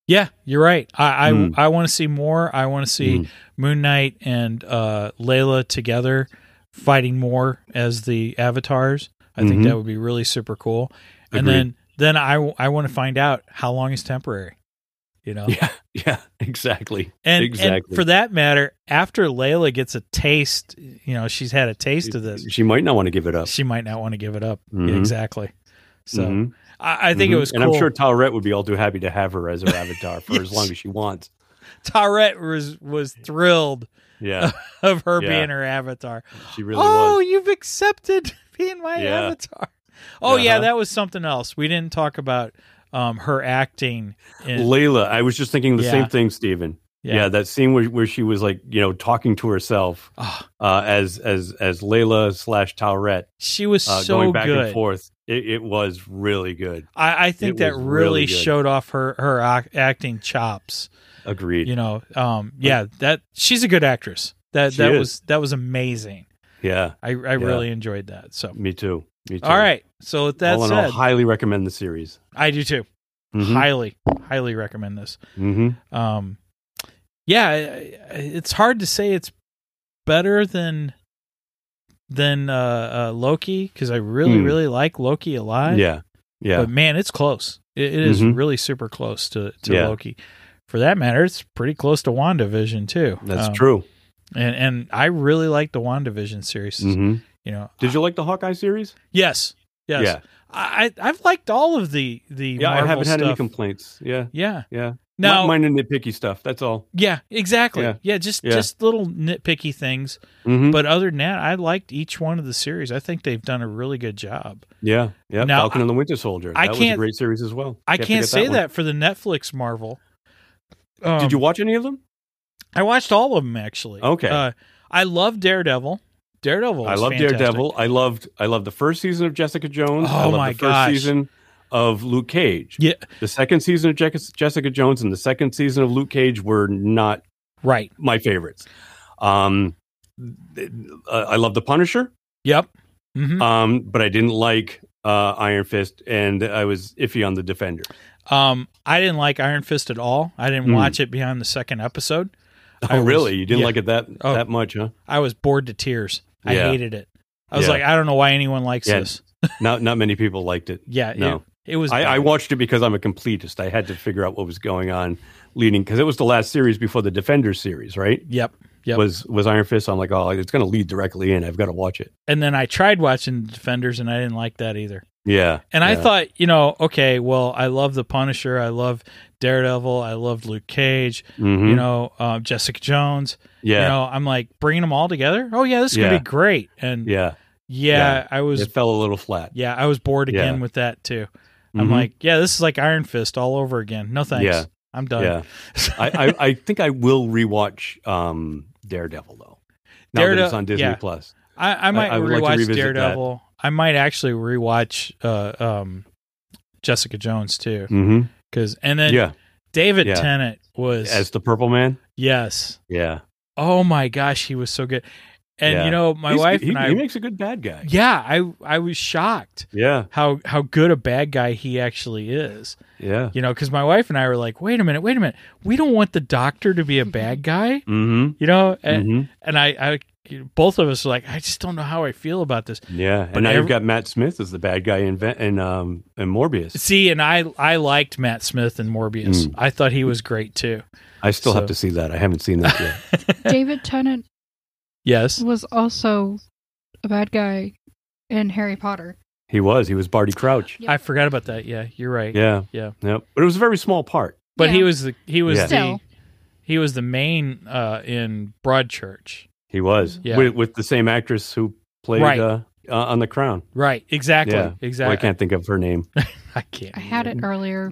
[SPEAKER 2] Yeah, you're right. I I,
[SPEAKER 3] Mm.
[SPEAKER 2] I want to see more. I want to see
[SPEAKER 3] Mm.
[SPEAKER 2] Moon Knight and uh, Layla together fighting more as the avatars. I think
[SPEAKER 3] Mhm.
[SPEAKER 2] that would be really super cool. And
[SPEAKER 3] Agreed.
[SPEAKER 2] then then I want to find out how long is temporary. You know,
[SPEAKER 3] Yeah, yeah, exactly.
[SPEAKER 2] and, and
[SPEAKER 3] exactly.
[SPEAKER 2] for that matter, after Layla gets a taste, you know, she's had a taste of this.
[SPEAKER 3] She might not want to give it up.
[SPEAKER 2] She might not want to give it up. Yeah,
[SPEAKER 3] Mhm.
[SPEAKER 2] exactly. So.
[SPEAKER 3] Mhm.
[SPEAKER 2] I, I think it
[SPEAKER 3] Mhm.
[SPEAKER 2] was cool.
[SPEAKER 3] and I'm sure Talrette would be all too happy to have her as her avatar for as
[SPEAKER 2] Yes.
[SPEAKER 3] long as she wants.
[SPEAKER 2] Tarette was was thrilled
[SPEAKER 3] Yeah,
[SPEAKER 2] of her
[SPEAKER 3] Yeah.
[SPEAKER 2] being her avatar.
[SPEAKER 3] she really
[SPEAKER 2] oh,
[SPEAKER 3] was.
[SPEAKER 2] you've accepted being my
[SPEAKER 3] Yeah.
[SPEAKER 2] avatar. Oh yeah,
[SPEAKER 3] Uh-huh.
[SPEAKER 2] that was something else. We didn't talk about um, her acting. In,
[SPEAKER 3] Layla, I was just thinking the
[SPEAKER 2] Yeah.
[SPEAKER 3] same thing, Stephen. Yeah. that scene where, where she was like, you know, talking to herself
[SPEAKER 2] Ah,
[SPEAKER 3] uh, as as as Layla slash Talrette,
[SPEAKER 2] she was
[SPEAKER 3] uh,
[SPEAKER 2] so
[SPEAKER 3] going back and
[SPEAKER 2] good.
[SPEAKER 3] forth. It, it was really good.
[SPEAKER 2] I, I think
[SPEAKER 3] It
[SPEAKER 2] that
[SPEAKER 3] was
[SPEAKER 2] really,
[SPEAKER 3] really good.
[SPEAKER 2] showed off her her ac- acting chops.
[SPEAKER 3] Agreed.
[SPEAKER 2] You know, um, yeah, that she's a good actress. That
[SPEAKER 3] She
[SPEAKER 2] that
[SPEAKER 3] is.
[SPEAKER 2] was that was amazing.
[SPEAKER 3] Yeah,
[SPEAKER 2] I I really enjoyed that. So
[SPEAKER 3] me too. Me too.
[SPEAKER 2] all right. So with that
[SPEAKER 3] all in all,
[SPEAKER 2] said,
[SPEAKER 3] highly recommend the series.
[SPEAKER 2] I do too.
[SPEAKER 3] Mhm.
[SPEAKER 2] highly highly recommend this
[SPEAKER 3] Mhm.
[SPEAKER 2] um yeah I- I- it's hard to say it's better than than uh, uh loki because i really
[SPEAKER 3] Hmm.
[SPEAKER 2] really like loki a lot
[SPEAKER 3] Yeah, yeah.
[SPEAKER 2] but man it's close It, it is
[SPEAKER 3] Mhm.
[SPEAKER 2] really super close to, to
[SPEAKER 3] Yeah.
[SPEAKER 2] Loki. For that matter, it's pretty close to WandaVision too.
[SPEAKER 3] That's
[SPEAKER 2] Um,
[SPEAKER 3] true.
[SPEAKER 2] And and I really like the WandaVision series.
[SPEAKER 3] hmm
[SPEAKER 2] You know,
[SPEAKER 3] Did you like the Hawkeye series?
[SPEAKER 2] yes, yes.
[SPEAKER 3] Yeah.
[SPEAKER 2] I I- I've liked all of the the
[SPEAKER 3] Yeah, I
[SPEAKER 2] Marvel
[SPEAKER 3] haven't had any
[SPEAKER 2] stuff.
[SPEAKER 3] complaints. Yeah.
[SPEAKER 2] Yeah,
[SPEAKER 3] Yeah.
[SPEAKER 2] now
[SPEAKER 3] Mind the nitpicky stuff. That's all.
[SPEAKER 2] yeah, exactly. Yeah,
[SPEAKER 3] Yeah.
[SPEAKER 2] just
[SPEAKER 3] Yeah.
[SPEAKER 2] just little nitpicky things.
[SPEAKER 3] Mhm.
[SPEAKER 2] But other than that, I liked each one of the series. I think they've done a really good job.
[SPEAKER 3] yeah. Yeah.
[SPEAKER 2] Now,
[SPEAKER 3] Falcon and the Winter Soldier.
[SPEAKER 2] I
[SPEAKER 3] that was a
[SPEAKER 2] can't-
[SPEAKER 3] great series as well.
[SPEAKER 2] I
[SPEAKER 3] Can't
[SPEAKER 2] can't
[SPEAKER 3] forget
[SPEAKER 2] say
[SPEAKER 3] one.
[SPEAKER 2] that, for the Netflix Marvel. Um,
[SPEAKER 3] Did you watch any of them?
[SPEAKER 2] I watched all of them actually.
[SPEAKER 3] Okay.
[SPEAKER 2] Uh, I love Daredevil. Daredevil.
[SPEAKER 3] I
[SPEAKER 2] is
[SPEAKER 3] love
[SPEAKER 2] fantastic.
[SPEAKER 3] Daredevil. I loved I loved the first season of Jessica Jones.
[SPEAKER 2] Oh
[SPEAKER 3] I loved
[SPEAKER 2] my
[SPEAKER 3] the first
[SPEAKER 2] gosh.
[SPEAKER 3] season of Luke Cage.
[SPEAKER 2] Yeah.
[SPEAKER 3] The second season of Jec- Jessica Jones and the second season of Luke Cage were not
[SPEAKER 2] Right.
[SPEAKER 3] my favorites. Um th- uh, I love The Punisher,
[SPEAKER 2] Yep. hmm
[SPEAKER 3] um, but I didn't like uh, Iron Fist, and I was iffy on the Defender.
[SPEAKER 2] Um, I didn't like Iron Fist at all. I didn't
[SPEAKER 3] Hmm.
[SPEAKER 2] watch it beyond the second episode.
[SPEAKER 3] Oh,
[SPEAKER 2] I was-
[SPEAKER 3] really? You didn't
[SPEAKER 2] yeah.
[SPEAKER 3] like it that
[SPEAKER 2] Oh.
[SPEAKER 3] that much, huh?
[SPEAKER 2] I was bored to tears. I
[SPEAKER 3] Yeah.
[SPEAKER 2] hated it. I was
[SPEAKER 3] Yeah.
[SPEAKER 2] like, I don't know why anyone likes
[SPEAKER 3] Yeah.
[SPEAKER 2] this.
[SPEAKER 3] Not not many people liked it.
[SPEAKER 2] Yeah.
[SPEAKER 3] No.
[SPEAKER 2] It, it was.
[SPEAKER 3] I, I
[SPEAKER 2] bad.
[SPEAKER 3] watched it because I'm a completist. I had to figure out what was going on leading because it was the last series before the Defender series, right?
[SPEAKER 2] Yep. Yep.
[SPEAKER 3] Was was Iron Fist? I'm like, oh, it's going to lead directly in. I've got to watch it.
[SPEAKER 2] And then I tried watching the Defenders, and I didn't like that either.
[SPEAKER 3] Yeah,
[SPEAKER 2] And I
[SPEAKER 3] yeah.
[SPEAKER 2] thought, you know, okay, well, I love the Punisher. I love Daredevil. I love Luke Cage.
[SPEAKER 3] Mhm.
[SPEAKER 2] You know, um, Jessica Jones.
[SPEAKER 3] yeah,
[SPEAKER 2] you know i'm like bringing them all together oh yeah this is gonna
[SPEAKER 3] Yeah.
[SPEAKER 2] be great and yeah,
[SPEAKER 3] yeah,
[SPEAKER 2] i was
[SPEAKER 3] it fell a little flat.
[SPEAKER 2] yeah i was bored again
[SPEAKER 3] Yeah.
[SPEAKER 2] with that too i'm
[SPEAKER 3] Mhm.
[SPEAKER 2] like yeah this is like iron fist all over again no thanks
[SPEAKER 3] Yeah.
[SPEAKER 2] i'm done
[SPEAKER 3] yeah. I, I I think I will rewatch um, Daredevil though. Now that it's
[SPEAKER 2] Darede-
[SPEAKER 3] on Disney
[SPEAKER 2] yeah.
[SPEAKER 3] Plus.
[SPEAKER 2] I, I might
[SPEAKER 3] I would like to
[SPEAKER 2] rewatch
[SPEAKER 3] revisit that.
[SPEAKER 2] daredevil i might actually rewatch uh um jessica jones too
[SPEAKER 3] Mm-hmm.
[SPEAKER 2] because and then
[SPEAKER 3] yeah,
[SPEAKER 2] david
[SPEAKER 3] Yeah.
[SPEAKER 2] tennant was
[SPEAKER 3] as the Purple Man.
[SPEAKER 2] yes
[SPEAKER 3] Yeah,
[SPEAKER 2] oh my gosh he was so good and
[SPEAKER 3] Yeah.
[SPEAKER 2] you know my
[SPEAKER 3] He's-
[SPEAKER 2] wife
[SPEAKER 3] He,
[SPEAKER 2] and i
[SPEAKER 3] he makes a good bad guy.
[SPEAKER 2] yeah i i was shocked
[SPEAKER 3] Yeah,
[SPEAKER 2] how how good a bad guy he actually is.
[SPEAKER 3] yeah.
[SPEAKER 2] You know, because my wife and I were like, wait a minute, wait a minute, we don't want the doctor to be a bad guy.
[SPEAKER 3] Mm-hmm.
[SPEAKER 2] You know, and,
[SPEAKER 3] mm-hmm.
[SPEAKER 2] and I, I, both of us were like, I just don't know how I feel about this.
[SPEAKER 3] Yeah,
[SPEAKER 2] But
[SPEAKER 3] and now
[SPEAKER 2] every-
[SPEAKER 3] you've got Matt Smith as the bad guy in Ven- in um in Morbius.
[SPEAKER 2] See, and I I liked Matt Smith and Morbius.
[SPEAKER 3] Mm.
[SPEAKER 2] I thought he was great too.
[SPEAKER 3] I still
[SPEAKER 2] So-
[SPEAKER 3] have to see that. I haven't seen that yet.
[SPEAKER 5] David Tennant
[SPEAKER 2] Yes,
[SPEAKER 5] was also a bad guy in Harry Potter.
[SPEAKER 3] he was he was Barty Crouch.
[SPEAKER 5] Yep.
[SPEAKER 2] I forgot about that. Yeah, you're right.
[SPEAKER 3] Yeah,
[SPEAKER 2] Yeah.
[SPEAKER 3] Yep. But it was a very small part.
[SPEAKER 2] But he
[SPEAKER 5] Yeah.
[SPEAKER 2] was the he was
[SPEAKER 3] Yeah.
[SPEAKER 2] the
[SPEAKER 5] Still.
[SPEAKER 2] he was the main uh, in Broadchurch.
[SPEAKER 3] He was
[SPEAKER 2] Yeah.
[SPEAKER 3] with, with the same actress who played
[SPEAKER 2] Right.
[SPEAKER 3] uh, uh, on The Crown.
[SPEAKER 2] Right. Exactly.
[SPEAKER 3] Yeah. Well,
[SPEAKER 2] Exactly.
[SPEAKER 3] I can't think of her name.
[SPEAKER 2] I can't.
[SPEAKER 5] I had it earlier.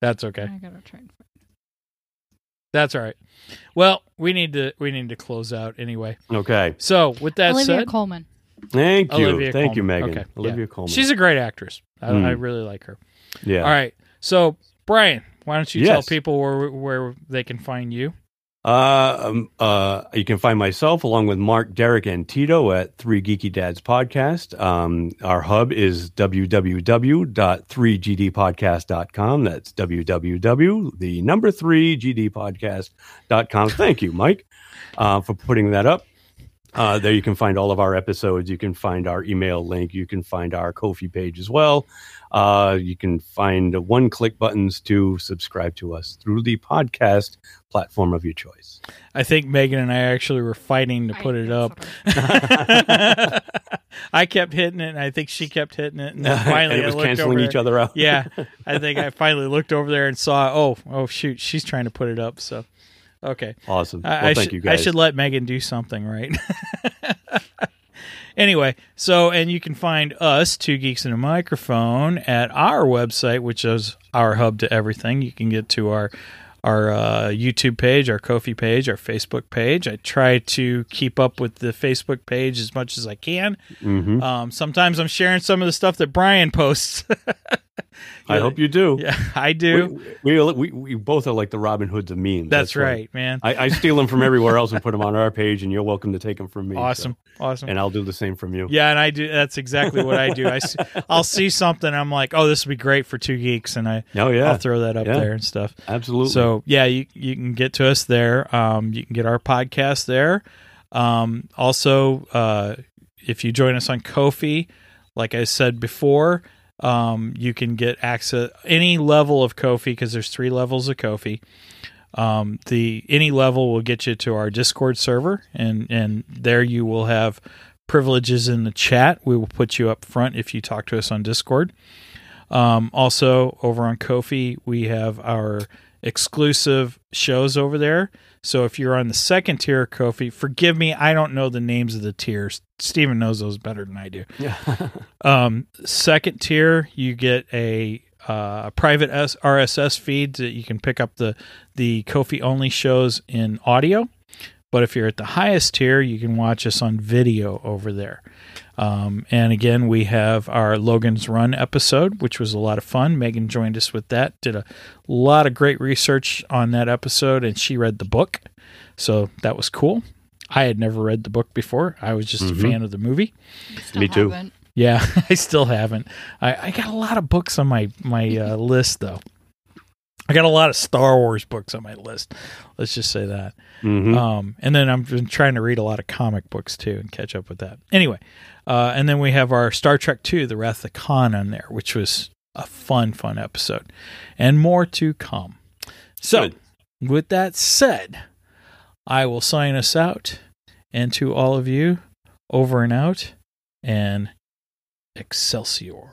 [SPEAKER 2] That's okay.
[SPEAKER 5] I gotta try. and-
[SPEAKER 2] That's all right. Well, we need to we need to close out anyway.
[SPEAKER 3] okay,
[SPEAKER 2] So with that
[SPEAKER 5] Olivia
[SPEAKER 2] said,
[SPEAKER 5] Coleman.
[SPEAKER 3] thank you,
[SPEAKER 2] Olivia
[SPEAKER 3] thank you,
[SPEAKER 2] Colman.
[SPEAKER 3] Megan.
[SPEAKER 2] Okay.
[SPEAKER 3] Olivia Colman.
[SPEAKER 2] she's a great actress. I,
[SPEAKER 3] Mm.
[SPEAKER 2] I really like her.
[SPEAKER 3] Oh yeah.
[SPEAKER 2] All right. So Brian, why don't you tell
[SPEAKER 3] Yes.
[SPEAKER 2] people where where they can find you?
[SPEAKER 3] Uh, um, uh, you can find myself along with Mark, Derek, and Tito at Three Geeky Dads Podcast. Um, our hub is www.3gdpodcast.com. That's www, the number three gdpodcast.com. Thank you, Mike, uh, for putting that up. Uh, there you can find all of our episodes. You can find our email link. You can find our Kofi page as well. Uh, you can find one click buttons to subscribe to us through the podcast platform of your choice.
[SPEAKER 2] I think Megan and I actually were fighting to
[SPEAKER 5] I-
[SPEAKER 2] put it
[SPEAKER 5] that's
[SPEAKER 2] up.
[SPEAKER 5] what I-
[SPEAKER 2] I kept hitting it, and I think she kept hitting it, and then finally
[SPEAKER 3] and it
[SPEAKER 2] I
[SPEAKER 3] was
[SPEAKER 2] looked
[SPEAKER 3] canceling
[SPEAKER 2] over
[SPEAKER 3] each
[SPEAKER 2] there.
[SPEAKER 3] other out.
[SPEAKER 2] Yeah, I think I finally looked over there and saw. Oh, oh shoot, she's trying to put it up. So, okay.
[SPEAKER 3] Awesome.
[SPEAKER 2] I,
[SPEAKER 3] well,
[SPEAKER 2] I
[SPEAKER 3] thank
[SPEAKER 2] should,
[SPEAKER 3] you guys.
[SPEAKER 2] I should let Megan do something, right? anyway, so, and you can find us, Two Geeks in a Microphone, at our website, which is our hub to everything. You can get to our our uh, YouTube page, our Kofi page, our Facebook page. I try to keep up with the Facebook page as much as I can.
[SPEAKER 3] Mhm.
[SPEAKER 2] Um, sometimes I'm sharing some of the stuff that Brian posts.
[SPEAKER 3] I hope you do.
[SPEAKER 2] yeah, I
[SPEAKER 3] We,
[SPEAKER 2] do.
[SPEAKER 3] we, we, we both are like the Robin Hoods of memes.
[SPEAKER 2] That's,
[SPEAKER 3] why.
[SPEAKER 2] right, man.
[SPEAKER 3] I, I steal them from everywhere else and put them on our page, and you're welcome to take them from me. so-
[SPEAKER 2] awesome, awesome.
[SPEAKER 3] And I'll do the same from you.
[SPEAKER 2] Yeah, and I do. That's exactly what I do. I see, I'll see something. I'm like, oh, this would be great for two geeks, and I
[SPEAKER 3] Oh, yeah.
[SPEAKER 2] I'll throw that up
[SPEAKER 3] Yeah.
[SPEAKER 2] there and stuff.
[SPEAKER 3] Absolutely.
[SPEAKER 2] So yeah, you you can get to us there. Um, you can get our podcast there. Um, also, uh, if you join us on Kofi, like I said before, Um, you can get access any level of Kofi because there's three levels of Kofi. Um, the any level will get you to our Discord server, and and there you will have privileges in the chat. We will put you up front if you talk to us on Discord. Um, also, over on Kofi, we have our exclusive shows over there. So if you're on the second tier, Kofi, forgive me, I don't know the names of the tiers. Steven knows those better than I do.
[SPEAKER 3] Yeah.
[SPEAKER 2] Um, second tier, you get a uh, private S- RSS feed that you can pick up the the Kofi only shows in audio. But if you're at the highest tier, you can watch us on video over there. Um, and again, we have our Logan's Run episode, which was a lot of fun. Megan joined us with that, did a lot of great research on that episode, and she read the book. So that was cool. I had never read the book before, I was just
[SPEAKER 3] Mhm.
[SPEAKER 2] a fan of the movie.
[SPEAKER 5] Still
[SPEAKER 3] Me too.
[SPEAKER 5] haven't.
[SPEAKER 2] Yeah, I still haven't. I, I got a lot of books on my my uh, list though. I got a lot of Star Wars books on my list. Let's just say that.
[SPEAKER 3] Mhm.
[SPEAKER 2] Um, and then I've been trying to read a lot of comic books too and catch up with that. Anyway, uh, and then we have our Star Trek II, The Wrath of Khan, on there, which was a fun, fun episode, and more to come. So,
[SPEAKER 3] Good.
[SPEAKER 2] with that said, I will sign us out, and to all of you, over and out, and Excelsior.